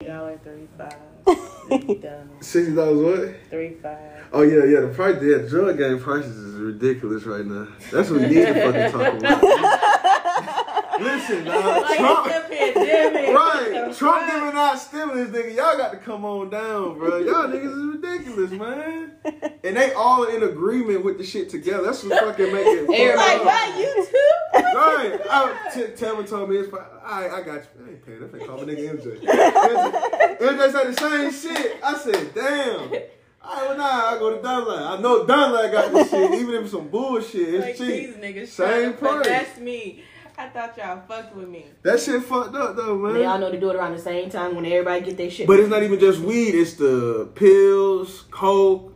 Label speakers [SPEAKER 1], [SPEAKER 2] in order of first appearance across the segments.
[SPEAKER 1] dollar thirty five.
[SPEAKER 2] Sixty dollars what?
[SPEAKER 1] Three five.
[SPEAKER 2] Oh yeah, yeah. The price, yeah, drug game prices is ridiculous right now. That's what we need to fucking talk about. Listen, nah,
[SPEAKER 1] Like
[SPEAKER 2] Trump,
[SPEAKER 1] it's the pandemic.
[SPEAKER 2] right?
[SPEAKER 1] The
[SPEAKER 2] Trump
[SPEAKER 1] fuck?
[SPEAKER 2] giving out stimulus, nigga. Y'all got to come on down, bro. Y'all niggas is ridiculous, man. And they all in agreement with the shit together. That's what fucking make it.
[SPEAKER 1] Everybody
[SPEAKER 2] fucked
[SPEAKER 1] like,
[SPEAKER 2] up.
[SPEAKER 1] why you too?
[SPEAKER 2] Right. I, t- Tamara told me it's fine. I, I got you. I ain't paying. I think call my nigga MJ. MJ. MJ said the same shit. I said, damn. I well, nah, I go to Dunlap. I know Dunlap got this shit. Even if it's some bullshit, it's
[SPEAKER 1] Like these
[SPEAKER 2] cheap.
[SPEAKER 1] niggas.
[SPEAKER 2] Same
[SPEAKER 1] Same price.
[SPEAKER 2] price.
[SPEAKER 1] That's me. I thought y'all fucked with me.
[SPEAKER 2] That shit fucked up though,
[SPEAKER 3] They all
[SPEAKER 2] man.
[SPEAKER 3] know to do it around the same time when everybody get their shit.
[SPEAKER 2] But it's not even just weed. It's the pills, coke,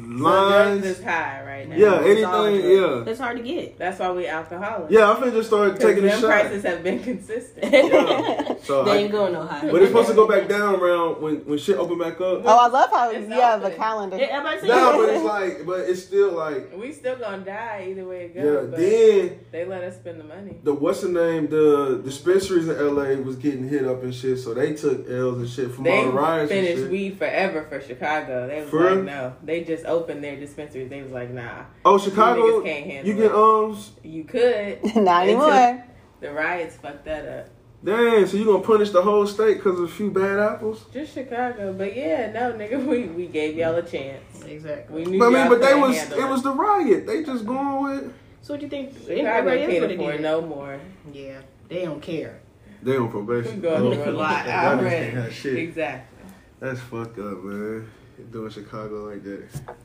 [SPEAKER 1] Lines
[SPEAKER 2] lines.
[SPEAKER 1] is high right now.
[SPEAKER 2] Yeah,
[SPEAKER 3] It's all
[SPEAKER 2] anything.
[SPEAKER 3] good.
[SPEAKER 2] Yeah,
[SPEAKER 3] That's hard to get.
[SPEAKER 1] That's why we alcoholics.
[SPEAKER 2] yeah. I'm finna just start
[SPEAKER 1] Because
[SPEAKER 2] taking a
[SPEAKER 1] them
[SPEAKER 2] shot.
[SPEAKER 1] prices have been consistent.
[SPEAKER 2] Yeah. So
[SPEAKER 3] they
[SPEAKER 2] I-
[SPEAKER 3] ain't going no high.
[SPEAKER 2] But it's supposed to go back down around when when shit open back up.
[SPEAKER 4] Oh, I love how
[SPEAKER 1] It's
[SPEAKER 4] you have a
[SPEAKER 1] open.
[SPEAKER 4] calendar.
[SPEAKER 3] Yeah, everybody say
[SPEAKER 2] No, but it's like, but it's still like,
[SPEAKER 1] We still gonna die either way it
[SPEAKER 2] yeah.
[SPEAKER 1] goes. but
[SPEAKER 2] Then
[SPEAKER 1] they let us spend the money.
[SPEAKER 2] the what's the name? The dispensaries in LA was getting hit up and shit, so they took L's and shit from all the
[SPEAKER 1] They
[SPEAKER 2] riots and
[SPEAKER 1] finished
[SPEAKER 2] shit.
[SPEAKER 1] weed forever for Chicago. They was
[SPEAKER 2] For
[SPEAKER 1] like,
[SPEAKER 2] real?
[SPEAKER 1] no. They just opened their dispensaries. They was like, nah.
[SPEAKER 2] oh,
[SPEAKER 1] You
[SPEAKER 2] Chicago,
[SPEAKER 1] niggas can't handle
[SPEAKER 2] you can
[SPEAKER 1] it.
[SPEAKER 2] um,
[SPEAKER 1] You could.
[SPEAKER 4] Not
[SPEAKER 1] They took-
[SPEAKER 4] anymore.
[SPEAKER 1] The riots fucked that up.
[SPEAKER 2] damn. So you gonna punish the whole state because of a few bad apples?
[SPEAKER 1] Just Chicago. But yeah, no, nigga, we, we gave y'all a chance.
[SPEAKER 3] Exactly.
[SPEAKER 1] We knew
[SPEAKER 2] But I mean,
[SPEAKER 1] y'all
[SPEAKER 2] but they
[SPEAKER 1] couldn't
[SPEAKER 2] was
[SPEAKER 1] handle
[SPEAKER 2] it was the riot. They just going with
[SPEAKER 3] So what do you think?
[SPEAKER 1] Chicago
[SPEAKER 3] Everybody is
[SPEAKER 1] can't
[SPEAKER 3] what it
[SPEAKER 1] afford
[SPEAKER 3] is.
[SPEAKER 1] no more.
[SPEAKER 3] Yeah, they don't care.
[SPEAKER 2] they on probation.
[SPEAKER 1] We going
[SPEAKER 3] through a
[SPEAKER 1] lot.
[SPEAKER 2] That
[SPEAKER 1] I
[SPEAKER 2] nigga
[SPEAKER 1] read.
[SPEAKER 2] got shit.
[SPEAKER 1] Exactly.
[SPEAKER 2] That's fucked up, man. Doing Chicago like that.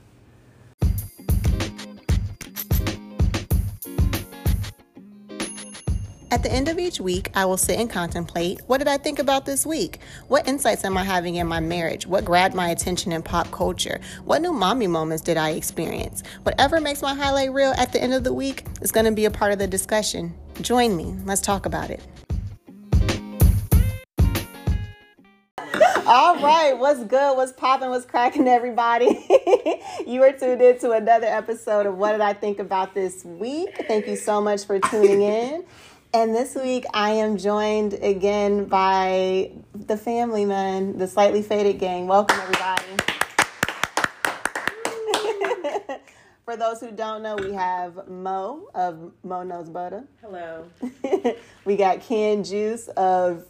[SPEAKER 4] At the end of each week, I will sit and contemplate what did I think about this week? What insights am I having in my marriage? What grabbed my attention in pop culture? What new mommy moments did I experience? Whatever makes my highlight reel at the end of the week is going to be a part of the discussion. Join me. Let's talk about it. All right, what's good? What's popping? What's cracking, everybody? you are tuned in to another episode of What Did I Think About This Week? Thank you so much for tuning in. And this week, I am joined again by the family man, the slightly faded gang. Welcome, everybody. for those who don't know, we have Mo of Mo Knows Butter.
[SPEAKER 1] Hello.
[SPEAKER 4] we got Ken Juice of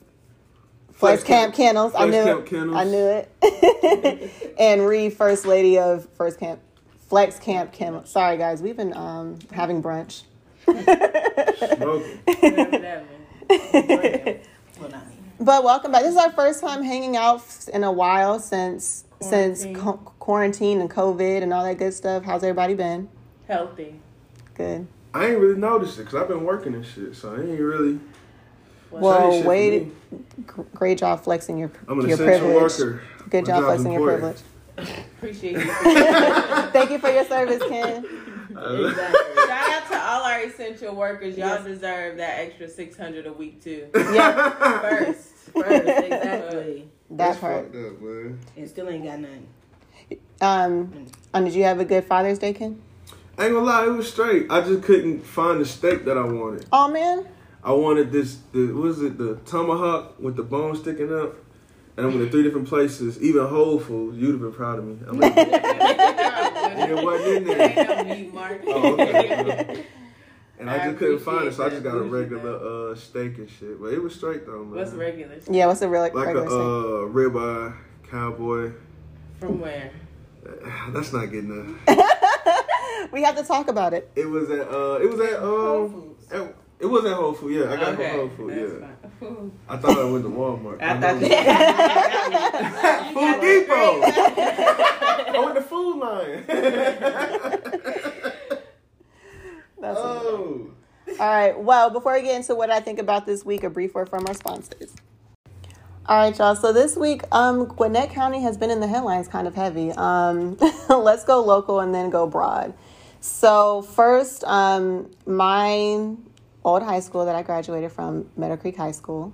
[SPEAKER 4] Flex Camp Kennels. I
[SPEAKER 2] Flex
[SPEAKER 4] knew it.
[SPEAKER 2] Camp Kennels.
[SPEAKER 4] I knew it. and Reed, first lady of First Camp Flex Camp Kennels. Sorry guys, we've been um, having brunch.
[SPEAKER 2] Smoking.
[SPEAKER 1] Whatever that means.
[SPEAKER 3] Well, not me.
[SPEAKER 4] But welcome back. This is our first time hanging out in a while since since
[SPEAKER 1] Quarantine.
[SPEAKER 4] co- quarantine and COVID and all that good stuff. How's everybody been?
[SPEAKER 1] Healthy.
[SPEAKER 4] Good.
[SPEAKER 2] I ain't really noticed it because I've been working and shit, so I ain't really.
[SPEAKER 4] Well,
[SPEAKER 2] Change shit for
[SPEAKER 4] wait.
[SPEAKER 2] me.
[SPEAKER 4] Gr- Great job flexing your
[SPEAKER 2] I'm an
[SPEAKER 4] your
[SPEAKER 2] essential
[SPEAKER 4] privilege.
[SPEAKER 2] worker.
[SPEAKER 4] Good
[SPEAKER 2] My
[SPEAKER 4] job
[SPEAKER 2] job's
[SPEAKER 4] flexing your
[SPEAKER 2] important.
[SPEAKER 4] privilege.
[SPEAKER 1] Appreciate you.
[SPEAKER 4] Thank you for your service, Ken.
[SPEAKER 1] Shout out to all our essential workers. Y'all deserve that extra six hundred a week too.
[SPEAKER 3] First, first, exactly.
[SPEAKER 4] That
[SPEAKER 2] That's
[SPEAKER 4] part.
[SPEAKER 2] fucked up, man.
[SPEAKER 3] And still ain't got nothing.
[SPEAKER 4] Um, and did you have a good Father's Day, Ken?
[SPEAKER 2] I ain't gonna lie, it was straight. I just couldn't find the steak that I wanted.
[SPEAKER 4] Oh man,
[SPEAKER 2] I wanted this, the, what is it, the tomahawk with the bone sticking up. And I went to three different places, even Whole Foods. You'd have been proud of me. I'm like, it wasn't in there. Oh, okay. And I,
[SPEAKER 1] I
[SPEAKER 2] just couldn't find it, so I
[SPEAKER 1] appreciate
[SPEAKER 2] just got a
[SPEAKER 1] that.
[SPEAKER 2] regular uh, steak and shit. But it was straight though, man.
[SPEAKER 1] What's regular?
[SPEAKER 4] yeah. What's a real
[SPEAKER 2] Like a
[SPEAKER 4] regular steak?
[SPEAKER 2] uh, ribeye, cowboy.
[SPEAKER 1] From where?
[SPEAKER 2] That's not good enough. uh,
[SPEAKER 4] We have to talk about it.
[SPEAKER 2] It was at uh, it was at um,
[SPEAKER 1] Whole Foods.
[SPEAKER 2] at- it was at Whole Foods. Yeah, I got it from Whole Foods. Yeah,
[SPEAKER 1] that's fine.
[SPEAKER 2] I thought I went to Walmart.
[SPEAKER 1] I thought
[SPEAKER 2] know.
[SPEAKER 1] you got
[SPEAKER 2] Food Depot. I went to Food Line.
[SPEAKER 4] That's it.
[SPEAKER 2] oh,
[SPEAKER 4] All right. Well, before we get into what I think about this week, a brief word from our sponsors. All right, y'all. So this week, um, Gwinnett County has been in the headlines kind of heavy. Um, let's go local and then go broad. So first, um, my old high school that I graduated from, Meadow Creek High School,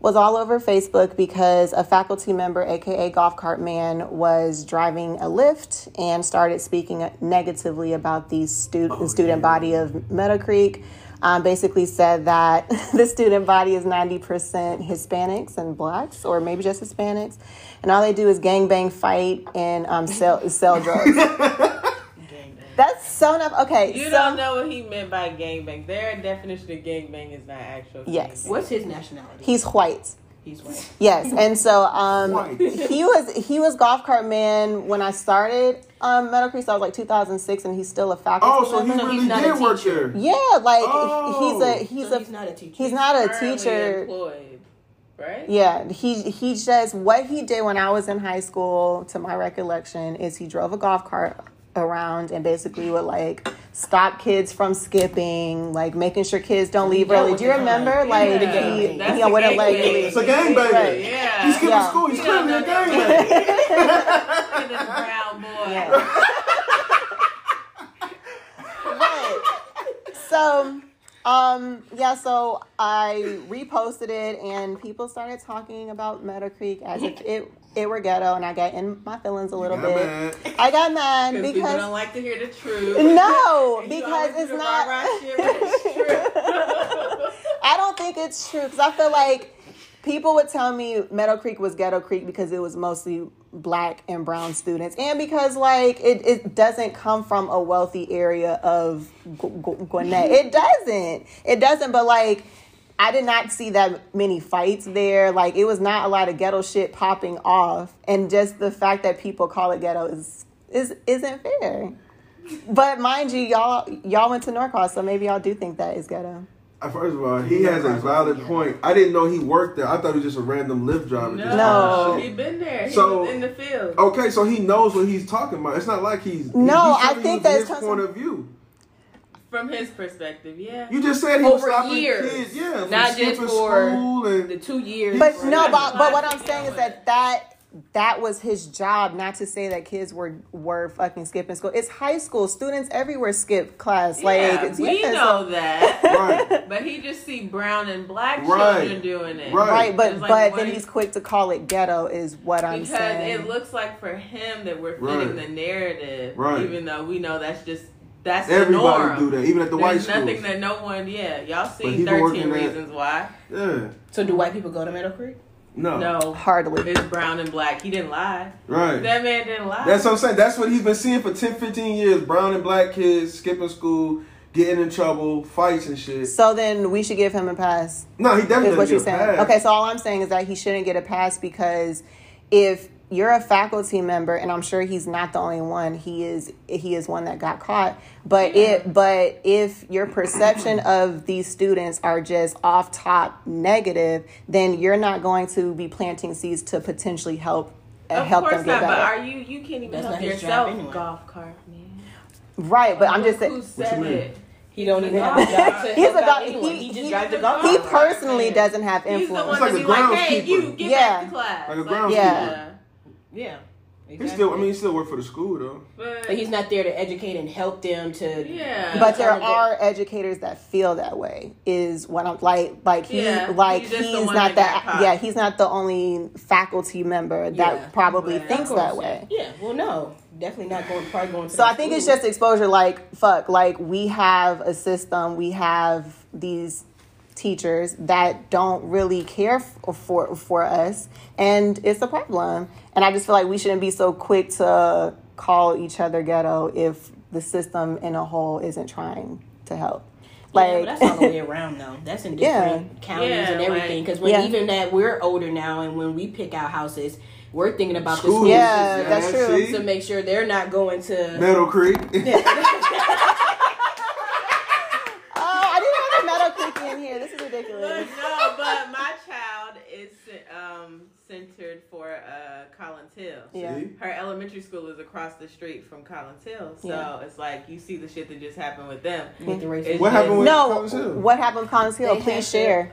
[SPEAKER 4] was all over Facebook because a faculty member, aka Golf Cart Man, was driving a Lyft and started speaking negatively about the student student body of Meadow Creek. um, basically said that the student body is 90% Hispanics and blacks, or maybe just Hispanics, and all they do is gang bang, fight, and um, sell sell drugs. That's so enough. Okay,
[SPEAKER 1] You
[SPEAKER 4] so
[SPEAKER 1] don't know what he meant by gangbang. Their definition of gangbang is not actual.
[SPEAKER 4] Yes.
[SPEAKER 1] gangbang.
[SPEAKER 3] What's his nationality?
[SPEAKER 4] he's white.
[SPEAKER 3] He's white.
[SPEAKER 4] Yes, and so um,
[SPEAKER 2] White.
[SPEAKER 4] he was he was golf cart man when I started um, Meadow Creek. So I was like 2006, and he's still a faculty.
[SPEAKER 2] Oh, so he
[SPEAKER 4] member.
[SPEAKER 3] he's
[SPEAKER 2] really
[SPEAKER 3] not a
[SPEAKER 2] did work
[SPEAKER 3] teacher.
[SPEAKER 2] there.
[SPEAKER 4] yeah, like
[SPEAKER 2] Oh.
[SPEAKER 4] he's a he's
[SPEAKER 3] so
[SPEAKER 4] a
[SPEAKER 3] he's not a teacher.
[SPEAKER 4] he's not a
[SPEAKER 1] Currently
[SPEAKER 4] teacher.
[SPEAKER 1] Employed, right?
[SPEAKER 4] Yeah, he he just what he did when I was in high school, to my recollection, is he drove a golf cart around and basically would like stop kids from skipping, like making sure kids don't leave
[SPEAKER 3] Yeah,
[SPEAKER 4] early.
[SPEAKER 3] with
[SPEAKER 4] Do you
[SPEAKER 3] the
[SPEAKER 4] remember?
[SPEAKER 3] gang.
[SPEAKER 4] Like
[SPEAKER 3] Yeah,
[SPEAKER 4] he, he
[SPEAKER 1] that's the
[SPEAKER 4] wouldn't let you
[SPEAKER 1] gangbang.
[SPEAKER 4] leave.
[SPEAKER 2] It's a gangbanger.
[SPEAKER 4] Right.
[SPEAKER 1] Yeah.
[SPEAKER 2] He's skipping
[SPEAKER 4] Yeah.
[SPEAKER 2] school. He's
[SPEAKER 1] You don't
[SPEAKER 2] clearly
[SPEAKER 1] know
[SPEAKER 2] a
[SPEAKER 1] that.
[SPEAKER 2] gangbanger.
[SPEAKER 1] Look at this brown boy.
[SPEAKER 4] Right. So, um, yeah, so I reposted it and people started talking about Meadow Creek as if it, it were ghetto and I got in my feelings a little
[SPEAKER 2] Not
[SPEAKER 4] bit.
[SPEAKER 2] bad.
[SPEAKER 4] I got mad
[SPEAKER 1] Because people don't
[SPEAKER 4] because
[SPEAKER 1] like to hear the truth.
[SPEAKER 4] no,
[SPEAKER 1] You
[SPEAKER 4] because
[SPEAKER 1] always do
[SPEAKER 4] it's
[SPEAKER 1] the
[SPEAKER 4] not.
[SPEAKER 1] rah-rah shit, but it's true.
[SPEAKER 4] I don't think it's true because I feel like people would tell me Meadow Creek was Ghetto Creek because it was mostly black and brown students, and because like it, it doesn't come from a wealthy area of Gu- Gu- Gwinnett. It doesn't. It doesn't. But like. I did not see that many fights there. Like it was not a lot of ghetto shit popping off, and just the fact that people call it ghetto is is isn't fair. But mind you, y'all y'all went to Norcross, so maybe y'all do think that is ghetto.
[SPEAKER 2] Uh, First of all, he has a valid point. I didn't know he worked there. I thought he was just a random lift driver. just
[SPEAKER 4] No.
[SPEAKER 2] talking shit.
[SPEAKER 1] he been there. He
[SPEAKER 2] So- oh.
[SPEAKER 1] was in the field.
[SPEAKER 2] Okay, so he knows what he's talking about. It's not like he's
[SPEAKER 4] No,
[SPEAKER 2] He's
[SPEAKER 4] I
[SPEAKER 2] telling
[SPEAKER 4] think
[SPEAKER 2] you
[SPEAKER 4] that
[SPEAKER 2] his
[SPEAKER 4] it's comes
[SPEAKER 2] point
[SPEAKER 4] from-
[SPEAKER 2] of view.
[SPEAKER 1] From his perspective, yeah.
[SPEAKER 2] You just said he was
[SPEAKER 3] Over
[SPEAKER 2] stopping
[SPEAKER 3] years.
[SPEAKER 2] kids, yeah, from
[SPEAKER 3] Not just
[SPEAKER 2] skipping
[SPEAKER 3] for
[SPEAKER 2] school and
[SPEAKER 3] The two years.
[SPEAKER 4] But no,
[SPEAKER 1] That's
[SPEAKER 4] but,
[SPEAKER 1] why
[SPEAKER 4] but what
[SPEAKER 1] I
[SPEAKER 4] I'm
[SPEAKER 1] think
[SPEAKER 4] saying
[SPEAKER 1] that
[SPEAKER 4] is that that that was his job, not to say that kids were were fucking skipping school. It's high school. Students everywhere skip class. Like
[SPEAKER 1] yeah,
[SPEAKER 4] it's-
[SPEAKER 1] we
[SPEAKER 4] yeah, so-
[SPEAKER 1] know that.
[SPEAKER 2] right.
[SPEAKER 1] But he just see brown and black
[SPEAKER 2] Right.
[SPEAKER 1] children doing it.
[SPEAKER 2] Right.
[SPEAKER 4] Right, but
[SPEAKER 1] It's like
[SPEAKER 4] but
[SPEAKER 1] white-
[SPEAKER 4] then he's quick to call it ghetto is what I'm
[SPEAKER 1] Because
[SPEAKER 4] saying.
[SPEAKER 1] it looks like for him that we're fitting
[SPEAKER 2] Right.
[SPEAKER 1] the narrative.
[SPEAKER 2] Right.
[SPEAKER 1] Even though we know that's just that's the norm.
[SPEAKER 2] Everybody do that, even at the
[SPEAKER 1] There's
[SPEAKER 2] white
[SPEAKER 1] nothing
[SPEAKER 2] schools.
[SPEAKER 1] that no one, yeah. Y'all
[SPEAKER 2] But
[SPEAKER 1] see
[SPEAKER 2] he been working
[SPEAKER 1] 13
[SPEAKER 2] at-
[SPEAKER 1] Reasons Why.
[SPEAKER 2] yeah,
[SPEAKER 3] so do white people go to Meadow Creek?
[SPEAKER 2] no,
[SPEAKER 1] No.
[SPEAKER 4] Hardly.
[SPEAKER 1] It's brown and black. He didn't lie.
[SPEAKER 2] right.
[SPEAKER 1] That man didn't lie.
[SPEAKER 2] That's what I'm saying. That's what he's been seeing for 10, 15 years. Brown and black kids skipping school, getting in trouble, fights and shit.
[SPEAKER 4] So then we should give him a pass.
[SPEAKER 2] No, he definitely
[SPEAKER 4] is what
[SPEAKER 2] doesn't
[SPEAKER 4] you're
[SPEAKER 2] get a
[SPEAKER 4] saying.
[SPEAKER 2] pass.
[SPEAKER 4] Okay, so all I'm saying is that he shouldn't get a pass because if you're a faculty member, and I'm sure he's not the only one. He is he is one that got caught. But it but if your perception of these students are just off top negative, then you're not going to be planting seeds to potentially help uh,
[SPEAKER 1] Of
[SPEAKER 4] help
[SPEAKER 1] course
[SPEAKER 4] them get
[SPEAKER 1] not, but
[SPEAKER 4] better.
[SPEAKER 1] are you? You can't even
[SPEAKER 3] That's
[SPEAKER 1] help
[SPEAKER 3] not his
[SPEAKER 1] yourself.
[SPEAKER 3] job anyway.
[SPEAKER 1] Golf cart man.
[SPEAKER 4] right, but I'm just
[SPEAKER 1] Look Who
[SPEAKER 4] saying.
[SPEAKER 1] said
[SPEAKER 2] What you mean?
[SPEAKER 1] it?
[SPEAKER 3] He don't even have a
[SPEAKER 1] He's
[SPEAKER 3] job to
[SPEAKER 4] He's
[SPEAKER 3] help
[SPEAKER 4] about-
[SPEAKER 3] out anyone.
[SPEAKER 4] he-
[SPEAKER 3] He,
[SPEAKER 4] he-
[SPEAKER 3] just drives the
[SPEAKER 1] he
[SPEAKER 3] golf
[SPEAKER 4] He
[SPEAKER 3] cart.
[SPEAKER 4] personally doesn't have
[SPEAKER 1] He's the one
[SPEAKER 4] influence.
[SPEAKER 2] like
[SPEAKER 1] to
[SPEAKER 2] a
[SPEAKER 1] be like, hey,
[SPEAKER 2] groundskeeper.
[SPEAKER 1] you get back
[SPEAKER 4] Yeah.
[SPEAKER 1] to class.
[SPEAKER 2] Like a
[SPEAKER 1] ground.
[SPEAKER 2] groundskeeper.
[SPEAKER 4] Yeah.
[SPEAKER 3] Yeah.
[SPEAKER 2] He
[SPEAKER 3] exactly.
[SPEAKER 2] still, I mean, he still work for the school though.
[SPEAKER 1] But,
[SPEAKER 3] But he's not there to educate and help them to.
[SPEAKER 1] Yeah.
[SPEAKER 4] but there are educators that feel that way is what i'm like like he
[SPEAKER 1] Yeah,
[SPEAKER 4] like
[SPEAKER 1] he's
[SPEAKER 4] he's,
[SPEAKER 1] just the one that got
[SPEAKER 4] not that,
[SPEAKER 1] caught.
[SPEAKER 4] yeah he's not the only faculty member that
[SPEAKER 3] Yeah,
[SPEAKER 4] probably
[SPEAKER 1] but-
[SPEAKER 4] thinks
[SPEAKER 3] Of course,
[SPEAKER 4] that way
[SPEAKER 3] Yeah. Yeah, Well, no, definitely not going. Probably going. To
[SPEAKER 4] so
[SPEAKER 3] that
[SPEAKER 4] i think it's
[SPEAKER 3] school.
[SPEAKER 4] just exposure like fuck like we have a system we have these teachers that don't really care f- for for us and it's a problem and i just feel like we shouldn't be so quick to call each other ghetto if the system in a whole isn't trying to help
[SPEAKER 3] Yeah,
[SPEAKER 4] like
[SPEAKER 3] but that's all the way around though. That's in different counties
[SPEAKER 1] Yeah,
[SPEAKER 3] and everything.
[SPEAKER 1] like-
[SPEAKER 3] Because when
[SPEAKER 4] Yeah.
[SPEAKER 3] even that we're older now, and when we pick out houses, we're thinking about the
[SPEAKER 2] School.
[SPEAKER 3] school
[SPEAKER 4] Yeah,
[SPEAKER 3] system
[SPEAKER 4] that's true.
[SPEAKER 2] See?
[SPEAKER 3] to make sure they're not going to.
[SPEAKER 2] Meadow Creek.
[SPEAKER 4] Oh, I didn't want the metal cookie in here. This is
[SPEAKER 1] But
[SPEAKER 4] ridiculous.
[SPEAKER 1] no, but my child is um, centered for uh, Collins Hill.
[SPEAKER 4] Yeah.
[SPEAKER 2] See?
[SPEAKER 1] Her elementary school is across the street from Collins Hill, so
[SPEAKER 4] Yeah.
[SPEAKER 1] it's like you see the shit that just happened with them.
[SPEAKER 3] With the racism.
[SPEAKER 1] It's
[SPEAKER 2] What happened with
[SPEAKER 4] No,
[SPEAKER 2] Collins Hill?
[SPEAKER 4] what happened with Collins Hill?
[SPEAKER 3] They had
[SPEAKER 4] Please
[SPEAKER 3] to-
[SPEAKER 4] share.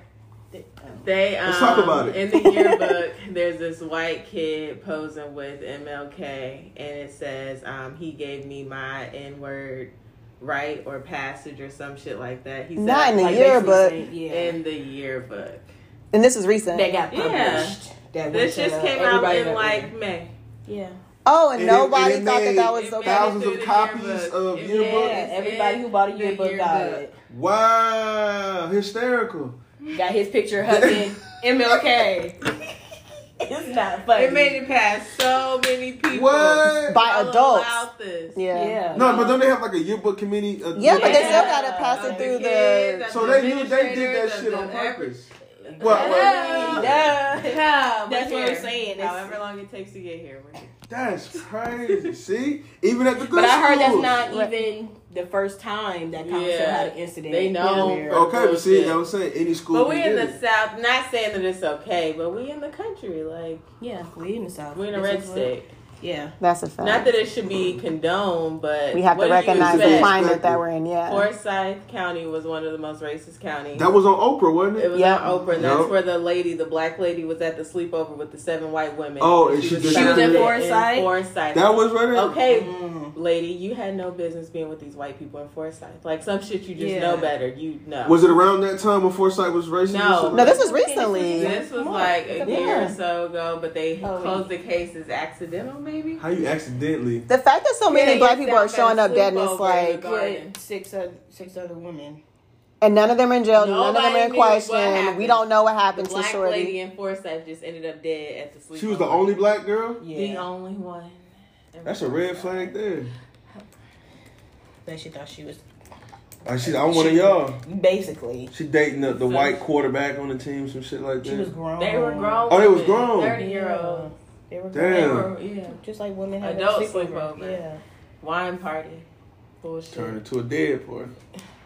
[SPEAKER 1] They um,
[SPEAKER 2] Let's talk about it.
[SPEAKER 1] in the yearbook. there's this white kid posing with MLK, and it says um, he gave me my N word right or passage or some shit like that. He said
[SPEAKER 4] Not in the
[SPEAKER 1] like,
[SPEAKER 3] basically
[SPEAKER 4] yearbook.
[SPEAKER 3] saying, yeah,
[SPEAKER 1] in the yearbook.
[SPEAKER 4] And this is recent.
[SPEAKER 3] that got
[SPEAKER 1] Yeah.
[SPEAKER 3] published. That went
[SPEAKER 1] This
[SPEAKER 3] to
[SPEAKER 1] just came out
[SPEAKER 3] everybody
[SPEAKER 1] in
[SPEAKER 3] that
[SPEAKER 1] like
[SPEAKER 3] went.
[SPEAKER 1] May.
[SPEAKER 3] yeah.
[SPEAKER 4] Oh, and,
[SPEAKER 2] And it- and
[SPEAKER 4] nobody
[SPEAKER 2] it
[SPEAKER 4] thought that
[SPEAKER 2] made
[SPEAKER 4] that was okay.
[SPEAKER 2] thousands
[SPEAKER 1] Through
[SPEAKER 2] of
[SPEAKER 1] the
[SPEAKER 2] copies
[SPEAKER 1] yearbook.
[SPEAKER 2] of
[SPEAKER 1] It
[SPEAKER 2] yearbook.
[SPEAKER 1] was
[SPEAKER 3] Yeah,
[SPEAKER 1] in
[SPEAKER 3] everybody who bought a
[SPEAKER 1] the
[SPEAKER 3] yearbook got it.
[SPEAKER 2] Wow, hysterical.
[SPEAKER 3] Got his picture hugging MLK. it's not funny.
[SPEAKER 1] It made it past so many people.
[SPEAKER 2] What?
[SPEAKER 4] By
[SPEAKER 1] Y'all
[SPEAKER 4] adults.
[SPEAKER 1] allowed this.
[SPEAKER 4] Yeah.
[SPEAKER 3] Yeah.
[SPEAKER 2] No, but don't they have like a yearbook committee? A-
[SPEAKER 4] Yeah, but they still
[SPEAKER 3] Yeah.
[SPEAKER 4] gotta pass
[SPEAKER 1] Of
[SPEAKER 4] it through
[SPEAKER 1] the kids,
[SPEAKER 4] the.
[SPEAKER 1] of
[SPEAKER 2] so
[SPEAKER 1] the
[SPEAKER 2] they knew they did
[SPEAKER 1] administrators,
[SPEAKER 2] that
[SPEAKER 1] of
[SPEAKER 2] shit
[SPEAKER 1] the
[SPEAKER 2] on
[SPEAKER 1] average-
[SPEAKER 2] purpose. Well, well,
[SPEAKER 3] Yeah.
[SPEAKER 1] Yeah. Yeah,
[SPEAKER 3] That's
[SPEAKER 1] we're
[SPEAKER 3] what I'm
[SPEAKER 1] here.
[SPEAKER 3] saying. It's-
[SPEAKER 1] However long it takes to get here, we're here.
[SPEAKER 2] That's crazy. See, even at the good
[SPEAKER 3] But I heard that's
[SPEAKER 2] schools.
[SPEAKER 3] not
[SPEAKER 4] Right.
[SPEAKER 3] even the first time that Thomasville
[SPEAKER 1] Yeah.
[SPEAKER 3] had an incident.
[SPEAKER 1] They know. Oh.
[SPEAKER 3] where-
[SPEAKER 2] Okay, but see,
[SPEAKER 1] Bullshit.
[SPEAKER 2] I'm saying any school.
[SPEAKER 1] But
[SPEAKER 2] can
[SPEAKER 1] we in
[SPEAKER 2] do
[SPEAKER 1] the
[SPEAKER 2] it.
[SPEAKER 1] South. Not saying that it's okay, but we in the country. Like
[SPEAKER 3] Yeah, we in the South.
[SPEAKER 1] we in a
[SPEAKER 3] This
[SPEAKER 1] red
[SPEAKER 3] is what-
[SPEAKER 1] state.
[SPEAKER 3] Yeah.
[SPEAKER 4] That's a fact.
[SPEAKER 1] Not that it should be condoned, but
[SPEAKER 4] we have
[SPEAKER 1] what
[SPEAKER 4] to
[SPEAKER 1] do you
[SPEAKER 4] recognize the
[SPEAKER 1] expect?
[SPEAKER 2] climate.
[SPEAKER 4] climate that we're in. Yeah.
[SPEAKER 1] Forsyth County was one of the most racist counties.
[SPEAKER 2] That was on Oprah, wasn't it?
[SPEAKER 1] It was
[SPEAKER 4] Yeah.
[SPEAKER 1] on Oprah, and that's
[SPEAKER 2] Yep.
[SPEAKER 1] where the lady, the black lady, was at the sleepover with the seven white women.
[SPEAKER 2] Oh, and she
[SPEAKER 1] was
[SPEAKER 2] did
[SPEAKER 3] She was
[SPEAKER 1] found
[SPEAKER 3] in
[SPEAKER 1] dead
[SPEAKER 3] Forsyth?
[SPEAKER 1] Forsyth.
[SPEAKER 2] that was right there.
[SPEAKER 1] okay,
[SPEAKER 3] Mm.
[SPEAKER 1] lady. You had no business being with these white people in Forsyth. Like some shit, you just
[SPEAKER 3] Yeah.
[SPEAKER 1] know better. You know.
[SPEAKER 2] Was it around that time when Forsyth was racist? or
[SPEAKER 1] No.
[SPEAKER 2] something?
[SPEAKER 4] No, this was
[SPEAKER 3] Okay,
[SPEAKER 4] recently.
[SPEAKER 1] This was
[SPEAKER 3] Come on.
[SPEAKER 1] like a
[SPEAKER 3] Come
[SPEAKER 1] year
[SPEAKER 4] on.
[SPEAKER 1] or so ago, but they
[SPEAKER 3] Oh,
[SPEAKER 1] closed the case as accidental, maybe.
[SPEAKER 2] How you accidentally?
[SPEAKER 4] The fact that so many
[SPEAKER 1] Yeah,
[SPEAKER 4] black
[SPEAKER 1] you
[SPEAKER 4] people are
[SPEAKER 1] sound
[SPEAKER 4] showing up
[SPEAKER 1] better
[SPEAKER 4] dead and
[SPEAKER 1] sleep
[SPEAKER 4] it's
[SPEAKER 1] over in
[SPEAKER 4] like,
[SPEAKER 1] the garden.
[SPEAKER 3] With six other, six other women.
[SPEAKER 4] and none of them are in jail, none of them
[SPEAKER 1] Nobody
[SPEAKER 4] are in
[SPEAKER 1] knew what
[SPEAKER 4] question.
[SPEAKER 1] happened.
[SPEAKER 4] We don't know what
[SPEAKER 1] The
[SPEAKER 4] happened to
[SPEAKER 1] black
[SPEAKER 4] Shorty.
[SPEAKER 1] lady in Forsyth just ended up dead at the sleepover.
[SPEAKER 2] She was the only black girl.
[SPEAKER 3] Yeah.
[SPEAKER 1] the only one.
[SPEAKER 2] That's a red flag there.
[SPEAKER 3] That she thought she was
[SPEAKER 2] Like she, I'm one of y'all.
[SPEAKER 3] basically.
[SPEAKER 2] She dating the, the white quarterback on the team, some shit like
[SPEAKER 3] She was
[SPEAKER 2] that.
[SPEAKER 3] grown.
[SPEAKER 1] They were grown.
[SPEAKER 2] Oh, they was
[SPEAKER 1] women,
[SPEAKER 2] grown.
[SPEAKER 1] Thirty year old.
[SPEAKER 3] They were
[SPEAKER 2] Damn.
[SPEAKER 3] grown.
[SPEAKER 1] They were yeah.
[SPEAKER 3] Just like women have
[SPEAKER 1] Adult
[SPEAKER 3] their
[SPEAKER 1] sleepover.
[SPEAKER 3] Yeah.
[SPEAKER 1] Wine party. Bullshit.
[SPEAKER 2] Turned into a dead boy.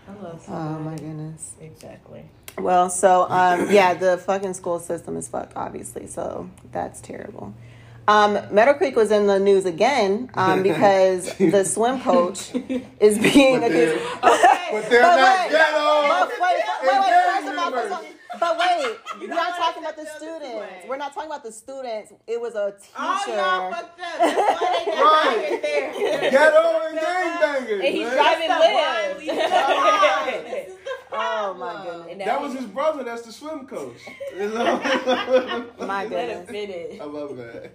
[SPEAKER 1] I love
[SPEAKER 4] Oh my
[SPEAKER 1] somebody.
[SPEAKER 4] goodness.
[SPEAKER 3] Exactly.
[SPEAKER 4] Well, so um, yeah, the fucking school system is fucked, obviously. So that's terrible. Um, Meadow Creek was in the news again um, because the swim coach is being
[SPEAKER 2] But they're,
[SPEAKER 4] accused.
[SPEAKER 2] but they're
[SPEAKER 4] But
[SPEAKER 2] not
[SPEAKER 4] wait.
[SPEAKER 2] ghetto.
[SPEAKER 4] But wait, wait, wait, wait, first of all, first of all- but wait, we're not
[SPEAKER 1] gotta
[SPEAKER 4] talking about the
[SPEAKER 1] accept the
[SPEAKER 4] students.
[SPEAKER 1] way.
[SPEAKER 4] We're not talking about the students. It was a
[SPEAKER 1] Oh, y'all
[SPEAKER 4] teacher.
[SPEAKER 1] fucked up. That's why they got
[SPEAKER 2] Right.
[SPEAKER 1] right. there.
[SPEAKER 2] Ghetto and gangbangers.
[SPEAKER 3] And he's
[SPEAKER 2] man.
[SPEAKER 3] driving
[SPEAKER 1] That's the
[SPEAKER 3] lives.
[SPEAKER 1] wine we tried. This is the
[SPEAKER 4] Oh my
[SPEAKER 1] problem.
[SPEAKER 4] goodness.
[SPEAKER 2] That was his brother. That's the swim coach. You know?
[SPEAKER 4] My
[SPEAKER 3] Let
[SPEAKER 4] goodness.
[SPEAKER 3] it fit it.
[SPEAKER 2] I love that.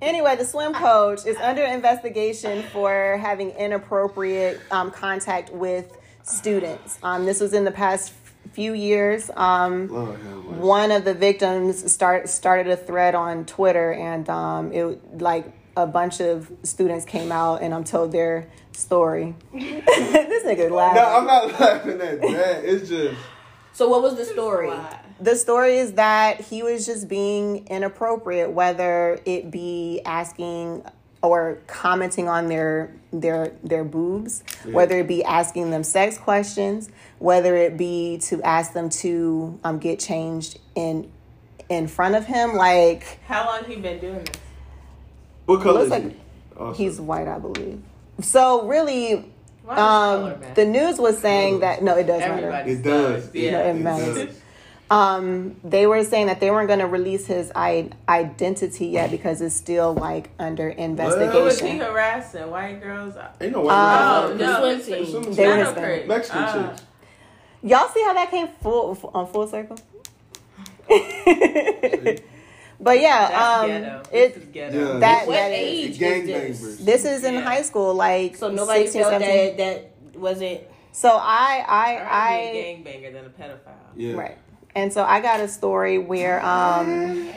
[SPEAKER 4] Anyway, the swim coach is under investigation for having inappropriate um, contact with students. Um, this was in the past few years. Um,
[SPEAKER 2] Lord have mercy.
[SPEAKER 4] one of the victims start started a thread on Twitter, and um, it like a bunch of students came out and um, told their story. this nigga
[SPEAKER 2] No, I'm
[SPEAKER 4] laughing.
[SPEAKER 2] not laughing at that. It's just
[SPEAKER 3] So what was the story?
[SPEAKER 1] Why?
[SPEAKER 4] The story is that he was just being inappropriate, whether it be asking or commenting on their their their boobs, whether it be asking them sex questions, whether it be to ask them to um, get changed in in front of him, like.
[SPEAKER 1] How long he been doing this?
[SPEAKER 2] what color is
[SPEAKER 4] Looks like
[SPEAKER 2] he? Awesome.
[SPEAKER 4] He's white, I believe. So really,
[SPEAKER 1] Why does color
[SPEAKER 4] um,
[SPEAKER 1] matter?
[SPEAKER 4] the news was saying that no, it does matter.
[SPEAKER 1] Everybody
[SPEAKER 2] It does.
[SPEAKER 1] Yeah.
[SPEAKER 4] it matters. Um, they were saying that they weren't going to release his I- identity yet because it's still like under
[SPEAKER 1] Who was he
[SPEAKER 4] investigation.
[SPEAKER 1] harassing? White girls?
[SPEAKER 2] Ain't
[SPEAKER 4] Um,
[SPEAKER 2] no white
[SPEAKER 1] Oh,
[SPEAKER 2] girls.
[SPEAKER 1] no.
[SPEAKER 3] The swim team.
[SPEAKER 2] Some
[SPEAKER 4] They were
[SPEAKER 2] Mexican-
[SPEAKER 4] Hispanic.
[SPEAKER 2] Mexican
[SPEAKER 1] Ah.
[SPEAKER 2] chicks.
[SPEAKER 4] Y'all see how that came full f- on full circle. but
[SPEAKER 1] That's
[SPEAKER 4] yeah,
[SPEAKER 1] ghetto.
[SPEAKER 4] um,
[SPEAKER 1] This is
[SPEAKER 4] it
[SPEAKER 1] ghetto.
[SPEAKER 2] Yeah.
[SPEAKER 4] that,
[SPEAKER 3] What
[SPEAKER 4] that is,
[SPEAKER 3] age
[SPEAKER 2] Gang
[SPEAKER 3] is this?
[SPEAKER 2] bangers.
[SPEAKER 4] this is in
[SPEAKER 1] Yeah.
[SPEAKER 4] high school, like
[SPEAKER 3] So nobody
[SPEAKER 4] 16,
[SPEAKER 3] felt that
[SPEAKER 4] 17.
[SPEAKER 3] that wasn't.
[SPEAKER 4] So I, I, I
[SPEAKER 1] I would be a gangbanger than a pedophile.
[SPEAKER 2] Yeah.
[SPEAKER 4] Right. And so I got a story where um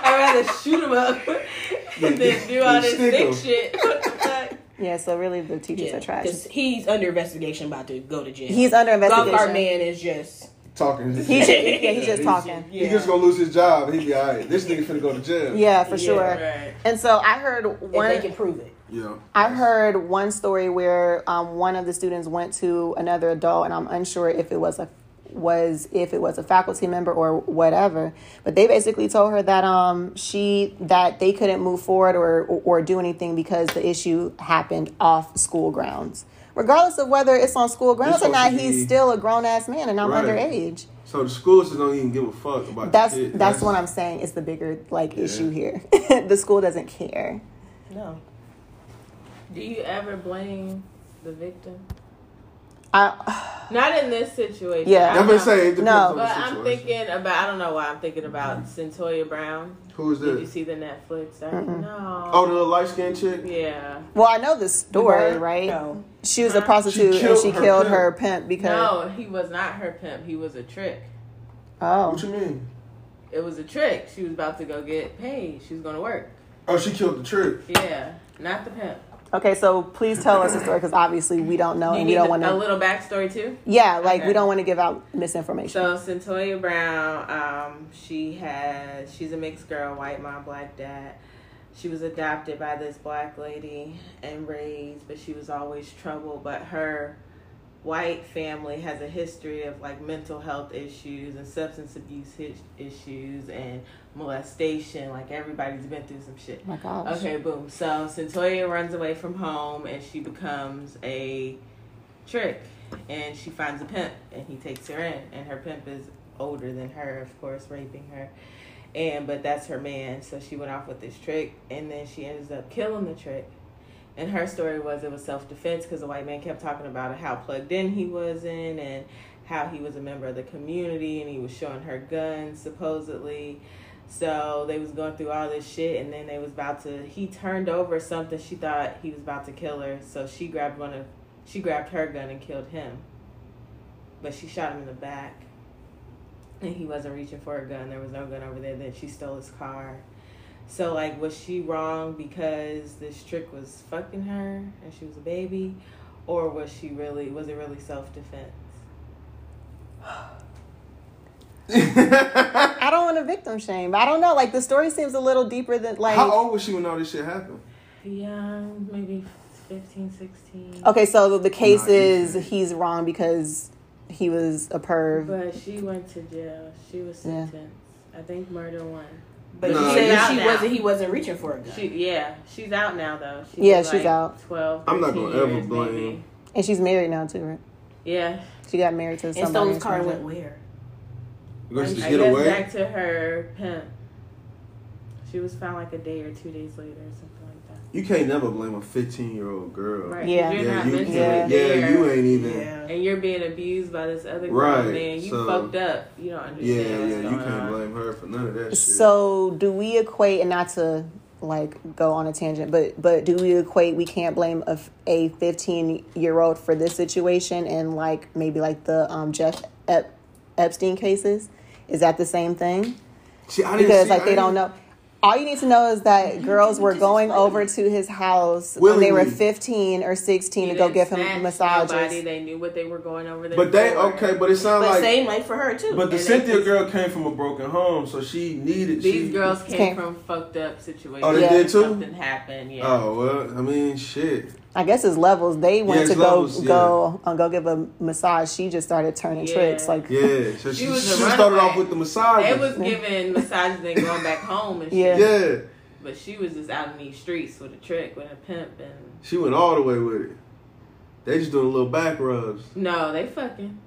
[SPEAKER 1] I'd rather shoot him up than do all this
[SPEAKER 2] Stick
[SPEAKER 1] dick
[SPEAKER 2] 'em.
[SPEAKER 1] shit. What the fuck?
[SPEAKER 4] yeah, so really the teachers
[SPEAKER 3] Yeah,
[SPEAKER 4] are trash.
[SPEAKER 3] 'cause he's under investigation, about to go to jail.
[SPEAKER 4] He's under
[SPEAKER 3] Golf cart
[SPEAKER 4] investigation.
[SPEAKER 3] man is just.
[SPEAKER 2] Talking.
[SPEAKER 4] He just, yeah, he's just talking.
[SPEAKER 2] He just gonna lose his job. He be alright. This nigga finna go to jail.
[SPEAKER 4] Yeah, for
[SPEAKER 3] Yeah.
[SPEAKER 4] sure.
[SPEAKER 1] Right.
[SPEAKER 4] And so I heard
[SPEAKER 3] If they
[SPEAKER 4] one
[SPEAKER 3] can prove it.
[SPEAKER 2] Yeah.
[SPEAKER 4] I heard one story where um, one of the students went to another adult, and I'm unsure if it was a was if it was a faculty member or whatever. But they basically told her that um she that they couldn't move forward or or do anything because the issue happened off school grounds. Regardless of whether it's on school grounds or not,
[SPEAKER 2] supposed to
[SPEAKER 4] he's
[SPEAKER 2] be-
[SPEAKER 4] still a grown ass man, and I'm
[SPEAKER 2] Right.
[SPEAKER 4] underage.
[SPEAKER 2] So the school system don't even give a fuck about
[SPEAKER 4] That's
[SPEAKER 2] the kid.
[SPEAKER 4] that's what I'm saying. It's the bigger like issue here. the school doesn't care.
[SPEAKER 3] No.
[SPEAKER 1] Do you ever blame the victim?
[SPEAKER 4] I,
[SPEAKER 1] Not in this situation.
[SPEAKER 4] Yeah.
[SPEAKER 1] I know.
[SPEAKER 2] I'm gonna say it depends
[SPEAKER 4] No.
[SPEAKER 1] But
[SPEAKER 2] on the
[SPEAKER 1] I'm
[SPEAKER 2] situation. Mm-hmm.
[SPEAKER 1] thinking about. I don't know why I'm thinking about Centoya Brown.
[SPEAKER 2] Who is
[SPEAKER 1] Did you
[SPEAKER 2] this?
[SPEAKER 1] see the Netflix? I-
[SPEAKER 4] Mm-mm.
[SPEAKER 1] No.
[SPEAKER 2] Oh, the little light skinned chick.
[SPEAKER 1] Yeah.
[SPEAKER 4] well, I know the story, right?
[SPEAKER 3] No.
[SPEAKER 4] She was a
[SPEAKER 1] Huh?
[SPEAKER 4] prostitute
[SPEAKER 2] She
[SPEAKER 4] and
[SPEAKER 2] killed
[SPEAKER 4] she
[SPEAKER 2] her
[SPEAKER 4] killed
[SPEAKER 2] pimp.
[SPEAKER 4] her pimp because.
[SPEAKER 1] No, he was not her pimp. He was a trick.
[SPEAKER 4] Oh.
[SPEAKER 2] What you mean?
[SPEAKER 1] It was a trick. She was about to go get paid. She was gonna work.
[SPEAKER 2] Oh, she killed the trick.
[SPEAKER 1] Yeah, not the pimp.
[SPEAKER 4] Okay, so please tell us the story because obviously we don't know
[SPEAKER 1] you
[SPEAKER 4] Oh, and
[SPEAKER 1] need
[SPEAKER 4] we don't
[SPEAKER 1] a-
[SPEAKER 4] want
[SPEAKER 1] a
[SPEAKER 4] to.
[SPEAKER 1] little backstory too.
[SPEAKER 4] Yeah, like we
[SPEAKER 1] Okay.
[SPEAKER 4] don't want to give out misinformation.
[SPEAKER 1] So Centoya Brown, um, she has she's a mixed girl, white mom, black dad. She was adopted by this black lady and raised, but she was always trouble. But her white family has a history of like mental health issues and substance abuse his- issues and molestation. Like everybody's been through some shit.
[SPEAKER 4] oh my gosh.
[SPEAKER 1] Okay, boom. So Centoya runs away from home and she becomes a trick and she finds a pimp and he takes her in and her pimp is older than her, of course, raping her. And but that's her man, so she went off with this trick and then she ends up killing the trick. And her story was it was self defense because the white man kept talking about how plugged in he was in and how he was a member of the community and he was showing her guns supposedly. So they was going through all this shit, and then they was about to. He turned over something. She thought he was about to kill her, so she grabbed one of, she grabbed her gun and killed him. But she shot him in the back, and he wasn't reaching for a gun. There was no gun over there. Then she stole his car. So like, was she wrong because this trick was fucking her and she was a baby, or was she really? Was it really self defense?
[SPEAKER 4] I don't want to victim shame. but I don't know. Like the story seems a little deeper than like.
[SPEAKER 2] How old was she when all this shit happened?
[SPEAKER 1] Young, maybe 15, 16.
[SPEAKER 4] Okay, so the case
[SPEAKER 2] Nah, you
[SPEAKER 4] is
[SPEAKER 2] can't.
[SPEAKER 4] he's wrong because he was a perv.
[SPEAKER 1] But she went to jail. She was
[SPEAKER 4] Yeah.
[SPEAKER 1] sentenced. I think murder one.
[SPEAKER 3] But
[SPEAKER 2] No.
[SPEAKER 3] she
[SPEAKER 2] She's
[SPEAKER 3] said
[SPEAKER 1] out
[SPEAKER 3] she
[SPEAKER 1] now.
[SPEAKER 3] wasn't. He wasn't reaching for a gun.
[SPEAKER 1] She yeah, she's out now though. She's
[SPEAKER 4] Yeah, she's out.
[SPEAKER 1] Twelve.
[SPEAKER 2] I'm not
[SPEAKER 1] 13
[SPEAKER 2] gonna ever
[SPEAKER 1] years,
[SPEAKER 2] blame-
[SPEAKER 1] maybe.
[SPEAKER 4] and she's married now too, right?
[SPEAKER 1] Yeah,
[SPEAKER 4] She got married to
[SPEAKER 3] and
[SPEAKER 4] somebody.
[SPEAKER 3] Stone's car went where?
[SPEAKER 2] Because she
[SPEAKER 1] I
[SPEAKER 2] get
[SPEAKER 1] guess
[SPEAKER 2] away.
[SPEAKER 1] back to her pimp. She was found like a day or two days later or something like that.
[SPEAKER 2] You can't never blame a 15 year old girl.
[SPEAKER 1] Right? 'cause
[SPEAKER 4] Yeah.
[SPEAKER 1] you're
[SPEAKER 2] Yeah,
[SPEAKER 1] not
[SPEAKER 2] you,
[SPEAKER 1] mentally
[SPEAKER 2] yeah,
[SPEAKER 1] there,
[SPEAKER 2] yeah, you ain't even. Yeah,
[SPEAKER 3] Yeah.
[SPEAKER 1] and you're being abused by this other girl.
[SPEAKER 2] Right,
[SPEAKER 1] man, you
[SPEAKER 2] so-
[SPEAKER 1] fucked up. You don't
[SPEAKER 2] yeah,
[SPEAKER 1] understand. what's
[SPEAKER 2] you
[SPEAKER 1] going
[SPEAKER 2] can't
[SPEAKER 1] on.
[SPEAKER 2] blame her for none of that shit.
[SPEAKER 4] So do we equate and not to like go on a tangent, but but do we equate we can't blame a, f- a 15 year old for this situation and like maybe like the um Jeff Ep- Epstein cases? Is that the same thing?
[SPEAKER 2] See, I didn't
[SPEAKER 4] Because
[SPEAKER 2] see-
[SPEAKER 4] like
[SPEAKER 2] I
[SPEAKER 4] they
[SPEAKER 2] didn't-
[SPEAKER 4] don't know. All you need to know is that girls were going over to his house when they were
[SPEAKER 2] Willingly.
[SPEAKER 4] 15 or 16 to
[SPEAKER 1] You
[SPEAKER 4] go
[SPEAKER 1] didn't
[SPEAKER 4] give him
[SPEAKER 1] snatch
[SPEAKER 4] massages.
[SPEAKER 1] Nobody. They knew what they were going over there.
[SPEAKER 2] But they,
[SPEAKER 1] for.
[SPEAKER 2] okay, but it sounds
[SPEAKER 3] But
[SPEAKER 2] like.
[SPEAKER 3] same like for her too.
[SPEAKER 2] but the
[SPEAKER 3] And they-
[SPEAKER 2] Cynthia girl came from a broken home, so she needed.
[SPEAKER 1] These
[SPEAKER 2] she,
[SPEAKER 1] girls came
[SPEAKER 4] Okay.
[SPEAKER 1] from fucked up situations.
[SPEAKER 2] Oh,
[SPEAKER 4] they Yeah.
[SPEAKER 2] did too?
[SPEAKER 1] Something happened. Yeah.
[SPEAKER 2] Oh, well, I mean, shit.
[SPEAKER 4] I guess his levels. They went
[SPEAKER 2] it's
[SPEAKER 4] to go
[SPEAKER 2] levels, yeah.
[SPEAKER 4] go uh, go give a massage. She just started turning
[SPEAKER 1] Yeah.
[SPEAKER 4] tricks. Like
[SPEAKER 2] Yeah, so she,
[SPEAKER 1] She was a
[SPEAKER 2] she started
[SPEAKER 1] runaway.
[SPEAKER 2] off with the massage.
[SPEAKER 1] They was giving massages and going back home and
[SPEAKER 4] Yeah.
[SPEAKER 1] shit.
[SPEAKER 2] Oh. yeah,
[SPEAKER 1] But she was just out in these streets with a trick, with a pimp, and
[SPEAKER 2] she went all the way with it. They just doing little back rubs.
[SPEAKER 1] no, they fucking.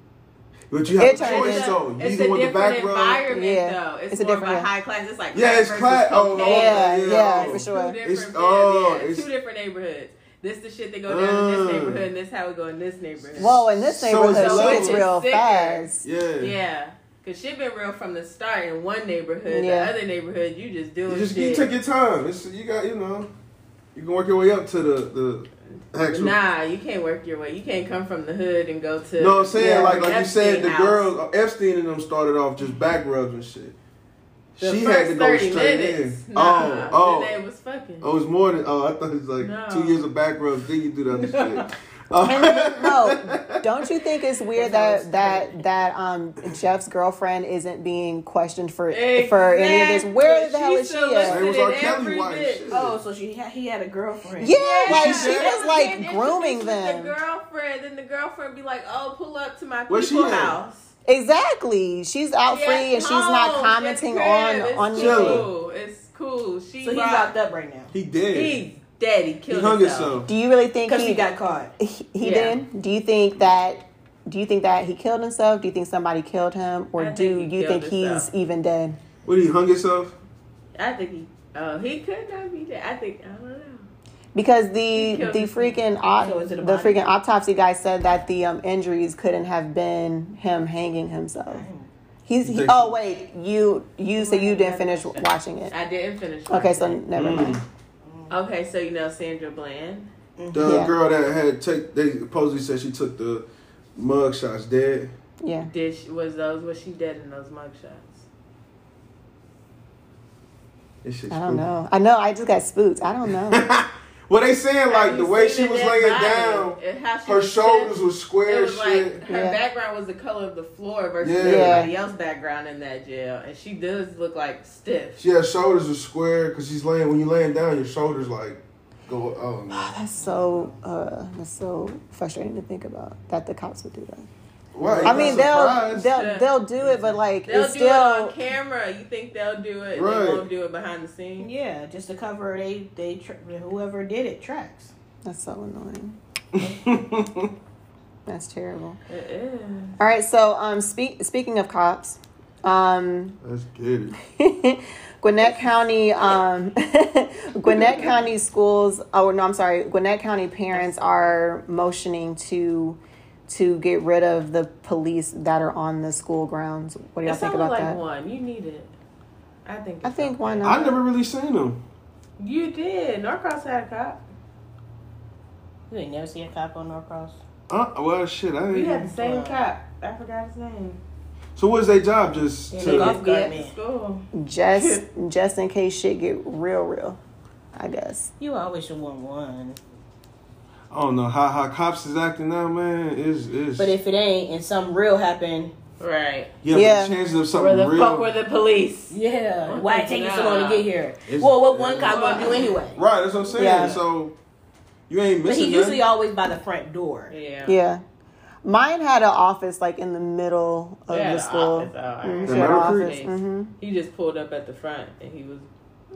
[SPEAKER 2] But you have
[SPEAKER 4] It
[SPEAKER 2] a
[SPEAKER 4] turned
[SPEAKER 2] choice
[SPEAKER 4] out-
[SPEAKER 2] though. You
[SPEAKER 1] it's
[SPEAKER 2] either
[SPEAKER 1] a
[SPEAKER 2] want the
[SPEAKER 1] different
[SPEAKER 2] back rub.
[SPEAKER 1] environment
[SPEAKER 4] Yeah.
[SPEAKER 1] though. It's,
[SPEAKER 4] It's a
[SPEAKER 1] more of
[SPEAKER 4] different-
[SPEAKER 1] a high class. It's like
[SPEAKER 2] Yeah, it's
[SPEAKER 1] versus
[SPEAKER 2] class. Oh,
[SPEAKER 1] cocaine.
[SPEAKER 2] oh,
[SPEAKER 4] yeah,
[SPEAKER 2] yeah,
[SPEAKER 4] yeah,
[SPEAKER 2] oh.
[SPEAKER 4] for
[SPEAKER 1] Two
[SPEAKER 4] sure.
[SPEAKER 1] different
[SPEAKER 2] It's-
[SPEAKER 1] beds,
[SPEAKER 2] oh,
[SPEAKER 1] yeah,
[SPEAKER 2] it's-
[SPEAKER 1] two different neighborhoods. This the shit that go down in
[SPEAKER 2] Uh.
[SPEAKER 1] this neighborhood, and this how it go in this neighborhood.
[SPEAKER 4] Whoa, in this
[SPEAKER 2] So
[SPEAKER 4] neighborhood,
[SPEAKER 2] it's
[SPEAKER 4] so it's
[SPEAKER 2] levels.
[SPEAKER 4] real
[SPEAKER 1] Thicker.
[SPEAKER 4] fast.
[SPEAKER 2] Yeah.
[SPEAKER 1] Yeah, cause shit been real from the start in one neighborhood.
[SPEAKER 4] Yeah.
[SPEAKER 1] The other neighborhood, you just doing
[SPEAKER 2] You just
[SPEAKER 1] shit.
[SPEAKER 2] you take your time. It's you got you know, you can work your way up to the the actual.
[SPEAKER 1] Nah, you can't work your way. You can't come from the hood and go to.
[SPEAKER 2] You know what I'm saying?
[SPEAKER 4] Yeah.
[SPEAKER 2] like like you said,
[SPEAKER 1] Epstein
[SPEAKER 2] the
[SPEAKER 1] house.
[SPEAKER 2] girls uh, Epstein and them started off just back rubs and shit.
[SPEAKER 1] The
[SPEAKER 2] she
[SPEAKER 1] first
[SPEAKER 2] had to go
[SPEAKER 1] 30
[SPEAKER 2] straight
[SPEAKER 1] minutes,
[SPEAKER 2] in.
[SPEAKER 1] Nah,
[SPEAKER 2] oh,
[SPEAKER 1] Then
[SPEAKER 2] oh,
[SPEAKER 1] they was fucking.
[SPEAKER 2] oh, it's more than oh. I thought it was like
[SPEAKER 1] No.
[SPEAKER 2] two years of back rubs. Then you do the other shit.
[SPEAKER 4] And
[SPEAKER 2] Uh,
[SPEAKER 4] then, no, don't you think it's weird that that that um Jeff's girlfriend isn't being questioned for for any of this? Where the hell is she
[SPEAKER 1] Exactly.
[SPEAKER 4] at?
[SPEAKER 2] It was R.
[SPEAKER 1] in
[SPEAKER 2] Kelly
[SPEAKER 1] every
[SPEAKER 2] wife.
[SPEAKER 1] bit.
[SPEAKER 2] shit.
[SPEAKER 3] Oh, so she ha- he had a girlfriend.
[SPEAKER 4] Yeah, like
[SPEAKER 2] she
[SPEAKER 4] she was
[SPEAKER 2] did.
[SPEAKER 4] like
[SPEAKER 1] Introduced
[SPEAKER 4] grooming
[SPEAKER 1] with The
[SPEAKER 4] them.
[SPEAKER 1] girlfriend, then the girlfriend be like, "Oh, pull up to my
[SPEAKER 2] Where she
[SPEAKER 1] people
[SPEAKER 2] at?
[SPEAKER 1] house."
[SPEAKER 4] Exactly, she's out
[SPEAKER 1] She at
[SPEAKER 4] free and she's not
[SPEAKER 1] home,
[SPEAKER 4] commenting
[SPEAKER 1] it's
[SPEAKER 4] on
[SPEAKER 1] crib,
[SPEAKER 4] on
[SPEAKER 1] it's
[SPEAKER 2] Chilling.
[SPEAKER 4] anything.
[SPEAKER 1] cool. It's cool. She
[SPEAKER 3] So he's
[SPEAKER 1] brought-
[SPEAKER 3] locked up right now
[SPEAKER 2] he did. He,
[SPEAKER 1] He dead. He killed
[SPEAKER 2] hung
[SPEAKER 1] himself.
[SPEAKER 2] himself.
[SPEAKER 4] Do you really think
[SPEAKER 3] because he got caught.
[SPEAKER 4] he, he
[SPEAKER 1] Yeah.
[SPEAKER 4] did. Do you think that? Do you think that he killed himself? Do you think somebody killed him, or
[SPEAKER 1] I think
[SPEAKER 4] do
[SPEAKER 1] he
[SPEAKER 4] you
[SPEAKER 1] killed
[SPEAKER 4] think he's
[SPEAKER 1] himself.
[SPEAKER 4] even dead?
[SPEAKER 2] What he hung himself?
[SPEAKER 1] I think he. Oh, he could not be dead. I think I don't know.
[SPEAKER 4] because the the freaking op-
[SPEAKER 3] So is it a
[SPEAKER 4] the
[SPEAKER 3] body?
[SPEAKER 4] freaking autopsy guy said that the um, injuries couldn't have been him hanging himself. He's he,
[SPEAKER 2] Think-
[SPEAKER 4] oh wait you you said you didn't finish watching it.
[SPEAKER 1] I didn't finish.
[SPEAKER 4] Okay,
[SPEAKER 1] watching
[SPEAKER 4] so
[SPEAKER 1] it.
[SPEAKER 2] Mm.
[SPEAKER 4] never mind.
[SPEAKER 1] okay, so you know Sandra Bland.
[SPEAKER 2] The
[SPEAKER 4] Yeah.
[SPEAKER 2] girl that had take they supposedly said she took the mug shots dead.
[SPEAKER 4] Yeah,
[SPEAKER 1] Did she, was those was she dead in those mugshots?
[SPEAKER 2] This shit's
[SPEAKER 4] I don't
[SPEAKER 2] spooky.
[SPEAKER 4] know. I know. I just got spooked. I don't know.
[SPEAKER 2] well, they saying like
[SPEAKER 1] Have
[SPEAKER 2] the
[SPEAKER 1] you
[SPEAKER 2] way
[SPEAKER 1] seen
[SPEAKER 2] she
[SPEAKER 1] the
[SPEAKER 2] was
[SPEAKER 1] dead
[SPEAKER 2] laying
[SPEAKER 1] body?
[SPEAKER 2] down,
[SPEAKER 1] And how she
[SPEAKER 2] her
[SPEAKER 1] was
[SPEAKER 2] shoulders
[SPEAKER 1] tipped?
[SPEAKER 2] were
[SPEAKER 1] It
[SPEAKER 2] square as
[SPEAKER 1] was
[SPEAKER 2] shit.
[SPEAKER 1] like her
[SPEAKER 4] Yeah.
[SPEAKER 1] background was the color of the floor versus
[SPEAKER 2] Yeah.
[SPEAKER 1] everybody else's background in that jail, and she does look like stiff.
[SPEAKER 2] She her shoulders are square because she's laying. When you laying down, your shoulders like go. Oh no!
[SPEAKER 4] That's so uh, that's so frustrating to think about that the cops would do that.
[SPEAKER 2] Why?
[SPEAKER 4] I mean, they'll
[SPEAKER 2] Surprised?
[SPEAKER 4] they'll they'll do it, but like
[SPEAKER 1] They'll
[SPEAKER 4] it's
[SPEAKER 1] do it on
[SPEAKER 4] still
[SPEAKER 1] camera. You think they'll do it?
[SPEAKER 2] Right.
[SPEAKER 1] They won't do it behind the scenes.
[SPEAKER 3] Yeah, just to cover they they tr whoever did it tracks.
[SPEAKER 4] that's so annoying. That's terrible.
[SPEAKER 1] Uh-uh. It is.
[SPEAKER 4] All right, so um, speak, speaking of cops, um,
[SPEAKER 2] Let's get it.
[SPEAKER 4] Gwinnett County, um, Gwinnett County schools. Oh no, I'm sorry. Gwinnett County parents are motioning to to get rid of the police that are on the school grounds. What do y'all
[SPEAKER 1] It's
[SPEAKER 4] think
[SPEAKER 1] only
[SPEAKER 4] about
[SPEAKER 1] like
[SPEAKER 4] that?
[SPEAKER 1] one. You need it. I think.
[SPEAKER 4] I
[SPEAKER 1] it's
[SPEAKER 4] think
[SPEAKER 1] okay.
[SPEAKER 4] why
[SPEAKER 2] I
[SPEAKER 4] not?
[SPEAKER 2] never really seen them.
[SPEAKER 1] You did. Norcross had a cop.
[SPEAKER 3] You ain't never see a cop on Norcross.
[SPEAKER 2] Uh, well, shit. I
[SPEAKER 1] We
[SPEAKER 2] ain't.
[SPEAKER 1] had the same
[SPEAKER 3] Wow.
[SPEAKER 1] cop. I forgot his name.
[SPEAKER 2] So what's their job? Just
[SPEAKER 3] They
[SPEAKER 2] to
[SPEAKER 3] look
[SPEAKER 1] Golf
[SPEAKER 3] Yeah.
[SPEAKER 1] cart in school.
[SPEAKER 4] just just in case shit get real, real. I guess.
[SPEAKER 3] You always should want one.
[SPEAKER 2] I don't know how how cops is acting now, man. Is is
[SPEAKER 3] But if it ain't and something real happened,
[SPEAKER 1] Right.
[SPEAKER 2] yeah,
[SPEAKER 4] Yeah.
[SPEAKER 2] The chances of
[SPEAKER 1] Where
[SPEAKER 2] something
[SPEAKER 1] the
[SPEAKER 2] real.
[SPEAKER 1] fuck were the police?
[SPEAKER 3] yeah,
[SPEAKER 1] What
[SPEAKER 3] why
[SPEAKER 1] the
[SPEAKER 3] take you so
[SPEAKER 1] hell?
[SPEAKER 3] long to get here?
[SPEAKER 2] It's-
[SPEAKER 3] well, what one
[SPEAKER 2] yeah.
[SPEAKER 3] cop gonna do anyway?
[SPEAKER 2] Right, that's what I'm saying.
[SPEAKER 4] Yeah.
[SPEAKER 2] So you ain't
[SPEAKER 3] But
[SPEAKER 2] missing.
[SPEAKER 3] he usually
[SPEAKER 2] nothing.
[SPEAKER 3] always by the front door.
[SPEAKER 1] Yeah.
[SPEAKER 4] Yeah. Mine had an office like in the middle of
[SPEAKER 1] Yeah,
[SPEAKER 4] the
[SPEAKER 1] the
[SPEAKER 4] school.
[SPEAKER 1] office, oh, all right.
[SPEAKER 4] Mhm,
[SPEAKER 2] The
[SPEAKER 4] she had an
[SPEAKER 2] Meadow Creek?
[SPEAKER 4] office. hmm
[SPEAKER 1] He just pulled up at the front and he was.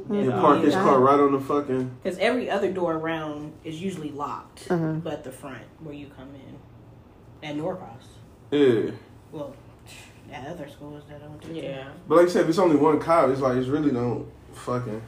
[SPEAKER 2] You
[SPEAKER 1] Yeah.
[SPEAKER 2] park his
[SPEAKER 4] Yeah.
[SPEAKER 2] car right on the fucking.
[SPEAKER 3] Because every other door around is usually locked,
[SPEAKER 1] Uh-huh.
[SPEAKER 4] Mhm.
[SPEAKER 3] but the front where you come in at Norcross.
[SPEAKER 2] Yeah.
[SPEAKER 3] Well, at other schools that don't do that.
[SPEAKER 1] Yeah.
[SPEAKER 2] But like I said, if it's only one cop, it's like it's really no fucking.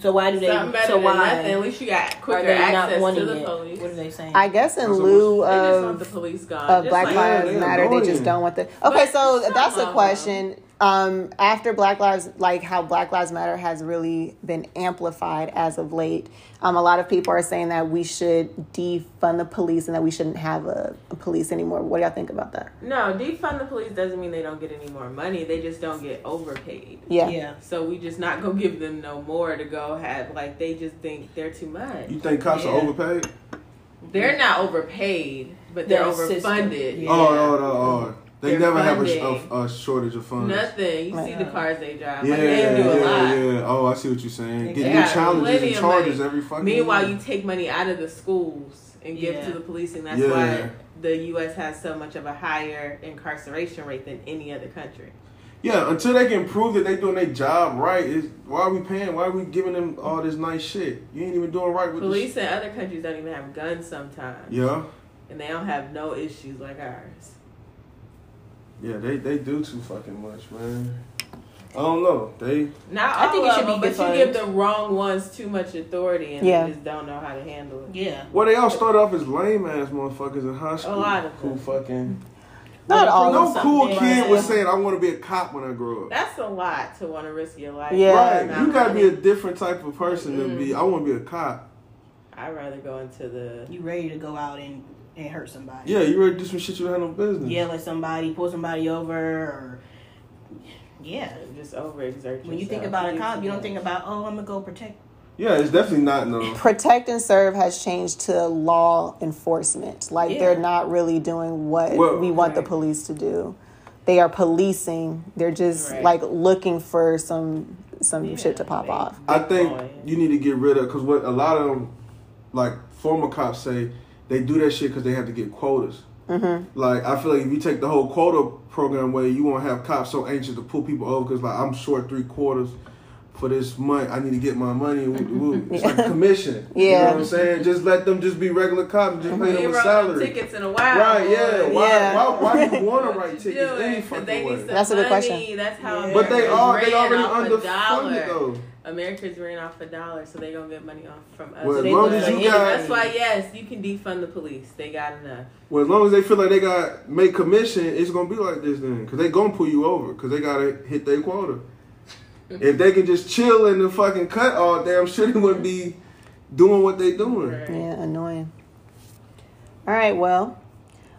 [SPEAKER 3] So why do they?
[SPEAKER 1] Something better
[SPEAKER 3] So
[SPEAKER 1] than nothing. At
[SPEAKER 3] why
[SPEAKER 1] least you got
[SPEAKER 3] are
[SPEAKER 1] quicker
[SPEAKER 3] they not
[SPEAKER 1] access to
[SPEAKER 3] wanting
[SPEAKER 1] the
[SPEAKER 3] it?
[SPEAKER 1] police.
[SPEAKER 3] What are they saying?
[SPEAKER 4] I guess in
[SPEAKER 2] That's what
[SPEAKER 4] lieu
[SPEAKER 1] They just want the
[SPEAKER 4] of
[SPEAKER 1] police gone.
[SPEAKER 4] of
[SPEAKER 1] Just
[SPEAKER 4] Black
[SPEAKER 1] like-
[SPEAKER 4] Lives
[SPEAKER 2] Yeah, they
[SPEAKER 4] Matter, they just
[SPEAKER 2] annoying.
[SPEAKER 4] don't want the. Okay,
[SPEAKER 1] But
[SPEAKER 4] so
[SPEAKER 1] some
[SPEAKER 4] that's
[SPEAKER 1] of
[SPEAKER 4] a
[SPEAKER 1] them.
[SPEAKER 4] question. Um, after Black Lives, like how Black Lives Matter has really been amplified as of late, um, a lot of people are saying that we should defund the police and that we shouldn't have a, a police anymore. What do y'all think about that?
[SPEAKER 1] No, defund the police doesn't mean they don't get any more money. They just don't get overpaid.
[SPEAKER 4] Yeah.
[SPEAKER 3] yeah.
[SPEAKER 1] So we just not gonna give them no more to go have. Like they just think they're too much.
[SPEAKER 2] You think cops are
[SPEAKER 3] Yeah.
[SPEAKER 2] overpaid?
[SPEAKER 1] They're not overpaid, but they're
[SPEAKER 3] Their
[SPEAKER 1] overfunded.
[SPEAKER 3] system, yeah.
[SPEAKER 2] Oh, oh, oh, oh. They
[SPEAKER 1] They're
[SPEAKER 2] never have
[SPEAKER 1] funding.
[SPEAKER 2] a- a, a shortage of funds.
[SPEAKER 1] Nothing. You
[SPEAKER 4] Right.
[SPEAKER 1] see the cars they drive.
[SPEAKER 2] Yeah,
[SPEAKER 1] Like they do a
[SPEAKER 2] yeah,
[SPEAKER 1] lot.
[SPEAKER 2] yeah. Oh, I see what you're saying. Get
[SPEAKER 3] They
[SPEAKER 2] new
[SPEAKER 3] got
[SPEAKER 2] challenges and
[SPEAKER 1] plenty of money.
[SPEAKER 2] charges every fucking.
[SPEAKER 1] Meanwhile,
[SPEAKER 2] year.
[SPEAKER 1] you take money out of the schools and give
[SPEAKER 3] Yeah.
[SPEAKER 1] to the police, and that's
[SPEAKER 2] Yeah.
[SPEAKER 1] why the U.S. has so much of a higher incarceration rate than any other country.
[SPEAKER 2] yeah, until they can prove that they doing their job right, is why are we paying? Why are we giving them all this nice shit? You ain't even doing right with this.
[SPEAKER 1] Police in other countries don't even have guns sometimes,
[SPEAKER 2] Yeah,
[SPEAKER 1] and they don't have no issues like ours.
[SPEAKER 2] yeah. They they do too fucking much, man. I don't know. They
[SPEAKER 1] Not
[SPEAKER 3] I
[SPEAKER 1] all
[SPEAKER 3] think it
[SPEAKER 1] of
[SPEAKER 3] should
[SPEAKER 1] them,
[SPEAKER 3] be
[SPEAKER 1] but you
[SPEAKER 3] defined.
[SPEAKER 1] give the wrong ones too much authority, and
[SPEAKER 4] Yeah.
[SPEAKER 1] they just don't know how to handle it.
[SPEAKER 3] Yeah.
[SPEAKER 2] Well, they all started off as lame ass motherfuckers in high school.
[SPEAKER 1] lot of them.
[SPEAKER 2] cool fucking.
[SPEAKER 4] Not
[SPEAKER 3] Well,
[SPEAKER 4] all.
[SPEAKER 2] No
[SPEAKER 4] No.
[SPEAKER 3] something
[SPEAKER 2] cool
[SPEAKER 3] they
[SPEAKER 2] kid
[SPEAKER 3] like.
[SPEAKER 2] was saying, "I want to be a cop when I grow up."
[SPEAKER 1] That's a lot to want to risk your life.
[SPEAKER 4] Yeah.
[SPEAKER 2] right?
[SPEAKER 1] Not
[SPEAKER 2] you gotta be a
[SPEAKER 1] really.
[SPEAKER 2] different type of person than be. I want to be a cop.
[SPEAKER 1] I'd rather go into the.
[SPEAKER 3] You ready to go out and, and hurt somebody?
[SPEAKER 2] Yeah, you ready to do some shit you don't have no business.
[SPEAKER 3] Yell at somebody, pull somebody over, or yeah.
[SPEAKER 1] Just overexert.
[SPEAKER 3] When you
[SPEAKER 1] yourself.
[SPEAKER 3] think about a
[SPEAKER 1] do
[SPEAKER 3] cop,
[SPEAKER 1] too
[SPEAKER 3] you don't
[SPEAKER 1] much.
[SPEAKER 3] think about oh, I'm gonna go protect.
[SPEAKER 2] Yeah, it's definitely not no.
[SPEAKER 4] Protect and serve has changed to law enforcement. Like
[SPEAKER 3] Yeah.
[SPEAKER 4] they're not really doing what
[SPEAKER 2] Well-
[SPEAKER 4] we want the
[SPEAKER 3] Right.
[SPEAKER 4] police to do. They are policing. They're just
[SPEAKER 1] Right.
[SPEAKER 4] like looking for some some shit to
[SPEAKER 1] Yeah,
[SPEAKER 4] pop
[SPEAKER 1] they-
[SPEAKER 4] off.
[SPEAKER 2] I think
[SPEAKER 1] Oh, yeah.
[SPEAKER 2] you need to get rid of because what a lot of them, like former cops say, they do that shit because they have to get quotas. Mm-hmm. Like I feel like if you take the whole quota program away, you won't have cops so anxious to pull people over because like I'm short three quarters for this month. I need to get my money. Woo, woo. It's like a commission. you know
[SPEAKER 4] Yeah.
[SPEAKER 2] what I'm saying. Just let them just be regular cops and just
[SPEAKER 1] We
[SPEAKER 2] pay them
[SPEAKER 1] ain't
[SPEAKER 2] a
[SPEAKER 1] Mm-hmm. wrote no
[SPEAKER 2] salary.
[SPEAKER 1] tickets in a while.
[SPEAKER 2] Right? Yeah. Why?
[SPEAKER 4] Yeah.
[SPEAKER 2] Why? Why do you
[SPEAKER 1] What
[SPEAKER 2] want to write
[SPEAKER 1] you
[SPEAKER 2] tickets
[SPEAKER 1] doing?
[SPEAKER 2] any
[SPEAKER 1] 'Cause
[SPEAKER 2] fucking
[SPEAKER 1] they need some
[SPEAKER 2] way?
[SPEAKER 4] That's a good
[SPEAKER 1] money.
[SPEAKER 4] question.
[SPEAKER 1] That's how.
[SPEAKER 3] Yeah.
[SPEAKER 2] But they
[SPEAKER 1] America
[SPEAKER 2] are
[SPEAKER 1] is
[SPEAKER 2] they
[SPEAKER 1] ran
[SPEAKER 2] already
[SPEAKER 1] off a dollar.
[SPEAKER 2] underfunded though.
[SPEAKER 1] America's ran off a dollar, so they gonna get money off from us.
[SPEAKER 2] Well,
[SPEAKER 1] So
[SPEAKER 2] as
[SPEAKER 1] they
[SPEAKER 2] long
[SPEAKER 1] look
[SPEAKER 2] as you
[SPEAKER 1] like-
[SPEAKER 2] got-
[SPEAKER 1] that's why, yes, you can defund the police. They got enough.
[SPEAKER 2] Well, as long as they feel like they got make commission, it's gonna be like this then, cause they gonna pull you over, cause they gotta hit their quota. if they can just chill in the fucking cut all day, I'm sure they wouldn't be doing what they doing.
[SPEAKER 1] Right.
[SPEAKER 4] Yeah, annoying. All right, well,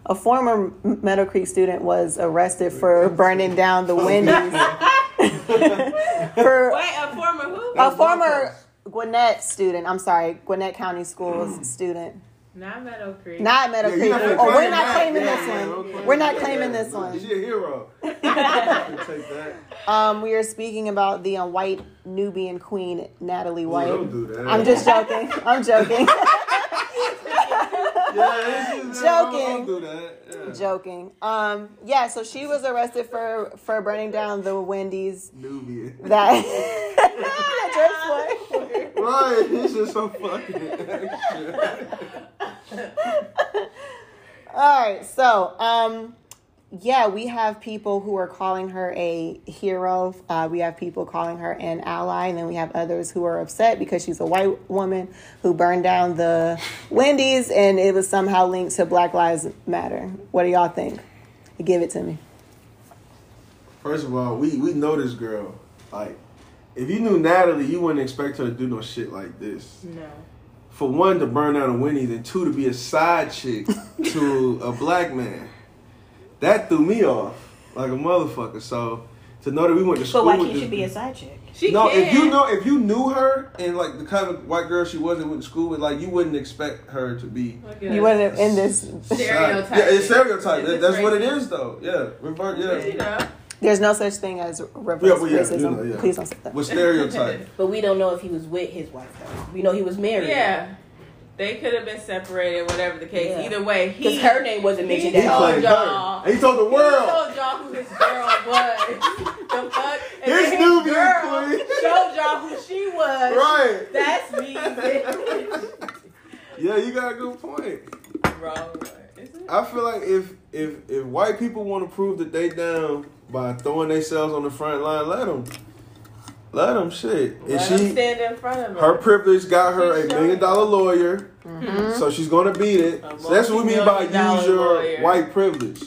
[SPEAKER 4] a former M- Meadow Creek student was arrested for burning down the Wendy's. for
[SPEAKER 1] Wait, a former who?
[SPEAKER 4] a former Gwinnett student, I'm sorry, Gwinnett County Schools student,
[SPEAKER 1] Not Meadow Creek.
[SPEAKER 4] not Meadow
[SPEAKER 2] Mm. Yeah,
[SPEAKER 4] Creek.
[SPEAKER 2] you're not
[SPEAKER 4] Oh,
[SPEAKER 2] gonna
[SPEAKER 4] we're
[SPEAKER 2] claim
[SPEAKER 4] not
[SPEAKER 2] that.
[SPEAKER 4] claiming
[SPEAKER 2] Yeah,
[SPEAKER 4] this
[SPEAKER 2] yeah,
[SPEAKER 4] one.
[SPEAKER 2] don't claim
[SPEAKER 4] We're not
[SPEAKER 2] that.
[SPEAKER 4] claiming
[SPEAKER 2] Yeah,
[SPEAKER 4] this one.
[SPEAKER 2] She a hero. Take that.
[SPEAKER 4] Um, we are speaking about the um, white Nubian queen, Natalie White.
[SPEAKER 2] Don't do that.
[SPEAKER 4] I'm just joking. I'm joking.
[SPEAKER 2] yeah, it's just- don't-
[SPEAKER 4] joking.
[SPEAKER 2] Don't do that. Yeah.
[SPEAKER 4] joking. Um, yeah, so she was arrested for for burning down the Wendy's
[SPEAKER 2] Nubian.
[SPEAKER 4] that that dress for.
[SPEAKER 2] right, it's just so fucking extra.
[SPEAKER 4] All right, so um, yeah, we have people who are calling her a hero. Uh, we have people calling her an ally, and then we have others who are upset because she's a white woman who burned down the Wendy's, and it was somehow linked to Black Lives Matter. What do y'all think? Give it to me.
[SPEAKER 2] First of all, we we know this girl. Like, if you knew Natalie, you wouldn't expect her to do no shit like this.
[SPEAKER 1] No.
[SPEAKER 2] For one, to burn down a Wendy's, and two, to be a side chick to a black man. That threw me off like a motherfucker. So to know that we went to school.
[SPEAKER 3] But why
[SPEAKER 2] with
[SPEAKER 3] can't
[SPEAKER 2] this
[SPEAKER 3] you be
[SPEAKER 2] bitch-
[SPEAKER 3] a side chick?
[SPEAKER 1] She
[SPEAKER 2] no,
[SPEAKER 1] can.
[SPEAKER 2] if you know, if you knew her and like the kind of white girl she was and went to school with, like you wouldn't expect her to be.
[SPEAKER 1] Look at
[SPEAKER 4] You
[SPEAKER 1] us.
[SPEAKER 4] want to end this?
[SPEAKER 1] Stereotype.
[SPEAKER 2] Yeah, it's stereotype.
[SPEAKER 1] It's
[SPEAKER 2] That- that's what it
[SPEAKER 1] racist.
[SPEAKER 2] is, though. Yeah, revert.
[SPEAKER 1] But, you
[SPEAKER 2] Yeah,
[SPEAKER 1] know,
[SPEAKER 4] There's no such thing as reverse
[SPEAKER 2] Yeah, well, yeah, you
[SPEAKER 4] racism.
[SPEAKER 2] know, yeah.
[SPEAKER 4] Please don't say that.
[SPEAKER 2] with stereotype.
[SPEAKER 3] But we don't know if he was with his wife though. We know he was married.
[SPEAKER 1] yeah. They could have been separated, whatever the case.
[SPEAKER 3] Yeah.
[SPEAKER 1] Either way, he
[SPEAKER 3] Because her name wasn't mentioned
[SPEAKER 2] he
[SPEAKER 1] He
[SPEAKER 3] at all.
[SPEAKER 2] played
[SPEAKER 1] told
[SPEAKER 2] her,
[SPEAKER 1] y'all.
[SPEAKER 2] and he told the
[SPEAKER 1] He
[SPEAKER 2] world.
[SPEAKER 1] told y'all who his girl was. the fuck? And
[SPEAKER 2] Here's
[SPEAKER 1] then
[SPEAKER 2] Nubian
[SPEAKER 1] girl
[SPEAKER 2] queen.
[SPEAKER 1] showed y'all who she was.
[SPEAKER 2] Right.
[SPEAKER 1] That's me. Wrong
[SPEAKER 2] Yeah, you got a good point.
[SPEAKER 1] one. Is it?
[SPEAKER 2] I feel like if if if white people want to prove that they down by throwing themselves on the front line, let them, let them shit. And
[SPEAKER 1] Let
[SPEAKER 2] she,
[SPEAKER 1] him stand in front of
[SPEAKER 2] Her privilege got her a
[SPEAKER 1] She
[SPEAKER 2] million
[SPEAKER 1] sure-
[SPEAKER 2] dollar lawyer, so she's gonna beat it.
[SPEAKER 1] A
[SPEAKER 2] So that's what we mean by
[SPEAKER 1] multi-million dollar
[SPEAKER 2] use your
[SPEAKER 1] lawyer.
[SPEAKER 2] white privilege.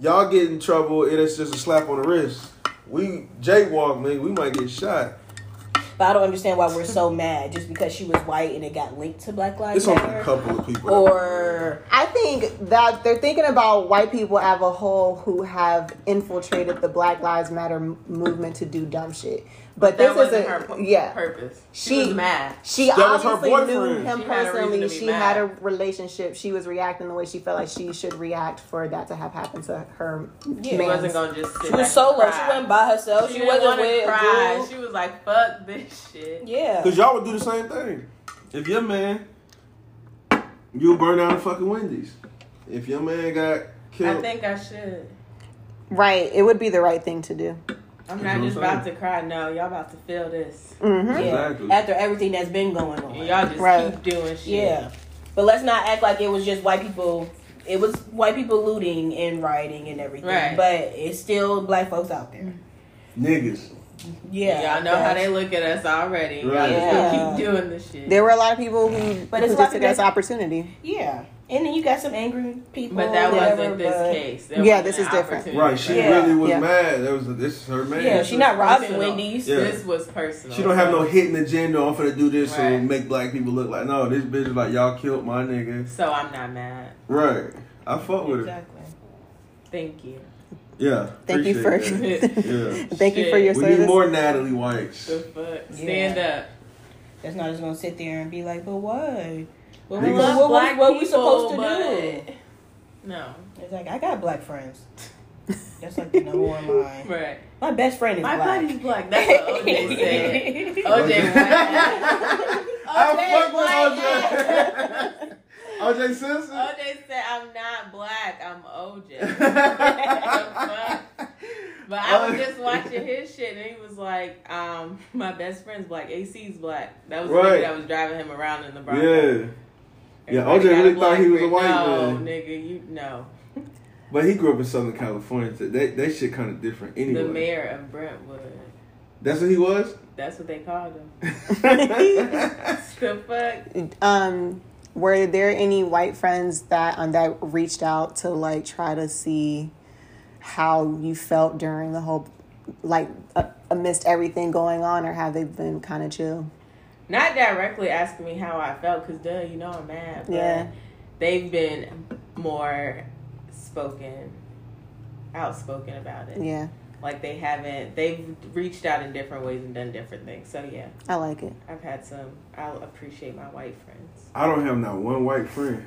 [SPEAKER 2] Y'all get in trouble, and it's just a slap on the wrist. We jaywalk, man. We might get shot.
[SPEAKER 3] But I don't understand why we're so mad just because she was white and it got linked to Black Lives
[SPEAKER 2] It's only a
[SPEAKER 3] Matter.
[SPEAKER 2] couple of people.
[SPEAKER 3] Or
[SPEAKER 4] I think that they're thinking about white people as a whole who have infiltrated the Black Lives Matter m- movement to do dumb shit. But,
[SPEAKER 1] that
[SPEAKER 4] this
[SPEAKER 1] wasn't
[SPEAKER 4] isn't.
[SPEAKER 1] her pu-
[SPEAKER 4] yeah,
[SPEAKER 1] purpose. She,
[SPEAKER 4] She-
[SPEAKER 1] was mad.
[SPEAKER 4] she
[SPEAKER 2] That was her
[SPEAKER 4] obviously knew
[SPEAKER 2] boyfriend.
[SPEAKER 4] him
[SPEAKER 1] She had a reason
[SPEAKER 4] personally.
[SPEAKER 1] to be
[SPEAKER 4] She
[SPEAKER 1] mad.
[SPEAKER 4] had a relationship. She was reacting the way she felt like she should react for that to have happened to her.
[SPEAKER 1] She
[SPEAKER 4] mans.
[SPEAKER 1] wasn't gonna just. Sit
[SPEAKER 3] she
[SPEAKER 1] back and
[SPEAKER 3] was solo. She
[SPEAKER 1] cry.
[SPEAKER 3] wasn't by herself.
[SPEAKER 1] She,
[SPEAKER 3] She,
[SPEAKER 1] didn't
[SPEAKER 3] wasn't
[SPEAKER 1] want
[SPEAKER 3] with
[SPEAKER 1] to
[SPEAKER 3] a
[SPEAKER 1] cry.
[SPEAKER 3] group.
[SPEAKER 1] She was like, "Fuck this shit."
[SPEAKER 3] Yeah.
[SPEAKER 2] Cause y'all would do the same thing. If your man, you burn down the fucking Wendy's. If your man got
[SPEAKER 1] I
[SPEAKER 2] killed,
[SPEAKER 1] think I should.
[SPEAKER 4] right. It would be the right thing to do.
[SPEAKER 1] I'm not
[SPEAKER 2] That's what I'm
[SPEAKER 1] just about to
[SPEAKER 2] saying.
[SPEAKER 1] cry. No, y'all about to feel this.
[SPEAKER 4] hmm
[SPEAKER 3] Yeah.
[SPEAKER 2] Exactly.
[SPEAKER 3] After everything that's been going on.
[SPEAKER 1] And y'all just
[SPEAKER 4] Right.
[SPEAKER 1] keep doing shit.
[SPEAKER 3] Yeah. But let's not act like it was just white people. It was white people looting and rioting and everything.
[SPEAKER 1] Right.
[SPEAKER 3] But it's still black folks out there.
[SPEAKER 2] niggas.
[SPEAKER 3] Yeah.
[SPEAKER 1] y'all know how they look at us already.
[SPEAKER 2] Right.
[SPEAKER 1] Y'all
[SPEAKER 3] Yeah.
[SPEAKER 1] just keep doing this shit.
[SPEAKER 4] There were a lot of people who,
[SPEAKER 3] But
[SPEAKER 4] who
[SPEAKER 3] it's a lot of
[SPEAKER 4] just took
[SPEAKER 3] people-
[SPEAKER 4] this opportunity.
[SPEAKER 3] Yeah. And then you got some angry people.
[SPEAKER 1] but that
[SPEAKER 3] whatever,
[SPEAKER 1] wasn't this
[SPEAKER 3] but-
[SPEAKER 1] case.
[SPEAKER 4] Yeah,
[SPEAKER 1] wasn't
[SPEAKER 4] this
[SPEAKER 1] an
[SPEAKER 4] is different.
[SPEAKER 1] opportunity.
[SPEAKER 2] Right? She
[SPEAKER 3] Yeah.
[SPEAKER 2] really was
[SPEAKER 4] Yeah.
[SPEAKER 2] mad. That was this is her man.
[SPEAKER 3] Yeah, she not robbing
[SPEAKER 1] Personal.
[SPEAKER 3] Wendy's.
[SPEAKER 2] Yeah.
[SPEAKER 1] This was personal.
[SPEAKER 2] She don't have no hidden agenda. I'm finna do this
[SPEAKER 1] Right.
[SPEAKER 2] and make black people look like no. This bitch is like y'all killed my nigga.
[SPEAKER 1] So I'm not mad.
[SPEAKER 2] Right. I fuck with it.
[SPEAKER 1] Thank you.
[SPEAKER 2] Yeah.
[SPEAKER 4] Thank you for
[SPEAKER 2] appreciate
[SPEAKER 1] that.
[SPEAKER 2] Yeah.
[SPEAKER 4] thank you for
[SPEAKER 1] Shit.
[SPEAKER 4] your
[SPEAKER 2] we
[SPEAKER 4] service.
[SPEAKER 2] need more Natalie Whites.
[SPEAKER 1] The fuck? Stand
[SPEAKER 3] That's not just gonna sit there and be like, but why? What,
[SPEAKER 1] up.
[SPEAKER 2] We
[SPEAKER 3] we-
[SPEAKER 2] Niggas-
[SPEAKER 1] love
[SPEAKER 3] what, what,
[SPEAKER 1] black
[SPEAKER 3] what we
[SPEAKER 1] people,
[SPEAKER 3] supposed to
[SPEAKER 1] but- No.
[SPEAKER 3] do? It's like I got black friends. That's like the number one line.
[SPEAKER 1] Right.
[SPEAKER 3] My best friend is
[SPEAKER 1] My
[SPEAKER 3] black.
[SPEAKER 1] body's black. That's what OJ said. OJ White.
[SPEAKER 2] I fuck with OJ. OJ Simpson.
[SPEAKER 1] OJ said, I'm not black. I'm OJ. But I was just watching his shit, and he was like, um, "My best friend's black. AC's black. That was the nigga
[SPEAKER 2] Right.
[SPEAKER 1] that was driving him around in the Bronx.
[SPEAKER 2] yeah, Yeah,
[SPEAKER 1] Everybody got
[SPEAKER 2] OJ really
[SPEAKER 1] a black
[SPEAKER 2] thought he was a
[SPEAKER 1] friend.
[SPEAKER 2] white
[SPEAKER 1] no,
[SPEAKER 2] man.
[SPEAKER 1] nigga, you no.
[SPEAKER 2] but he grew up in Southern California. So that that shit kind of different anyway.
[SPEAKER 1] The mayor of Brentwood.
[SPEAKER 2] That's what he was.
[SPEAKER 1] That's what they called him.
[SPEAKER 2] That's
[SPEAKER 1] the fuck?
[SPEAKER 4] Um, were there any white friends that um, that reached out to like try to see how you felt during the whole like uh, amidst everything going on, or have they been kind of chill?
[SPEAKER 1] Not directly asking me how I felt, cause duh, you know I'm mad. But
[SPEAKER 4] Yeah.
[SPEAKER 1] They've been more spoken, outspoken about it.
[SPEAKER 4] Yeah,
[SPEAKER 1] Like they haven't. They've reached out in different ways and done different things. So yeah,
[SPEAKER 4] I like it.
[SPEAKER 1] I've had some. I'll appreciate my white friends.
[SPEAKER 2] I don't have not one white friend.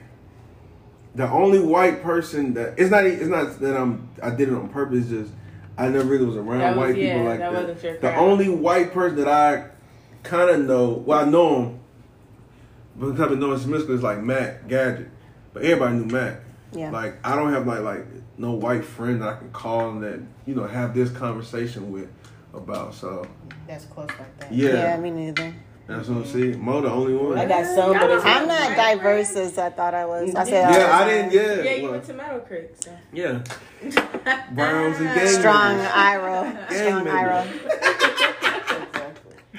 [SPEAKER 2] The only white person that it's not it's not that I'm I did it on purpose. Just I never really was around
[SPEAKER 1] That was-
[SPEAKER 2] white
[SPEAKER 1] yeah,
[SPEAKER 2] people like
[SPEAKER 1] that
[SPEAKER 2] that.
[SPEAKER 1] wasn't your
[SPEAKER 2] the
[SPEAKER 1] crowd.
[SPEAKER 2] only white person that I kind of know, well, I know him because I've been knowing since middle school is like Matt Gadget, but everybody knew Matt.
[SPEAKER 4] Yeah.
[SPEAKER 2] Like I don't have like like no white friend that I can call and that you know have this conversation with about. So
[SPEAKER 5] That's close like that.
[SPEAKER 2] yeah,
[SPEAKER 4] me neither.
[SPEAKER 2] that's what I'm saying. Mo the only one.
[SPEAKER 3] I got some, but it's
[SPEAKER 4] I'm not
[SPEAKER 1] White
[SPEAKER 4] diverse
[SPEAKER 1] friends?
[SPEAKER 4] as I thought I was. I said, uh,
[SPEAKER 2] yeah, I
[SPEAKER 4] was,
[SPEAKER 2] didn't. Yeah,
[SPEAKER 1] Yeah, you
[SPEAKER 2] well,
[SPEAKER 1] went to Meadow Creek. So.
[SPEAKER 2] yeah. Browns and gangs.
[SPEAKER 4] Strong Iro,
[SPEAKER 2] Gang
[SPEAKER 4] strong Iro.
[SPEAKER 2] members.
[SPEAKER 5] Exactly.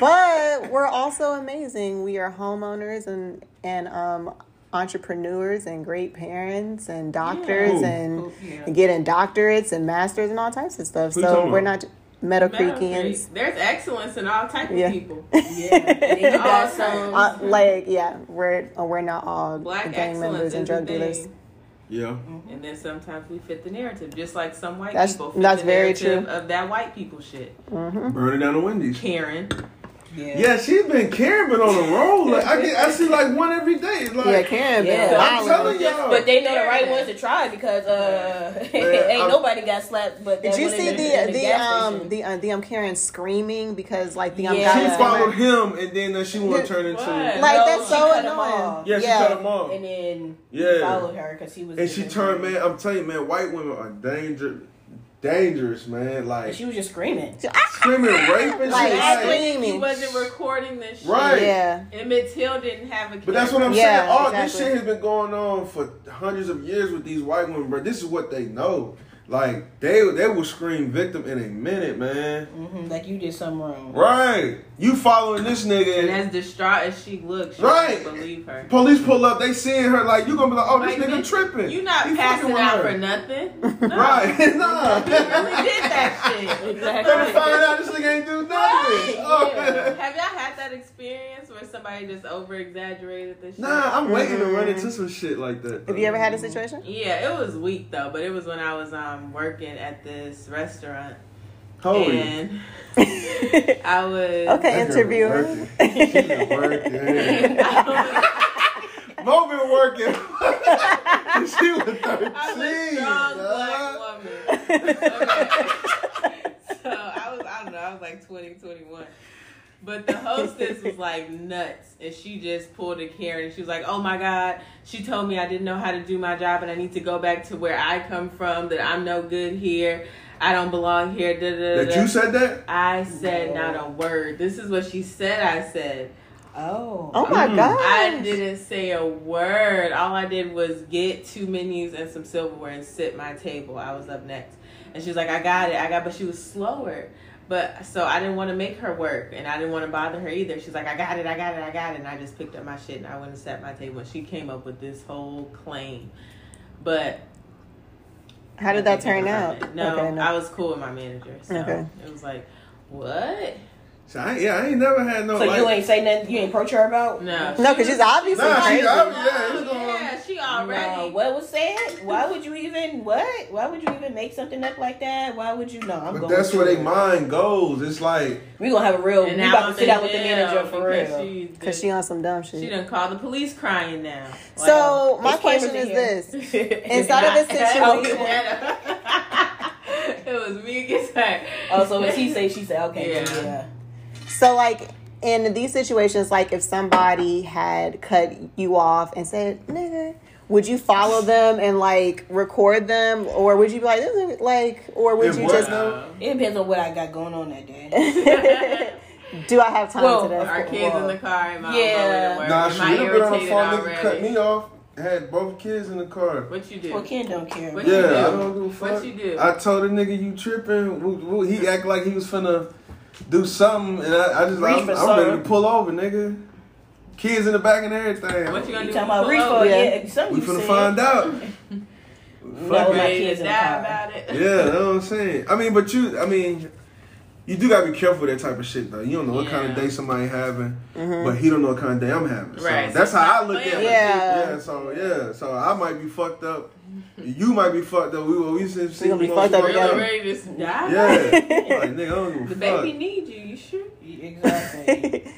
[SPEAKER 4] But we're also amazing. We are homeowners and and um, entrepreneurs and great parents and doctors
[SPEAKER 2] Who?
[SPEAKER 4] and
[SPEAKER 1] Yeah.
[SPEAKER 4] getting doctorates and masters and all types of stuff.
[SPEAKER 2] Who you
[SPEAKER 4] so
[SPEAKER 2] talking
[SPEAKER 4] we're
[SPEAKER 2] about?
[SPEAKER 4] not
[SPEAKER 1] Meadow
[SPEAKER 4] Meadow Creekians.
[SPEAKER 1] Creek. There's excellence in all type of
[SPEAKER 4] Yeah.
[SPEAKER 1] people.
[SPEAKER 5] Yeah.
[SPEAKER 3] You got
[SPEAKER 1] All
[SPEAKER 3] some.
[SPEAKER 1] types.
[SPEAKER 4] Uh, like yeah, we're uh, we're not all
[SPEAKER 1] Black
[SPEAKER 4] gang
[SPEAKER 1] excellence
[SPEAKER 4] members
[SPEAKER 1] is
[SPEAKER 4] and
[SPEAKER 1] a
[SPEAKER 4] drug
[SPEAKER 1] thing.
[SPEAKER 4] dealers.
[SPEAKER 2] Yeah.
[SPEAKER 4] Mm-hmm.
[SPEAKER 1] And then sometimes we fit the narrative, just like some white
[SPEAKER 4] That's-
[SPEAKER 1] people fit
[SPEAKER 4] that's
[SPEAKER 1] the
[SPEAKER 4] very
[SPEAKER 1] narrative
[SPEAKER 4] true.
[SPEAKER 1] of that white people shit.
[SPEAKER 4] Mm-hmm.
[SPEAKER 2] Burning down the Wendy's.
[SPEAKER 1] Karen,
[SPEAKER 5] Yeah.
[SPEAKER 2] Yeah, she's been Karen, but on the roll. Like I get, I see like one every day. It's Like
[SPEAKER 4] Yeah, Karen
[SPEAKER 3] Yeah.
[SPEAKER 4] been
[SPEAKER 2] I'm
[SPEAKER 4] wild.
[SPEAKER 2] telling y'all.
[SPEAKER 3] But they know the right ones to try because uh, ain't
[SPEAKER 2] I'm-
[SPEAKER 3] nobody got slapped. But that
[SPEAKER 4] Did you
[SPEAKER 3] one in
[SPEAKER 4] see
[SPEAKER 3] in
[SPEAKER 4] the the
[SPEAKER 3] gas
[SPEAKER 4] um
[SPEAKER 3] station.
[SPEAKER 4] the uh, the um Karen screaming because like the um
[SPEAKER 3] Yeah.
[SPEAKER 2] she
[SPEAKER 4] guy was
[SPEAKER 2] followed him, and then uh, she want to turn into.
[SPEAKER 1] What?
[SPEAKER 4] like
[SPEAKER 3] No,
[SPEAKER 4] that's
[SPEAKER 3] she
[SPEAKER 4] so
[SPEAKER 3] cut him
[SPEAKER 4] annoying.
[SPEAKER 3] off.
[SPEAKER 2] Yeah, she cut him off.
[SPEAKER 3] and then
[SPEAKER 2] Yeah.
[SPEAKER 3] followed her because she was
[SPEAKER 2] And she
[SPEAKER 3] different.
[SPEAKER 2] turned man. I'm telling you, man, white women are dangerous, dangerous, man.
[SPEAKER 3] And
[SPEAKER 2] Like
[SPEAKER 3] she was just screaming.
[SPEAKER 2] screaming rape and shit.
[SPEAKER 4] Like,
[SPEAKER 2] like,
[SPEAKER 4] scream-
[SPEAKER 1] he
[SPEAKER 4] Screaming.
[SPEAKER 1] wasn't recording this shit.
[SPEAKER 2] Right.
[SPEAKER 4] ah, Yeah,
[SPEAKER 1] Emmett Till didn't have a camera.
[SPEAKER 2] But that's what I'm
[SPEAKER 4] Yeah,
[SPEAKER 2] saying. All this
[SPEAKER 4] exactly.
[SPEAKER 2] shit has been going on for hundreds of years with these white women, bro. This is what they know. Like they they will scream victim in a minute, man.
[SPEAKER 3] hmm like you did something wrong.
[SPEAKER 2] Right. You following this
[SPEAKER 1] And
[SPEAKER 2] nigga.
[SPEAKER 1] as distraught as she looks, she
[SPEAKER 2] Right.
[SPEAKER 1] right. believe her.
[SPEAKER 2] Police pull up, they seeing her like you gonna be like, oh this
[SPEAKER 1] Like,
[SPEAKER 2] nigga
[SPEAKER 1] bitch,
[SPEAKER 2] tripping.
[SPEAKER 1] You not
[SPEAKER 2] He fucking
[SPEAKER 1] passing
[SPEAKER 2] with
[SPEAKER 1] out
[SPEAKER 2] her.
[SPEAKER 1] for nothing. No.
[SPEAKER 2] Right. nah.
[SPEAKER 1] You really did that shit.
[SPEAKER 3] Exactly.
[SPEAKER 2] Gonna find out this nigga ain't do nothing. Oh,
[SPEAKER 1] Have y'all had that experience where somebody just over exaggerated the shit?
[SPEAKER 2] Nah, I'm waiting to run into some shit like that.
[SPEAKER 4] have you ever
[SPEAKER 2] Mm-hmm.
[SPEAKER 4] had a situation?
[SPEAKER 1] Yeah, it was weak though, but it was when I was um working at this restaurant
[SPEAKER 2] How old are you?
[SPEAKER 1] and I was
[SPEAKER 4] Okay.
[SPEAKER 2] That girl
[SPEAKER 4] Interviewer.
[SPEAKER 2] been working. She been working. Mo been working. she was 13.
[SPEAKER 1] I'm a strong
[SPEAKER 2] dog.
[SPEAKER 1] black woman. Okay. so I was, I don't know, I was like 20, 21. But the hostess was like nuts, and she just pulled a Karen. and She was like, "Oh my God!" She told me I didn't know how to do my job, and I need to go back to where I come from. That I'm no good here. I don't belong here. Da, da, da,
[SPEAKER 2] That
[SPEAKER 1] da.
[SPEAKER 2] you said that?
[SPEAKER 1] I said not a word. This is what she said. I said.
[SPEAKER 5] Oh.
[SPEAKER 4] Oh my
[SPEAKER 2] Mm.
[SPEAKER 4] god!
[SPEAKER 1] I didn't say a word. All I did was get two menus and some silverware and sit my table. I was up next. And she was like, I got it. I got, but she was slower. But so I didn't want to make her work and I didn't want to bother her either. She's like, I got it. I got it. I got it. And I just picked up my shit and I went and sat my table. And she came up with this whole claim. But
[SPEAKER 4] How did that turn out?
[SPEAKER 1] No,
[SPEAKER 4] Okay, no.
[SPEAKER 1] I was cool with my manager. So
[SPEAKER 4] Okay.
[SPEAKER 1] it was like, what?
[SPEAKER 2] So I, yeah, I ain't never had no
[SPEAKER 3] So
[SPEAKER 2] like.
[SPEAKER 3] you ain't say nothing. You ain't approach her about.
[SPEAKER 1] No.
[SPEAKER 4] No, because she's obviously
[SPEAKER 2] Nah, she
[SPEAKER 4] crazy.
[SPEAKER 2] ob- yeah, it's going-
[SPEAKER 1] yeah, she
[SPEAKER 3] No,
[SPEAKER 1] already.
[SPEAKER 3] what was said? Why would you even what? Why would you even make something up like that? Why would you? No, I'm
[SPEAKER 2] but
[SPEAKER 3] going.
[SPEAKER 2] that's
[SPEAKER 3] to-
[SPEAKER 2] where they mind goes. It's like
[SPEAKER 3] We gonna have a real.
[SPEAKER 1] And
[SPEAKER 3] we
[SPEAKER 1] now
[SPEAKER 3] about
[SPEAKER 1] I'm
[SPEAKER 3] to sit
[SPEAKER 1] in
[SPEAKER 3] down with the
[SPEAKER 1] jail
[SPEAKER 3] manager for
[SPEAKER 1] because
[SPEAKER 3] real.
[SPEAKER 1] she did-
[SPEAKER 4] Because she on some dumb
[SPEAKER 1] She
[SPEAKER 4] shit.
[SPEAKER 1] done called the police crying now. oh.
[SPEAKER 4] So my
[SPEAKER 3] There's cameras
[SPEAKER 4] question
[SPEAKER 3] in
[SPEAKER 4] is
[SPEAKER 3] here.
[SPEAKER 4] this:
[SPEAKER 1] inside
[SPEAKER 4] inside of this situation-
[SPEAKER 1] it was me against her.
[SPEAKER 3] Oh, so if he say, she say, okay,
[SPEAKER 1] Yeah.
[SPEAKER 3] yeah. yeah.
[SPEAKER 4] So like in these situations, like if somebody had cut you off and said "nigga," would you follow them and like record them, or would you be like, "This is-" like, or would
[SPEAKER 2] It
[SPEAKER 4] you
[SPEAKER 2] was-
[SPEAKER 4] just?
[SPEAKER 1] No.
[SPEAKER 3] It depends on what I got going on that day.
[SPEAKER 4] Do I have time
[SPEAKER 3] Well,
[SPEAKER 4] today?
[SPEAKER 1] Our kids in the car and my
[SPEAKER 3] Yeah.
[SPEAKER 1] yeah. Work.
[SPEAKER 2] nah,
[SPEAKER 1] Am
[SPEAKER 2] she
[SPEAKER 1] I
[SPEAKER 2] would have been on the
[SPEAKER 1] irritated
[SPEAKER 2] phone. Nigga
[SPEAKER 1] already?
[SPEAKER 2] cut me off. Had both kids in the car.
[SPEAKER 1] What you do?
[SPEAKER 3] well, Ken don't care.
[SPEAKER 1] What
[SPEAKER 2] yeah,
[SPEAKER 1] you do?
[SPEAKER 2] I don't give a fuck.
[SPEAKER 1] What you do?
[SPEAKER 2] I told the nigga you tripping. Woo, woo. He act like he was finna do something, and I, I just
[SPEAKER 3] Reach
[SPEAKER 2] I'm,
[SPEAKER 3] for
[SPEAKER 2] I'm ready
[SPEAKER 3] something.
[SPEAKER 2] to pull over, nigga. Kids in the back and everything.
[SPEAKER 1] What you gonna
[SPEAKER 3] You
[SPEAKER 1] do?
[SPEAKER 3] talking about
[SPEAKER 1] Pull
[SPEAKER 3] refill?
[SPEAKER 1] over?
[SPEAKER 3] Yeah,
[SPEAKER 4] Yeah.
[SPEAKER 3] something
[SPEAKER 2] we
[SPEAKER 3] you
[SPEAKER 2] finna
[SPEAKER 3] said.
[SPEAKER 2] find out.
[SPEAKER 3] No, my
[SPEAKER 2] Fuck it.
[SPEAKER 1] Ready to
[SPEAKER 3] kids in the
[SPEAKER 1] die
[SPEAKER 3] car.
[SPEAKER 1] about it.
[SPEAKER 2] Yeah, that's what I'm saying. I mean, but you, I mean, you do gotta be careful with that type of shit though. You don't know what kind of
[SPEAKER 1] Yeah.
[SPEAKER 2] day somebody having,
[SPEAKER 4] Mm-hmm.
[SPEAKER 2] but he don't know what kind of day I'm having. So
[SPEAKER 1] Right.
[SPEAKER 2] That's how I look at it.
[SPEAKER 4] Yeah.
[SPEAKER 2] Yeah. So yeah. So I might be fucked up. You might be fucked up. We we see. see
[SPEAKER 4] gonna be
[SPEAKER 2] you
[SPEAKER 4] fucked
[SPEAKER 2] motherfuckers-
[SPEAKER 4] up
[SPEAKER 1] Really
[SPEAKER 4] together.
[SPEAKER 1] ready to just die?
[SPEAKER 2] Yeah. like nigga, I don't give a
[SPEAKER 1] The baby
[SPEAKER 2] fuck.
[SPEAKER 1] need you. You sure?
[SPEAKER 5] Exactly.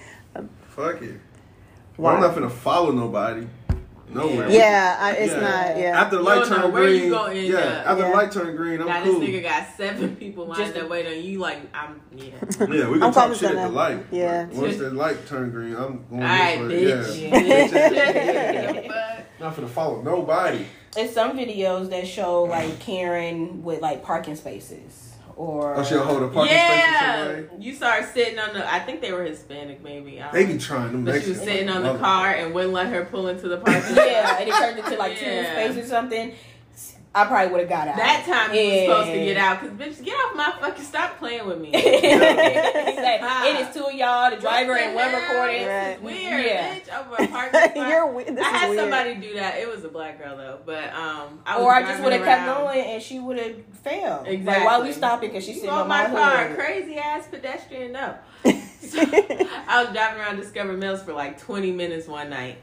[SPEAKER 2] Fuck it.
[SPEAKER 4] Wow.
[SPEAKER 2] I'm not finna follow nobody. Nowhere.
[SPEAKER 4] yeah, I, it's not. Yeah.
[SPEAKER 2] After the
[SPEAKER 1] You
[SPEAKER 2] light
[SPEAKER 1] don't know
[SPEAKER 2] turn
[SPEAKER 1] where you
[SPEAKER 2] green.
[SPEAKER 1] gonna end
[SPEAKER 2] yeah.
[SPEAKER 1] up.
[SPEAKER 2] After the
[SPEAKER 4] Yeah.
[SPEAKER 2] light turn green, I'm
[SPEAKER 1] now
[SPEAKER 2] cool.
[SPEAKER 1] this nigga got seven people lined
[SPEAKER 5] Just-
[SPEAKER 1] up waiting on you. Like I'm, yeah.
[SPEAKER 2] Yeah, we can
[SPEAKER 4] I'm
[SPEAKER 2] talk
[SPEAKER 4] probably
[SPEAKER 2] shit at the
[SPEAKER 4] gonna-
[SPEAKER 2] light.
[SPEAKER 4] yeah.
[SPEAKER 2] Like, once the light turn green, I'm going
[SPEAKER 1] All right,
[SPEAKER 2] this
[SPEAKER 1] bitch.
[SPEAKER 2] way.
[SPEAKER 1] Yeah.
[SPEAKER 2] Yeah. Not finna follow nobody.
[SPEAKER 3] It's some videos that show like Karen with like parking spaces or
[SPEAKER 2] Oh, she'll hold a parking space for
[SPEAKER 1] yeah.
[SPEAKER 2] somebody.
[SPEAKER 1] You start sitting on the. I think they were Hispanic, maybe. I
[SPEAKER 2] They
[SPEAKER 1] don't
[SPEAKER 2] be trying them.
[SPEAKER 1] But she was
[SPEAKER 2] Mexicans
[SPEAKER 1] sitting
[SPEAKER 2] like
[SPEAKER 1] on the
[SPEAKER 2] mother-
[SPEAKER 1] car and wouldn't let her pull into the parking lot.
[SPEAKER 3] yeah, and it turned into like two
[SPEAKER 1] Yeah.
[SPEAKER 3] spaces or something. I probably would have got out
[SPEAKER 1] That time you
[SPEAKER 3] Yeah.
[SPEAKER 1] was supposed to get out because bitch, get off my fucking. Stop playing with me.
[SPEAKER 3] It's
[SPEAKER 1] What
[SPEAKER 3] like, it is two of y'all, the driver
[SPEAKER 1] the
[SPEAKER 3] and one
[SPEAKER 1] hell?
[SPEAKER 3] recording.
[SPEAKER 1] This is weird,
[SPEAKER 3] Yeah.
[SPEAKER 1] bitch. Over a parking spot.
[SPEAKER 4] You're we-
[SPEAKER 1] I
[SPEAKER 4] this is
[SPEAKER 1] had
[SPEAKER 4] weird.
[SPEAKER 1] somebody do that. It was a black girl though, but um, I was
[SPEAKER 3] or I just would
[SPEAKER 1] driving
[SPEAKER 3] have kept
[SPEAKER 1] around.
[SPEAKER 3] going and she would have failed. Like,
[SPEAKER 1] Exactly.
[SPEAKER 3] why we stopping? Because she's
[SPEAKER 1] You
[SPEAKER 3] sitting
[SPEAKER 1] on my
[SPEAKER 3] hood.
[SPEAKER 1] car, crazy ass pedestrian. No, so, I was driving around Discover Mills for like 20 minutes one night,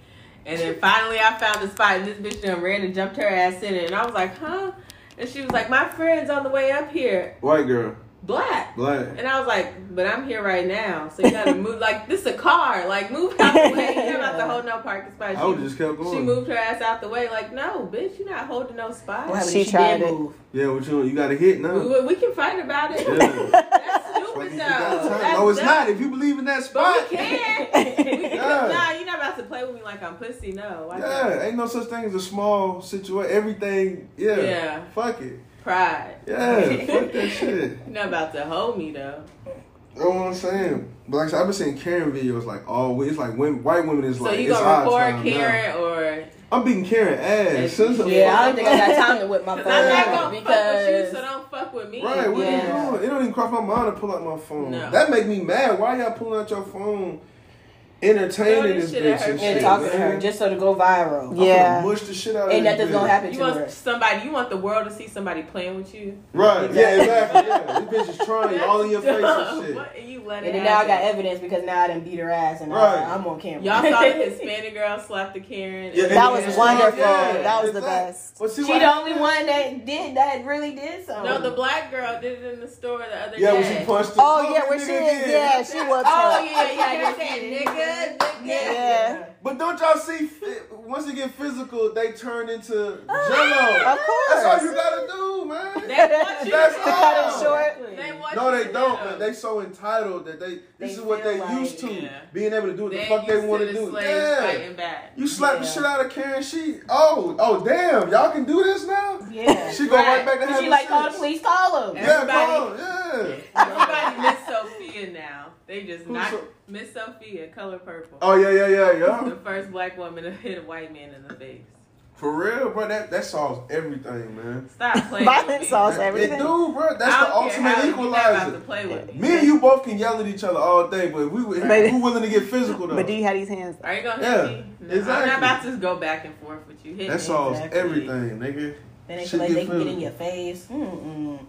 [SPEAKER 1] and then finally I found the spot, and this bitch done ran and jumped her ass in it, and I was like, huh? And she was like, my friend's on the way up here,
[SPEAKER 2] White girl,
[SPEAKER 1] black.
[SPEAKER 2] black.
[SPEAKER 1] And I was like, but I'm here right now, so you gotta move. Like this is a car, like move out the way. You're not the whole no parking spot.
[SPEAKER 2] I would just kept
[SPEAKER 1] she, she
[SPEAKER 2] going.
[SPEAKER 1] moved her ass out the way. Like no, bitch, you're not holding no spot.
[SPEAKER 5] What happened
[SPEAKER 4] She
[SPEAKER 5] if
[SPEAKER 4] tried
[SPEAKER 5] did
[SPEAKER 4] it.
[SPEAKER 5] move?
[SPEAKER 2] Yeah, what you want? You got to hit now.
[SPEAKER 1] We, we can fight about it.
[SPEAKER 2] Yeah.
[SPEAKER 1] That's
[SPEAKER 2] Fuck
[SPEAKER 1] stupid
[SPEAKER 2] you,
[SPEAKER 1] though.
[SPEAKER 2] you gotta turn.
[SPEAKER 1] That's
[SPEAKER 2] No, it's
[SPEAKER 1] dumb.
[SPEAKER 2] not. If you believe in that spot,
[SPEAKER 1] But we can. We can.
[SPEAKER 2] Yeah.
[SPEAKER 1] Nah, you're not about to play with me like I'm pussy. No. Why not?
[SPEAKER 2] yeah, ain't no such thing as a small situation. Everything, yeah,
[SPEAKER 1] Yeah.
[SPEAKER 2] fuck it,
[SPEAKER 1] Pride.
[SPEAKER 2] yeah, fuck that shit.
[SPEAKER 1] You're not about to hold me though.
[SPEAKER 2] You know what I'm saying? But like I said, I've been seeing Karen videos like always. It's like women, white women is
[SPEAKER 1] So
[SPEAKER 2] like
[SPEAKER 1] you
[SPEAKER 2] it's
[SPEAKER 1] gonna
[SPEAKER 2] our
[SPEAKER 1] record
[SPEAKER 2] time
[SPEAKER 1] Karen or?
[SPEAKER 2] now. I'm beating Karen ass. Since
[SPEAKER 3] Yeah, I don't think I got time to whip my phone.
[SPEAKER 1] Cause I'm not gonna
[SPEAKER 2] Yeah.
[SPEAKER 1] fuck with you, so don't fuck with me.
[SPEAKER 2] right, what
[SPEAKER 3] Yeah.
[SPEAKER 2] are you doing? It don't even cross my mind to pull out my phone.
[SPEAKER 1] No.
[SPEAKER 2] That make me mad. Why y'all pulling out your phone, entertaining
[SPEAKER 1] Throwing
[SPEAKER 2] this
[SPEAKER 1] shit at
[SPEAKER 2] bitch
[SPEAKER 1] her
[SPEAKER 2] and
[SPEAKER 1] face.
[SPEAKER 2] shit?
[SPEAKER 3] and talking to
[SPEAKER 2] man.
[SPEAKER 3] her just so to go viral.
[SPEAKER 2] I'm gonna
[SPEAKER 4] Yeah.
[SPEAKER 2] mush the shit out of
[SPEAKER 3] Ain't
[SPEAKER 2] this
[SPEAKER 3] nothing
[SPEAKER 2] bitch.
[SPEAKER 3] gonna happen
[SPEAKER 1] You
[SPEAKER 3] to her.
[SPEAKER 1] want somebody? You want the world to see somebody playing with you?
[SPEAKER 2] Right? Yeah, exactly. Yeah, this bitch is trying all in your face and
[SPEAKER 1] Dumb.
[SPEAKER 2] shit.
[SPEAKER 1] What? And you let it
[SPEAKER 3] And then now I got
[SPEAKER 1] happen.
[SPEAKER 3] evidence because now I done beat her ass and
[SPEAKER 2] Right.
[SPEAKER 3] I, I'm on camera.
[SPEAKER 1] Y'all saw the Hispanic girl slap the Karen.
[SPEAKER 2] Yeah,
[SPEAKER 4] That
[SPEAKER 2] and
[SPEAKER 4] was
[SPEAKER 2] then-
[SPEAKER 4] wonderful.
[SPEAKER 2] Yeah,
[SPEAKER 4] That was the
[SPEAKER 2] exactly.
[SPEAKER 4] best.
[SPEAKER 2] But see
[SPEAKER 3] She
[SPEAKER 2] what
[SPEAKER 3] the only
[SPEAKER 2] happened?
[SPEAKER 3] one that did that really did something.
[SPEAKER 1] No, the black girl did it in the store the other
[SPEAKER 2] Yeah,
[SPEAKER 1] day.
[SPEAKER 2] when she punched. the
[SPEAKER 4] Oh
[SPEAKER 2] fuck
[SPEAKER 4] yeah, where
[SPEAKER 2] nigga
[SPEAKER 4] she
[SPEAKER 2] again.
[SPEAKER 4] is. Yeah, she was.
[SPEAKER 3] Oh
[SPEAKER 4] her.
[SPEAKER 3] yeah, yeah, yeah.
[SPEAKER 1] that nigga, nigga.
[SPEAKER 4] Yeah.
[SPEAKER 2] But don't y'all see? fi- Once they get physical, they turn into
[SPEAKER 3] Ah,
[SPEAKER 2] jello.
[SPEAKER 4] Of
[SPEAKER 2] That's all you
[SPEAKER 4] course.
[SPEAKER 2] gotta do, man.
[SPEAKER 1] They want you
[SPEAKER 2] That's
[SPEAKER 1] to
[SPEAKER 2] all.
[SPEAKER 4] Cut
[SPEAKER 1] Oh.
[SPEAKER 4] it short.
[SPEAKER 1] They want
[SPEAKER 2] no,
[SPEAKER 1] you
[SPEAKER 2] they
[SPEAKER 1] to
[SPEAKER 2] don't,
[SPEAKER 1] know.
[SPEAKER 2] man. They so entitled that they. This
[SPEAKER 3] They
[SPEAKER 2] is what
[SPEAKER 3] feel
[SPEAKER 2] they
[SPEAKER 3] like,
[SPEAKER 2] used to
[SPEAKER 1] yeah.
[SPEAKER 2] being able to do what the
[SPEAKER 1] They
[SPEAKER 2] fuck they
[SPEAKER 1] used to
[SPEAKER 2] want
[SPEAKER 1] the
[SPEAKER 2] to do.
[SPEAKER 1] slaves
[SPEAKER 2] Yeah.
[SPEAKER 1] fighting back.
[SPEAKER 2] You slap the
[SPEAKER 3] Yeah.
[SPEAKER 2] shit out of Karen. She oh oh damn. Y'all can do this now.
[SPEAKER 3] Yeah.
[SPEAKER 2] She go right,
[SPEAKER 1] Right.
[SPEAKER 2] back to having
[SPEAKER 3] She like
[SPEAKER 2] sex.
[SPEAKER 3] call the police, call him.
[SPEAKER 2] Yeah,
[SPEAKER 1] Everybody-
[SPEAKER 2] call. Yeah.
[SPEAKER 1] Everybody miss Sophia now. They just
[SPEAKER 2] Who's
[SPEAKER 1] not
[SPEAKER 2] So-
[SPEAKER 1] Miss Sophia, color purple.
[SPEAKER 2] Oh yeah, yeah, yeah, yeah.
[SPEAKER 1] The first black woman to hit a white man in the face.
[SPEAKER 2] For real, bro. That that solves everything, man.
[SPEAKER 1] Stop playing. with
[SPEAKER 4] Violence
[SPEAKER 1] me.
[SPEAKER 4] solves
[SPEAKER 2] It
[SPEAKER 4] everything.
[SPEAKER 2] do, bro. That's
[SPEAKER 1] I
[SPEAKER 2] the
[SPEAKER 1] don't care how
[SPEAKER 2] ultimate
[SPEAKER 1] you not about
[SPEAKER 2] equalizer.
[SPEAKER 1] to play with me.
[SPEAKER 2] Me and you both can yell at each other all day, but we we
[SPEAKER 4] Baby.
[SPEAKER 2] who willing to get physical though?
[SPEAKER 4] But do you have these hands?
[SPEAKER 1] Are you gonna
[SPEAKER 2] Yeah,
[SPEAKER 1] hit me? No, I'm
[SPEAKER 2] exactly.
[SPEAKER 1] not about to just go back and forth with you. Hit
[SPEAKER 2] that
[SPEAKER 1] me.
[SPEAKER 2] solves
[SPEAKER 3] Exactly.
[SPEAKER 2] everything, nigga.
[SPEAKER 3] Then they
[SPEAKER 2] She
[SPEAKER 3] feel like
[SPEAKER 2] get
[SPEAKER 3] they can get
[SPEAKER 2] food.
[SPEAKER 3] in your face. Mm-mm.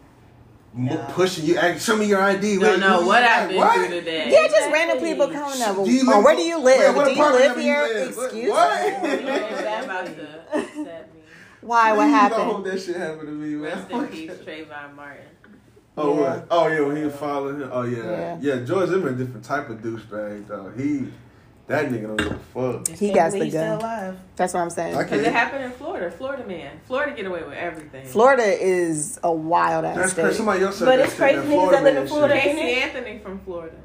[SPEAKER 2] Mo-
[SPEAKER 3] Nah.
[SPEAKER 2] Pushing you, act, show me your ID.
[SPEAKER 1] You don't
[SPEAKER 2] Wait,
[SPEAKER 1] know
[SPEAKER 2] who-
[SPEAKER 1] what I've
[SPEAKER 2] like,
[SPEAKER 1] been
[SPEAKER 2] what?
[SPEAKER 1] through today.
[SPEAKER 4] Yeah, just random people coming up.
[SPEAKER 2] Do you live-
[SPEAKER 4] oh, where do you live?
[SPEAKER 2] Wait, what
[SPEAKER 4] do you
[SPEAKER 2] apartment
[SPEAKER 4] live
[SPEAKER 2] number
[SPEAKER 4] here?
[SPEAKER 2] live? What-
[SPEAKER 4] Excuse
[SPEAKER 2] what?
[SPEAKER 4] me.
[SPEAKER 1] You know, they're about to upset me.
[SPEAKER 4] Why? What
[SPEAKER 2] Please
[SPEAKER 4] happened?
[SPEAKER 2] Don't hope that shit happened to me, man.
[SPEAKER 1] Rest in peace, Trayvon Martin.
[SPEAKER 2] Oh,
[SPEAKER 4] Yeah.
[SPEAKER 2] what? oh yeah, when he was following him. Oh yeah,
[SPEAKER 4] Yeah.
[SPEAKER 2] yeah. George Zimmer, a different type of douchebag though. He, that nigga don't give a fuck.
[SPEAKER 4] He
[SPEAKER 3] Can't
[SPEAKER 4] got
[SPEAKER 3] believe
[SPEAKER 4] the
[SPEAKER 3] he's still
[SPEAKER 4] gun.
[SPEAKER 3] alive.
[SPEAKER 4] That's what I'm saying.
[SPEAKER 2] I
[SPEAKER 1] Because it
[SPEAKER 2] can't.
[SPEAKER 1] happened in Florida. Florida man. Florida get away with everything.
[SPEAKER 4] Florida is a wild ass
[SPEAKER 2] That's crazy.
[SPEAKER 4] state.
[SPEAKER 2] Somebody else said
[SPEAKER 3] But
[SPEAKER 2] that
[SPEAKER 3] it's
[SPEAKER 2] shit, that
[SPEAKER 3] crazy niggas
[SPEAKER 2] Florida
[SPEAKER 3] that live in
[SPEAKER 2] man
[SPEAKER 3] Florida.
[SPEAKER 2] shit.
[SPEAKER 1] Casey Anthony from Florida.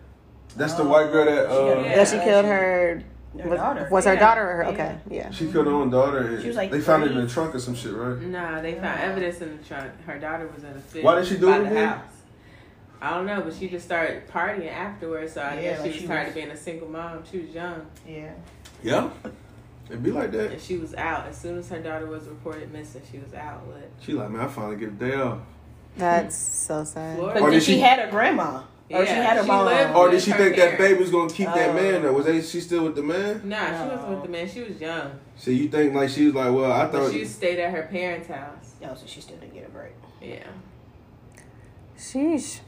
[SPEAKER 2] That's the white girl that uh,
[SPEAKER 1] Yeah.
[SPEAKER 4] That she killed her.
[SPEAKER 3] Her
[SPEAKER 4] was-
[SPEAKER 3] daughter.
[SPEAKER 4] Was her
[SPEAKER 1] Yeah.
[SPEAKER 4] daughter or her?
[SPEAKER 1] Yeah.
[SPEAKER 4] Okay, yeah.
[SPEAKER 2] she killed her own daughter. And
[SPEAKER 3] She was like
[SPEAKER 2] they found it in
[SPEAKER 3] three.
[SPEAKER 2] the trunk or some shit, right?
[SPEAKER 1] No, they found evidence in the trunk. Her daughter was in the fit.
[SPEAKER 2] Why did she do
[SPEAKER 1] by
[SPEAKER 2] it
[SPEAKER 1] the
[SPEAKER 2] again?
[SPEAKER 1] House. I don't know, but she just started partying afterwards. So I
[SPEAKER 5] Yeah,
[SPEAKER 1] guess
[SPEAKER 5] like
[SPEAKER 1] she
[SPEAKER 5] she
[SPEAKER 1] was tired of
[SPEAKER 5] was-
[SPEAKER 1] being a single mom. She was young,
[SPEAKER 5] Yeah.
[SPEAKER 3] Oh,
[SPEAKER 2] Yeah, it be like that.
[SPEAKER 1] and she was out as soon as her daughter was reported missing. She was out. With
[SPEAKER 2] She like, man, I finally get a day off.
[SPEAKER 4] That's so sad.
[SPEAKER 1] Florida.
[SPEAKER 3] But
[SPEAKER 2] Or
[SPEAKER 3] then
[SPEAKER 2] did
[SPEAKER 3] she
[SPEAKER 2] she-
[SPEAKER 3] had her grandma.
[SPEAKER 2] Oh,
[SPEAKER 3] Or she had her mom.
[SPEAKER 1] lived
[SPEAKER 2] Or Oh, did
[SPEAKER 1] with
[SPEAKER 2] she
[SPEAKER 1] her
[SPEAKER 2] think that
[SPEAKER 1] parents.
[SPEAKER 2] baby was gonna keep
[SPEAKER 3] Oh.
[SPEAKER 2] that man? Though was they, she still with the man?
[SPEAKER 1] Nah, she
[SPEAKER 3] No.
[SPEAKER 1] wasn't with the man. She was young.
[SPEAKER 2] So you think like she was like, well, I
[SPEAKER 1] But
[SPEAKER 2] thought
[SPEAKER 1] she stayed at her parents' house.
[SPEAKER 3] No, Oh, so she still didn't get a break.
[SPEAKER 1] Yeah.
[SPEAKER 4] Sheesh.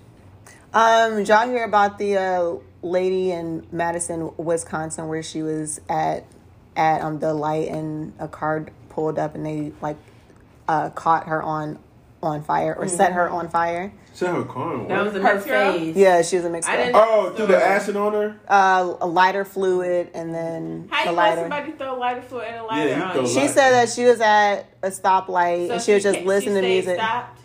[SPEAKER 4] Um, did y'all hear about the uh, lady in Madison, Wisconsin, where she was at at um the light and a car pulled up and they like uh caught her on on fire or set her on fire.
[SPEAKER 2] set her car on.
[SPEAKER 1] That was a
[SPEAKER 3] Her
[SPEAKER 1] mixed girl?
[SPEAKER 3] face.
[SPEAKER 4] Yeah, she was a mixed
[SPEAKER 1] I
[SPEAKER 4] girl.
[SPEAKER 1] didn't-
[SPEAKER 2] oh, threw the acid on her.
[SPEAKER 4] Uh, a lighter fluid and then
[SPEAKER 1] How
[SPEAKER 4] the
[SPEAKER 1] you let
[SPEAKER 4] lighter.
[SPEAKER 1] somebody throw lighter fluid in a
[SPEAKER 2] Yeah,
[SPEAKER 1] lighter?
[SPEAKER 2] you
[SPEAKER 1] on
[SPEAKER 2] throw
[SPEAKER 1] you?
[SPEAKER 2] lighter
[SPEAKER 4] She said that she was at a stoplight
[SPEAKER 1] So
[SPEAKER 4] and she was just
[SPEAKER 1] ca-
[SPEAKER 4] listening to
[SPEAKER 1] stayed
[SPEAKER 4] music.
[SPEAKER 1] Stopped.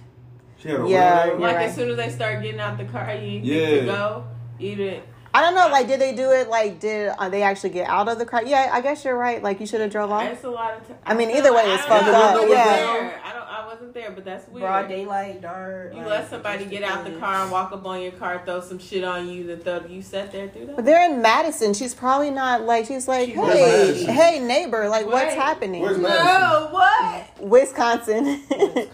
[SPEAKER 2] She had a
[SPEAKER 4] Yeah,
[SPEAKER 2] red.
[SPEAKER 1] Like
[SPEAKER 4] right.
[SPEAKER 1] as soon as they start getting out the car, you ain't
[SPEAKER 2] Yeah.
[SPEAKER 1] to go. You didn't.
[SPEAKER 4] I don't know, like, did they do it? Like, did uh, they actually get out of the car? Yeah, I guess you're right. Like, you should have drove off.
[SPEAKER 1] That's a lot of time.
[SPEAKER 4] I mean, either way, it's fucked
[SPEAKER 2] up, yeah.
[SPEAKER 1] I don't. I wasn't there, but that's weird.
[SPEAKER 5] Broad daylight, dark.
[SPEAKER 1] You
[SPEAKER 5] like,
[SPEAKER 1] let somebody
[SPEAKER 5] just
[SPEAKER 1] get out the
[SPEAKER 5] thing.
[SPEAKER 1] car and walk up on your car, throw some shit on you, then throw you sat there through
[SPEAKER 4] But
[SPEAKER 1] that.
[SPEAKER 4] they're in Madison. She's probably not like she's like,
[SPEAKER 5] She-
[SPEAKER 2] Where's
[SPEAKER 4] hey,
[SPEAKER 2] Madison?
[SPEAKER 4] hey neighbor, like what's
[SPEAKER 1] Wait.
[SPEAKER 4] happening?
[SPEAKER 2] Where's Madison?
[SPEAKER 1] No, what?
[SPEAKER 4] Wisconsin,
[SPEAKER 5] Wisconsin.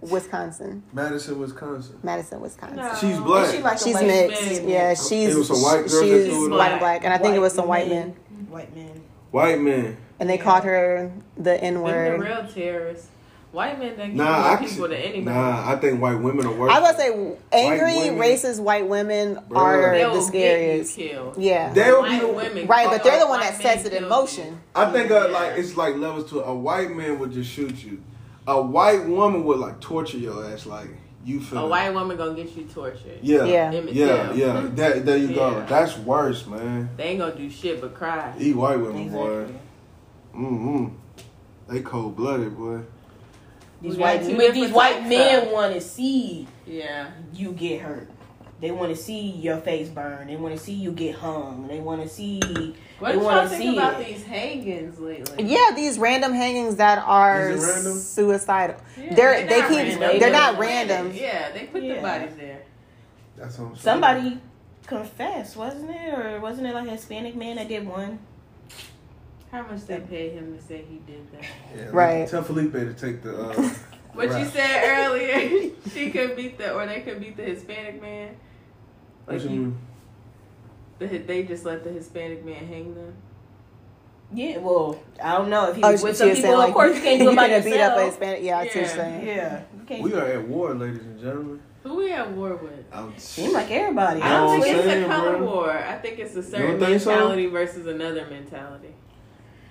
[SPEAKER 4] Wisconsin,
[SPEAKER 2] Madison, Wisconsin.
[SPEAKER 4] Madison, Wisconsin.
[SPEAKER 1] No.
[SPEAKER 2] She's black.
[SPEAKER 5] Is she like a
[SPEAKER 4] She's
[SPEAKER 5] white
[SPEAKER 4] mixed.
[SPEAKER 5] man?
[SPEAKER 4] Yeah, she's
[SPEAKER 2] It was some white girls that
[SPEAKER 4] she's
[SPEAKER 2] threw it
[SPEAKER 4] white
[SPEAKER 1] up.
[SPEAKER 4] and black, and I think it was some white men,
[SPEAKER 5] White men.
[SPEAKER 2] White man.
[SPEAKER 4] and they
[SPEAKER 5] Yeah.
[SPEAKER 4] called her the
[SPEAKER 1] Them
[SPEAKER 4] N
[SPEAKER 1] the
[SPEAKER 4] word.
[SPEAKER 1] real terrorists. White men don't give
[SPEAKER 2] Nah, I
[SPEAKER 1] more people to
[SPEAKER 2] can,
[SPEAKER 1] anybody.
[SPEAKER 2] nah, I think white women are worse.
[SPEAKER 4] I was gonna say angry,
[SPEAKER 2] women-
[SPEAKER 4] racist white women
[SPEAKER 2] Bruh.
[SPEAKER 4] are
[SPEAKER 1] They'll
[SPEAKER 4] the scariest.
[SPEAKER 1] Get you killed.
[SPEAKER 4] Yeah,
[SPEAKER 2] They will be
[SPEAKER 1] White
[SPEAKER 2] the
[SPEAKER 1] women,
[SPEAKER 4] right, but they're the
[SPEAKER 1] or
[SPEAKER 4] one
[SPEAKER 1] white men
[SPEAKER 4] that sets it
[SPEAKER 1] kill
[SPEAKER 4] in
[SPEAKER 1] you.
[SPEAKER 4] motion.
[SPEAKER 2] I think uh,
[SPEAKER 1] Yeah.
[SPEAKER 2] like it's like levels to it. a white man would just shoot you. A white woman would like torture your ass. Like you feel
[SPEAKER 1] A white woman gonna get you tortured.
[SPEAKER 2] Yeah,
[SPEAKER 4] Yeah.
[SPEAKER 1] Emmett
[SPEAKER 2] yeah,
[SPEAKER 1] Till.
[SPEAKER 2] yeah. That, there you go.
[SPEAKER 1] Yeah.
[SPEAKER 2] That's worse, man.
[SPEAKER 1] They ain't gonna do shit but cry.
[SPEAKER 2] Eat white women, boy.
[SPEAKER 5] Exactly.
[SPEAKER 2] Mm-mm. They cold blooded, boy.
[SPEAKER 5] These
[SPEAKER 1] We
[SPEAKER 5] white
[SPEAKER 1] got two
[SPEAKER 5] men,
[SPEAKER 3] But these
[SPEAKER 1] different
[SPEAKER 3] white
[SPEAKER 1] types
[SPEAKER 3] men
[SPEAKER 1] of-
[SPEAKER 3] want to see
[SPEAKER 1] Yeah.
[SPEAKER 3] you get hurt. They want to see your face burn. They want to see you get hung. They want to see.
[SPEAKER 1] What
[SPEAKER 3] They
[SPEAKER 1] do y'all
[SPEAKER 3] wanna
[SPEAKER 1] think
[SPEAKER 3] see
[SPEAKER 1] about
[SPEAKER 3] it.
[SPEAKER 1] these hangings lately?
[SPEAKER 4] Yeah, these random hangings that are
[SPEAKER 2] Is it random?
[SPEAKER 4] suicidal.
[SPEAKER 1] Yeah,
[SPEAKER 4] They're- they
[SPEAKER 1] not
[SPEAKER 4] keep-
[SPEAKER 1] random.
[SPEAKER 3] they're
[SPEAKER 4] not
[SPEAKER 1] They just
[SPEAKER 4] random.
[SPEAKER 1] planted. Yeah, they put
[SPEAKER 3] Yeah.
[SPEAKER 1] the bodies there.
[SPEAKER 2] That's what I'm saying.
[SPEAKER 3] Somebody confessed, wasn't it, or wasn't it like a Hispanic man that did one?
[SPEAKER 1] How much they paid him to say he did that?
[SPEAKER 2] Yeah,
[SPEAKER 4] Right.
[SPEAKER 2] Tell Felipe to take the. Uh,
[SPEAKER 1] What you
[SPEAKER 2] Right.
[SPEAKER 1] said earlier, she could beat the or they could beat the Hispanic man. Like you, the, they just let the Hispanic man hang them.
[SPEAKER 3] Yeah, well, I don't know if he
[SPEAKER 4] Oh,
[SPEAKER 3] was
[SPEAKER 4] she-
[SPEAKER 3] with
[SPEAKER 4] she
[SPEAKER 3] some
[SPEAKER 4] was
[SPEAKER 3] people.
[SPEAKER 4] saying,
[SPEAKER 3] of course, you can't do it by
[SPEAKER 4] couldn't
[SPEAKER 3] yourself.
[SPEAKER 4] beat up a Hispanic. Yeah, I see what you're
[SPEAKER 1] Yeah.
[SPEAKER 4] saying.
[SPEAKER 3] yeah, you can't.
[SPEAKER 2] we are at war, ladies and gentlemen.
[SPEAKER 1] Who we at war with?
[SPEAKER 2] I'm
[SPEAKER 3] seem like everybody.
[SPEAKER 1] I don't
[SPEAKER 2] Know what
[SPEAKER 1] think
[SPEAKER 2] I'm
[SPEAKER 1] it's
[SPEAKER 2] saying,
[SPEAKER 1] a color
[SPEAKER 2] bro?
[SPEAKER 1] war. I think it's a certain
[SPEAKER 2] don't think so?
[SPEAKER 1] mentality versus another mentality.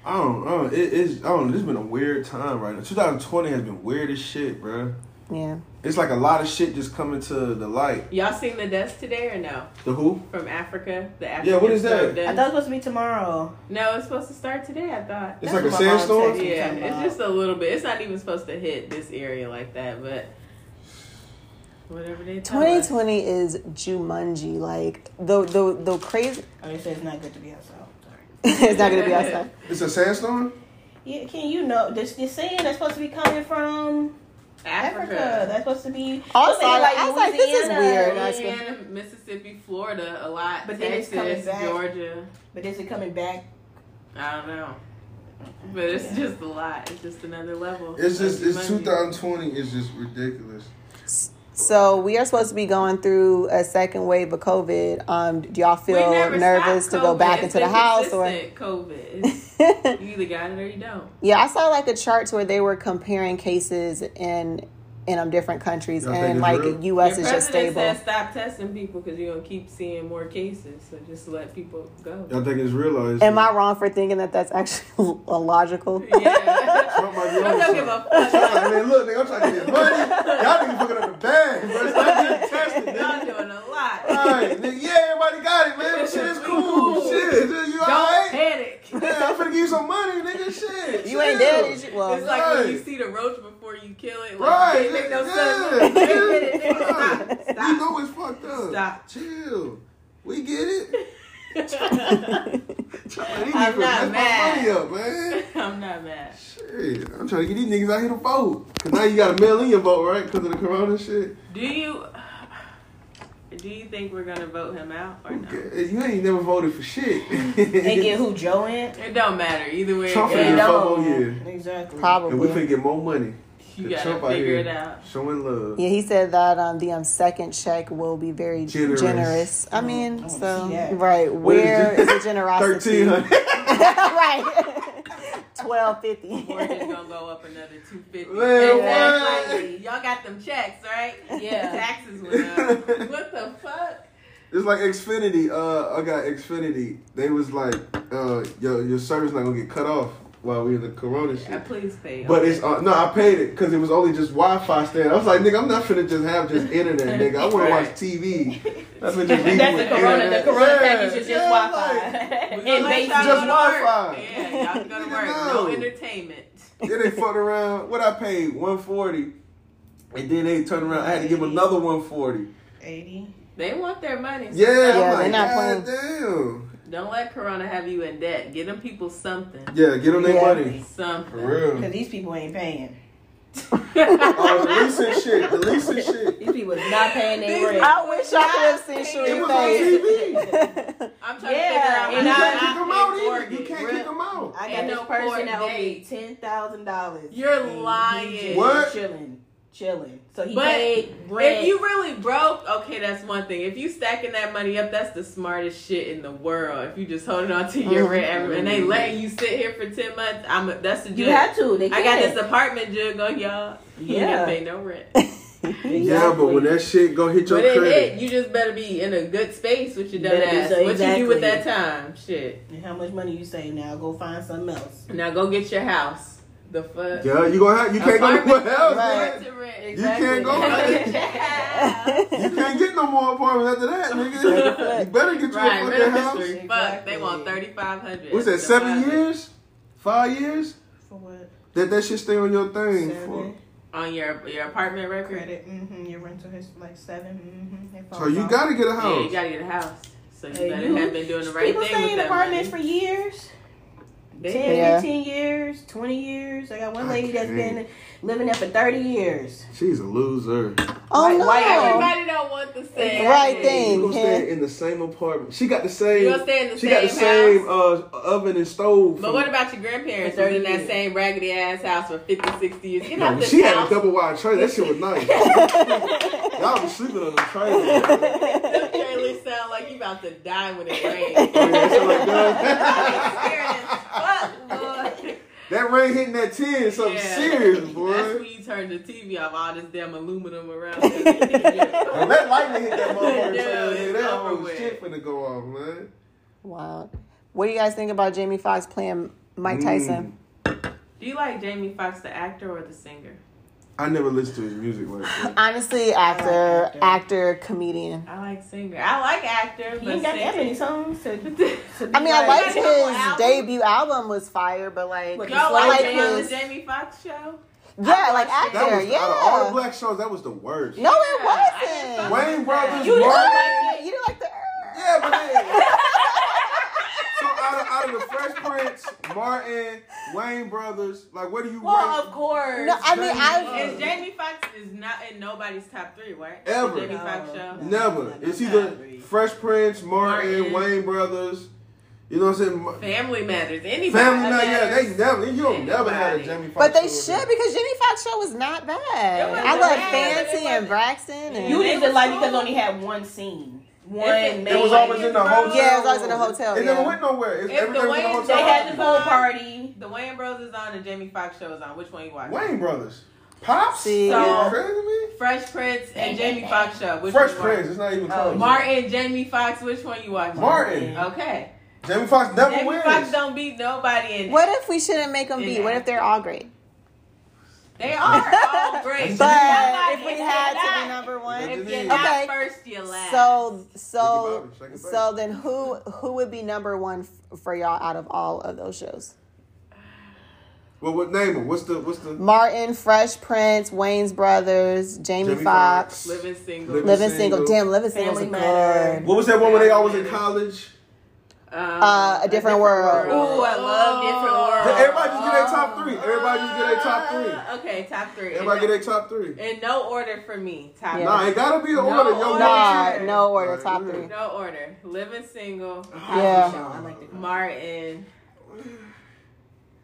[SPEAKER 2] I don't know. It, it's I don't. know. This has been a weird time right now. 2020 has been weird as shit, bro.
[SPEAKER 4] Yeah.
[SPEAKER 2] It's like a lot of shit just coming to the light.
[SPEAKER 1] Y'all seen the deaths today or no?
[SPEAKER 2] The who?
[SPEAKER 1] From Africa, the African
[SPEAKER 2] Yeah, what is
[SPEAKER 1] stove
[SPEAKER 2] that?
[SPEAKER 1] death?
[SPEAKER 3] I thought it was supposed to be tomorrow.
[SPEAKER 1] no, it's supposed to start today. I thought.
[SPEAKER 2] It's
[SPEAKER 3] That's
[SPEAKER 2] like a
[SPEAKER 3] what my mom
[SPEAKER 2] sandstorm.
[SPEAKER 3] said.
[SPEAKER 1] yeah,
[SPEAKER 3] talking
[SPEAKER 1] it's
[SPEAKER 3] about.
[SPEAKER 1] just a little bit. It's not even supposed to hit this area like that, but whatever they. tell us.
[SPEAKER 4] 2020 is Jumanji. Like the the the crazy.
[SPEAKER 3] Oh, they said it's not good to be outside. Sorry.
[SPEAKER 4] it's not gonna be outside.
[SPEAKER 2] It's a sandstorm.
[SPEAKER 3] Yeah, can you know this? This saying that's supposed to be coming from Africa. That's supposed to be.
[SPEAKER 4] I
[SPEAKER 3] Wasn't it
[SPEAKER 4] saw that. I was like, this is
[SPEAKER 3] Louisiana?
[SPEAKER 4] weird. I was gonna-
[SPEAKER 1] Louisiana, Mississippi, Florida, a lot.
[SPEAKER 3] But then it's coming
[SPEAKER 1] Texas,
[SPEAKER 3] back.
[SPEAKER 1] Georgia.
[SPEAKER 3] But is it coming back?
[SPEAKER 1] I don't know. But it's
[SPEAKER 3] Yeah.
[SPEAKER 1] just a lot. It's just another level.
[SPEAKER 2] It's just
[SPEAKER 1] of
[SPEAKER 2] it's
[SPEAKER 1] Jumanji.
[SPEAKER 2] 2020. It's just ridiculous.
[SPEAKER 4] So we are supposed to be going through a second wave of COVID. Um, do y'all
[SPEAKER 1] We
[SPEAKER 4] feel
[SPEAKER 1] never
[SPEAKER 4] nervous
[SPEAKER 1] stopped
[SPEAKER 4] to go
[SPEAKER 1] COVID.
[SPEAKER 4] back
[SPEAKER 1] It's
[SPEAKER 4] into the
[SPEAKER 1] been
[SPEAKER 4] house or?
[SPEAKER 1] consistent, COVID. You either got it or you don't.
[SPEAKER 4] yeah, I saw like a charts where they were comparing cases in in um, different countries,
[SPEAKER 2] Y'all think
[SPEAKER 4] and
[SPEAKER 2] it's
[SPEAKER 4] like
[SPEAKER 2] real?
[SPEAKER 4] U.S.
[SPEAKER 1] Your
[SPEAKER 4] is
[SPEAKER 1] president
[SPEAKER 4] just stable.
[SPEAKER 1] said stop testing people because you're gonna keep seeing more cases. So just let people go.
[SPEAKER 2] Y'all think it's realized?
[SPEAKER 4] Am I wrong for thinking that that's actually illogical?
[SPEAKER 1] Yeah.
[SPEAKER 2] Trump might
[SPEAKER 1] I
[SPEAKER 2] be on
[SPEAKER 1] don't
[SPEAKER 2] something.
[SPEAKER 1] give a
[SPEAKER 2] Trump
[SPEAKER 1] fuck.
[SPEAKER 2] like, man, look, nigga, I'm trying to get money. Y'all niggas fucking up the bag, bro. Stop getting tested,
[SPEAKER 1] Y'all
[SPEAKER 2] nigga.
[SPEAKER 1] doing a lot.
[SPEAKER 2] Alright, nigga, yeah, everybody got it, man. Shit, it's cool. Shit, you
[SPEAKER 1] Don't
[SPEAKER 2] alright?
[SPEAKER 1] panic.
[SPEAKER 2] Yeah, I'm finna give you some money, nigga. Shit.
[SPEAKER 4] you ain't
[SPEAKER 2] chill.
[SPEAKER 4] dead. Is you? Well,
[SPEAKER 1] It's like when you
[SPEAKER 2] Right.
[SPEAKER 1] see the roach before you kill it. Like,
[SPEAKER 2] Right.
[SPEAKER 1] They make no
[SPEAKER 2] Yeah.
[SPEAKER 1] sense. Wait a minute, nigga,
[SPEAKER 2] Yeah.
[SPEAKER 1] stop.
[SPEAKER 2] You
[SPEAKER 1] Stop.
[SPEAKER 2] know it's fucked up.
[SPEAKER 1] Stop.
[SPEAKER 2] Chill. We get it. Trying to these
[SPEAKER 1] I'm
[SPEAKER 2] niggas
[SPEAKER 1] not
[SPEAKER 2] mess
[SPEAKER 1] mad.
[SPEAKER 2] my money up, man.
[SPEAKER 1] I'm not mad.
[SPEAKER 2] Shit. I'm trying to get these niggas out here to vote. Cause now you gotta mail in your vote, right? Cause of the corona shit.
[SPEAKER 1] Do you do you think we're gonna vote him out or no?
[SPEAKER 2] Okay, You ain't never voted for shit.
[SPEAKER 3] They get who Joe in?
[SPEAKER 1] It don't matter either way. it
[SPEAKER 2] Trump
[SPEAKER 1] goes.
[SPEAKER 2] is
[SPEAKER 3] They
[SPEAKER 2] your
[SPEAKER 3] don't.
[SPEAKER 2] vote, yeah.
[SPEAKER 3] Exactly.
[SPEAKER 2] And we
[SPEAKER 4] probably.
[SPEAKER 2] finna get more money.
[SPEAKER 1] You
[SPEAKER 2] The
[SPEAKER 1] gotta
[SPEAKER 2] Trump out
[SPEAKER 1] figure
[SPEAKER 2] here.
[SPEAKER 1] it out.
[SPEAKER 2] Showing love.
[SPEAKER 4] Yeah, he said that um, the um, second check will be very
[SPEAKER 2] Generous.
[SPEAKER 4] generous. I mean,
[SPEAKER 5] wanna see
[SPEAKER 4] so
[SPEAKER 5] that.
[SPEAKER 4] right,
[SPEAKER 2] What is
[SPEAKER 4] where
[SPEAKER 2] it?
[SPEAKER 4] is the generosity?
[SPEAKER 2] Thirteen hundred.
[SPEAKER 4] right, twelve fifty.
[SPEAKER 1] Mortgage gonna go up another two fifty.
[SPEAKER 2] Man,
[SPEAKER 1] Exactly. Y'all got them checks, right?
[SPEAKER 3] Yeah.
[SPEAKER 1] Taxes went up. What the fuck?
[SPEAKER 2] It's like Xfinity. Uh, I got Xfinity. They was like, uh, your your service not gonna get cut off while we in the Corona
[SPEAKER 1] I
[SPEAKER 3] Uh,
[SPEAKER 2] shit.
[SPEAKER 1] please pay.
[SPEAKER 2] But it's uh, no, I paid it because it was only just Wi-Fi stand. I was like, nigga, I'm not finna just have just internet, nigga. I want to watch TV. That's what just leave
[SPEAKER 3] That's
[SPEAKER 2] with
[SPEAKER 3] the corona. The
[SPEAKER 2] internet.
[SPEAKER 3] corona
[SPEAKER 2] Yeah,
[SPEAKER 3] package is just
[SPEAKER 2] yeah,
[SPEAKER 3] Wi
[SPEAKER 2] like,
[SPEAKER 3] Fi.
[SPEAKER 1] We
[SPEAKER 3] And
[SPEAKER 1] gonna let y'all
[SPEAKER 3] basically,
[SPEAKER 1] go
[SPEAKER 2] Just
[SPEAKER 1] to work.
[SPEAKER 2] Wi-Fi.
[SPEAKER 1] Yeah, y'all go to
[SPEAKER 2] Nigga,
[SPEAKER 1] work.
[SPEAKER 2] no.
[SPEAKER 1] No entertainment.
[SPEAKER 2] Then they fuck around. What I paid one forty, and then they turn around. I had to give them another one forty.
[SPEAKER 5] Eighty.
[SPEAKER 1] They want their money.
[SPEAKER 2] Yeah,
[SPEAKER 4] Yeah,
[SPEAKER 2] I'm
[SPEAKER 4] they
[SPEAKER 2] like,
[SPEAKER 4] not
[SPEAKER 2] God damn.
[SPEAKER 1] Don't let Corona have you in debt. Get them people something.
[SPEAKER 2] Yeah, get them their
[SPEAKER 4] Yeah.
[SPEAKER 2] money for
[SPEAKER 1] Something.
[SPEAKER 2] real.
[SPEAKER 5] Because these people ain't paying.
[SPEAKER 2] Oh, the leasing shit. The leasing shit.
[SPEAKER 3] these people is not paying their rent.
[SPEAKER 4] I wish I could have
[SPEAKER 2] It
[SPEAKER 4] seen
[SPEAKER 2] was
[SPEAKER 4] Shuri
[SPEAKER 2] on
[SPEAKER 4] face.
[SPEAKER 2] TV.
[SPEAKER 1] I'm trying
[SPEAKER 3] Yeah,
[SPEAKER 1] to figure out
[SPEAKER 2] You
[SPEAKER 3] and
[SPEAKER 1] how
[SPEAKER 3] I-
[SPEAKER 2] can't
[SPEAKER 1] to
[SPEAKER 2] kick
[SPEAKER 1] not
[SPEAKER 2] them
[SPEAKER 1] pay
[SPEAKER 2] out either.
[SPEAKER 1] mortgage.
[SPEAKER 2] You can't kick them out.
[SPEAKER 5] I got
[SPEAKER 1] Ain't
[SPEAKER 5] this
[SPEAKER 1] no
[SPEAKER 5] person that
[SPEAKER 1] court
[SPEAKER 5] owed me
[SPEAKER 1] date.
[SPEAKER 5] ten thousand dollars.
[SPEAKER 1] You're lying.
[SPEAKER 2] What?
[SPEAKER 5] Chilling, chilling.
[SPEAKER 3] So he
[SPEAKER 1] But
[SPEAKER 3] paid rent.
[SPEAKER 1] If you really broke, okay, that's one thing. If you stacking that money up, that's the smartest shit in the world. If you just holding on to
[SPEAKER 2] Oh,
[SPEAKER 1] your rent every, and they letting you sit here for ten months, I'm a, that's the
[SPEAKER 3] You
[SPEAKER 1] jug.
[SPEAKER 3] have to. They
[SPEAKER 1] I got
[SPEAKER 3] can.
[SPEAKER 1] this apartment jug on y'all. You
[SPEAKER 3] Yeah.
[SPEAKER 1] didn't pay no rent.
[SPEAKER 2] Yeah, but when that shit go hit your
[SPEAKER 1] But it hit.
[SPEAKER 2] credit,
[SPEAKER 1] You just better be in a good space with your dumb
[SPEAKER 3] Better be
[SPEAKER 1] ass.
[SPEAKER 3] so-
[SPEAKER 1] what you do with that
[SPEAKER 3] exactly.
[SPEAKER 1] time? Shit.
[SPEAKER 5] And how much money you save now? Go find something else.
[SPEAKER 1] Now go get your house. The fuck.
[SPEAKER 2] yeah, you gonna have you can't go
[SPEAKER 1] Apartment
[SPEAKER 2] nowhere else.
[SPEAKER 1] rent
[SPEAKER 2] man.
[SPEAKER 1] to rent.
[SPEAKER 2] You can't go. You can't get no more apartments after that, nigga. You better get you
[SPEAKER 1] Right,
[SPEAKER 2] a fucking
[SPEAKER 1] middle
[SPEAKER 2] house.
[SPEAKER 1] history. Fuck,
[SPEAKER 5] Exactly.
[SPEAKER 1] they want thirty five hundred.
[SPEAKER 2] What's that? Seven years? Five years?
[SPEAKER 5] For what?
[SPEAKER 2] That that shit stay on your thing.
[SPEAKER 5] Seven
[SPEAKER 1] on your your apartment record.
[SPEAKER 5] credit. Mm-hmm. Your rental is like seven. Mm-hmm.
[SPEAKER 2] For, so you gotta get a
[SPEAKER 1] Yeah, you
[SPEAKER 2] house.
[SPEAKER 1] gotta get a house. So you
[SPEAKER 5] Hey,
[SPEAKER 1] better
[SPEAKER 5] you-
[SPEAKER 1] have been doing the right
[SPEAKER 5] People
[SPEAKER 1] thing
[SPEAKER 5] stay
[SPEAKER 1] with
[SPEAKER 5] in
[SPEAKER 1] that
[SPEAKER 5] apartments
[SPEAKER 1] money.
[SPEAKER 5] for years. 10,
[SPEAKER 1] Damn.
[SPEAKER 4] Yeah.
[SPEAKER 5] 15 years, 20 years. I got one
[SPEAKER 2] I
[SPEAKER 5] lady that's
[SPEAKER 2] can't.
[SPEAKER 5] been living there for 30 years.
[SPEAKER 2] She's a loser.
[SPEAKER 4] Oh
[SPEAKER 5] Like,
[SPEAKER 4] no!
[SPEAKER 5] why
[SPEAKER 1] Everybody don't want the same.
[SPEAKER 4] Right thing.
[SPEAKER 2] You gonna
[SPEAKER 4] huh?
[SPEAKER 2] stay in the same apartment. She got the same.
[SPEAKER 1] You gonna stay in the
[SPEAKER 2] she
[SPEAKER 1] same
[SPEAKER 2] got the same
[SPEAKER 1] house?
[SPEAKER 2] uh, oven and stove.
[SPEAKER 1] But
[SPEAKER 2] from-
[SPEAKER 1] what about your grandparents
[SPEAKER 5] For
[SPEAKER 1] who's
[SPEAKER 5] 30
[SPEAKER 1] in that
[SPEAKER 5] years.
[SPEAKER 1] same raggedy ass house for 50, 60 years? Get out
[SPEAKER 2] No,
[SPEAKER 1] this
[SPEAKER 2] she had
[SPEAKER 1] house.
[SPEAKER 2] a double wide trailer. That shit was nice. Y'all was sleeping on the trailer.
[SPEAKER 1] Them trailers sound like you about to die when it rains.
[SPEAKER 2] Oh, yeah, shit like that.
[SPEAKER 1] Fuck, boy.
[SPEAKER 2] That rain hitting that ten, something
[SPEAKER 1] Yeah.
[SPEAKER 2] serious,
[SPEAKER 1] That's
[SPEAKER 2] boy.
[SPEAKER 1] when you turn the TV off, all this damn aluminum around. there.
[SPEAKER 2] And that lightning hit that motherfucker.
[SPEAKER 1] Yeah, it's
[SPEAKER 2] that
[SPEAKER 1] over
[SPEAKER 2] whole
[SPEAKER 1] with.
[SPEAKER 2] shit finna go off, man.
[SPEAKER 4] Wow. What do you guys think about Jamie Foxx playing
[SPEAKER 2] Mm.
[SPEAKER 4] Mike Tyson?
[SPEAKER 1] Do you like Jamie Foxx, the actor or the singer?
[SPEAKER 2] Mm, I never listened to his music like that.
[SPEAKER 4] Honestly, actor,
[SPEAKER 5] actor.
[SPEAKER 4] actor, comedian.
[SPEAKER 1] I like singer. I like actor,
[SPEAKER 5] He
[SPEAKER 1] but
[SPEAKER 5] ain't got that many
[SPEAKER 1] singer.
[SPEAKER 5] songs to, to be
[SPEAKER 4] I mean, I
[SPEAKER 1] like
[SPEAKER 4] liked
[SPEAKER 1] his
[SPEAKER 4] his
[SPEAKER 1] album.
[SPEAKER 4] debut album was fire, but like,
[SPEAKER 5] What,
[SPEAKER 1] Y'all
[SPEAKER 4] I
[SPEAKER 1] like
[SPEAKER 4] like
[SPEAKER 1] Jamie on the
[SPEAKER 4] his,
[SPEAKER 1] Jamie Foxx show?
[SPEAKER 4] yeah, like
[SPEAKER 1] That
[SPEAKER 2] That
[SPEAKER 4] actor,
[SPEAKER 2] was out of all the
[SPEAKER 4] yeah.
[SPEAKER 2] black shows, that was the worst.
[SPEAKER 4] No, it
[SPEAKER 1] Yeah, I didn't fuck
[SPEAKER 4] wasn't.
[SPEAKER 1] with that.
[SPEAKER 2] Wayne Brothers
[SPEAKER 4] You didn't
[SPEAKER 2] Why?
[SPEAKER 4] like it. You didn't like the.
[SPEAKER 2] Yeah, but then So out of, out of the Fresh Prince, Martin, Wayne Brothers, like what do you
[SPEAKER 3] well,
[SPEAKER 2] rank
[SPEAKER 3] of course.
[SPEAKER 4] No, I
[SPEAKER 2] Jamie
[SPEAKER 4] mean,
[SPEAKER 1] And
[SPEAKER 2] Foxx.
[SPEAKER 4] I.
[SPEAKER 1] Jamie Foxx is not in nobody's top three, right?
[SPEAKER 2] Ever.
[SPEAKER 1] The Jamie Foxx show.
[SPEAKER 5] No.
[SPEAKER 2] Never. It's either Fresh Prince, Martin,
[SPEAKER 1] Martin.
[SPEAKER 2] Wayne Brothers. You know what I'm saying? Ma-
[SPEAKER 1] Family Matters. Anybody.
[SPEAKER 2] Family Night, yeah,
[SPEAKER 1] matters.
[SPEAKER 2] they never, you don't never had a
[SPEAKER 1] Anybody.
[SPEAKER 2] Jamie Foxx.
[SPEAKER 4] But they
[SPEAKER 2] show.
[SPEAKER 4] should because Jamie Foxx show was not
[SPEAKER 1] It
[SPEAKER 4] bad.
[SPEAKER 1] wasn't
[SPEAKER 4] I like
[SPEAKER 1] bad, but it
[SPEAKER 4] Fancy and
[SPEAKER 1] wasn't-
[SPEAKER 4] Braxton. And,
[SPEAKER 5] You
[SPEAKER 1] They
[SPEAKER 5] didn't
[SPEAKER 1] was
[SPEAKER 5] like
[SPEAKER 1] cool.
[SPEAKER 5] because only had one scene. One
[SPEAKER 1] If
[SPEAKER 5] main.
[SPEAKER 2] It was always in the
[SPEAKER 1] Bro.
[SPEAKER 2] hotel.
[SPEAKER 4] yeah, it was always in a hotel.
[SPEAKER 2] It never went
[SPEAKER 4] Yeah.
[SPEAKER 2] nowhere. It's
[SPEAKER 1] If the
[SPEAKER 2] everything was in a
[SPEAKER 1] Wayne-
[SPEAKER 2] hotel.
[SPEAKER 5] They had the pool
[SPEAKER 1] Wayne-
[SPEAKER 5] party.
[SPEAKER 1] The Wayne Bros is on and Jamie Foxx show is on. Which one you watch?
[SPEAKER 2] Wayne Brothers. Pops?
[SPEAKER 4] See.
[SPEAKER 2] you crazy
[SPEAKER 1] Fresh Prince and Jamie Foxx show.
[SPEAKER 2] to me?
[SPEAKER 1] Which
[SPEAKER 2] Fresh
[SPEAKER 1] one you watch?
[SPEAKER 2] Prince, it's not even close.
[SPEAKER 1] Martin, Jamie Foxx. Which one you watch?
[SPEAKER 2] Martin.
[SPEAKER 1] Okay.
[SPEAKER 2] Jamie Foxx never
[SPEAKER 1] Jamie
[SPEAKER 2] wins.
[SPEAKER 1] Foxx don't beat nobody in.
[SPEAKER 4] What if we shouldn't make them be? What if they're all great?
[SPEAKER 1] They are all great.
[SPEAKER 4] But
[SPEAKER 1] Nobody-
[SPEAKER 4] if we had to be number one,
[SPEAKER 1] If you're not
[SPEAKER 4] Okay.
[SPEAKER 1] first, you're last.
[SPEAKER 4] so so
[SPEAKER 2] Bobby, Shaggy Bobby.
[SPEAKER 4] so then who who would be number one f- for y'all out of all of those shows?
[SPEAKER 2] Well, what name him? What's the what's the
[SPEAKER 4] Martin, Fresh Prince, Wayne's Brothers, Jamie,
[SPEAKER 2] Jamie
[SPEAKER 4] Foxx,
[SPEAKER 2] Foxx.
[SPEAKER 1] living single.
[SPEAKER 2] Living-
[SPEAKER 4] Living Single.
[SPEAKER 2] Single.
[SPEAKER 4] Damn, Living Single's a
[SPEAKER 5] Family Matters.
[SPEAKER 4] good.
[SPEAKER 2] What was that one when they always in college?
[SPEAKER 1] Um,
[SPEAKER 4] Uh, a different world.
[SPEAKER 1] Ooh, I love different world.
[SPEAKER 2] Did everybody just get their top three. Everybody just get their top three.
[SPEAKER 1] Okay, top three.
[SPEAKER 2] Everybody
[SPEAKER 1] in,
[SPEAKER 2] get their top three.
[SPEAKER 1] no, in no order for me. Top
[SPEAKER 4] Yeah.
[SPEAKER 2] Nah, it gotta be the
[SPEAKER 1] No,
[SPEAKER 2] order. Yo,
[SPEAKER 1] order.
[SPEAKER 4] Nah, no order.
[SPEAKER 2] Right,
[SPEAKER 4] top
[SPEAKER 2] yeah.
[SPEAKER 4] three.
[SPEAKER 1] three. No order. Living single.
[SPEAKER 4] Yeah.
[SPEAKER 5] I like the
[SPEAKER 1] Martin.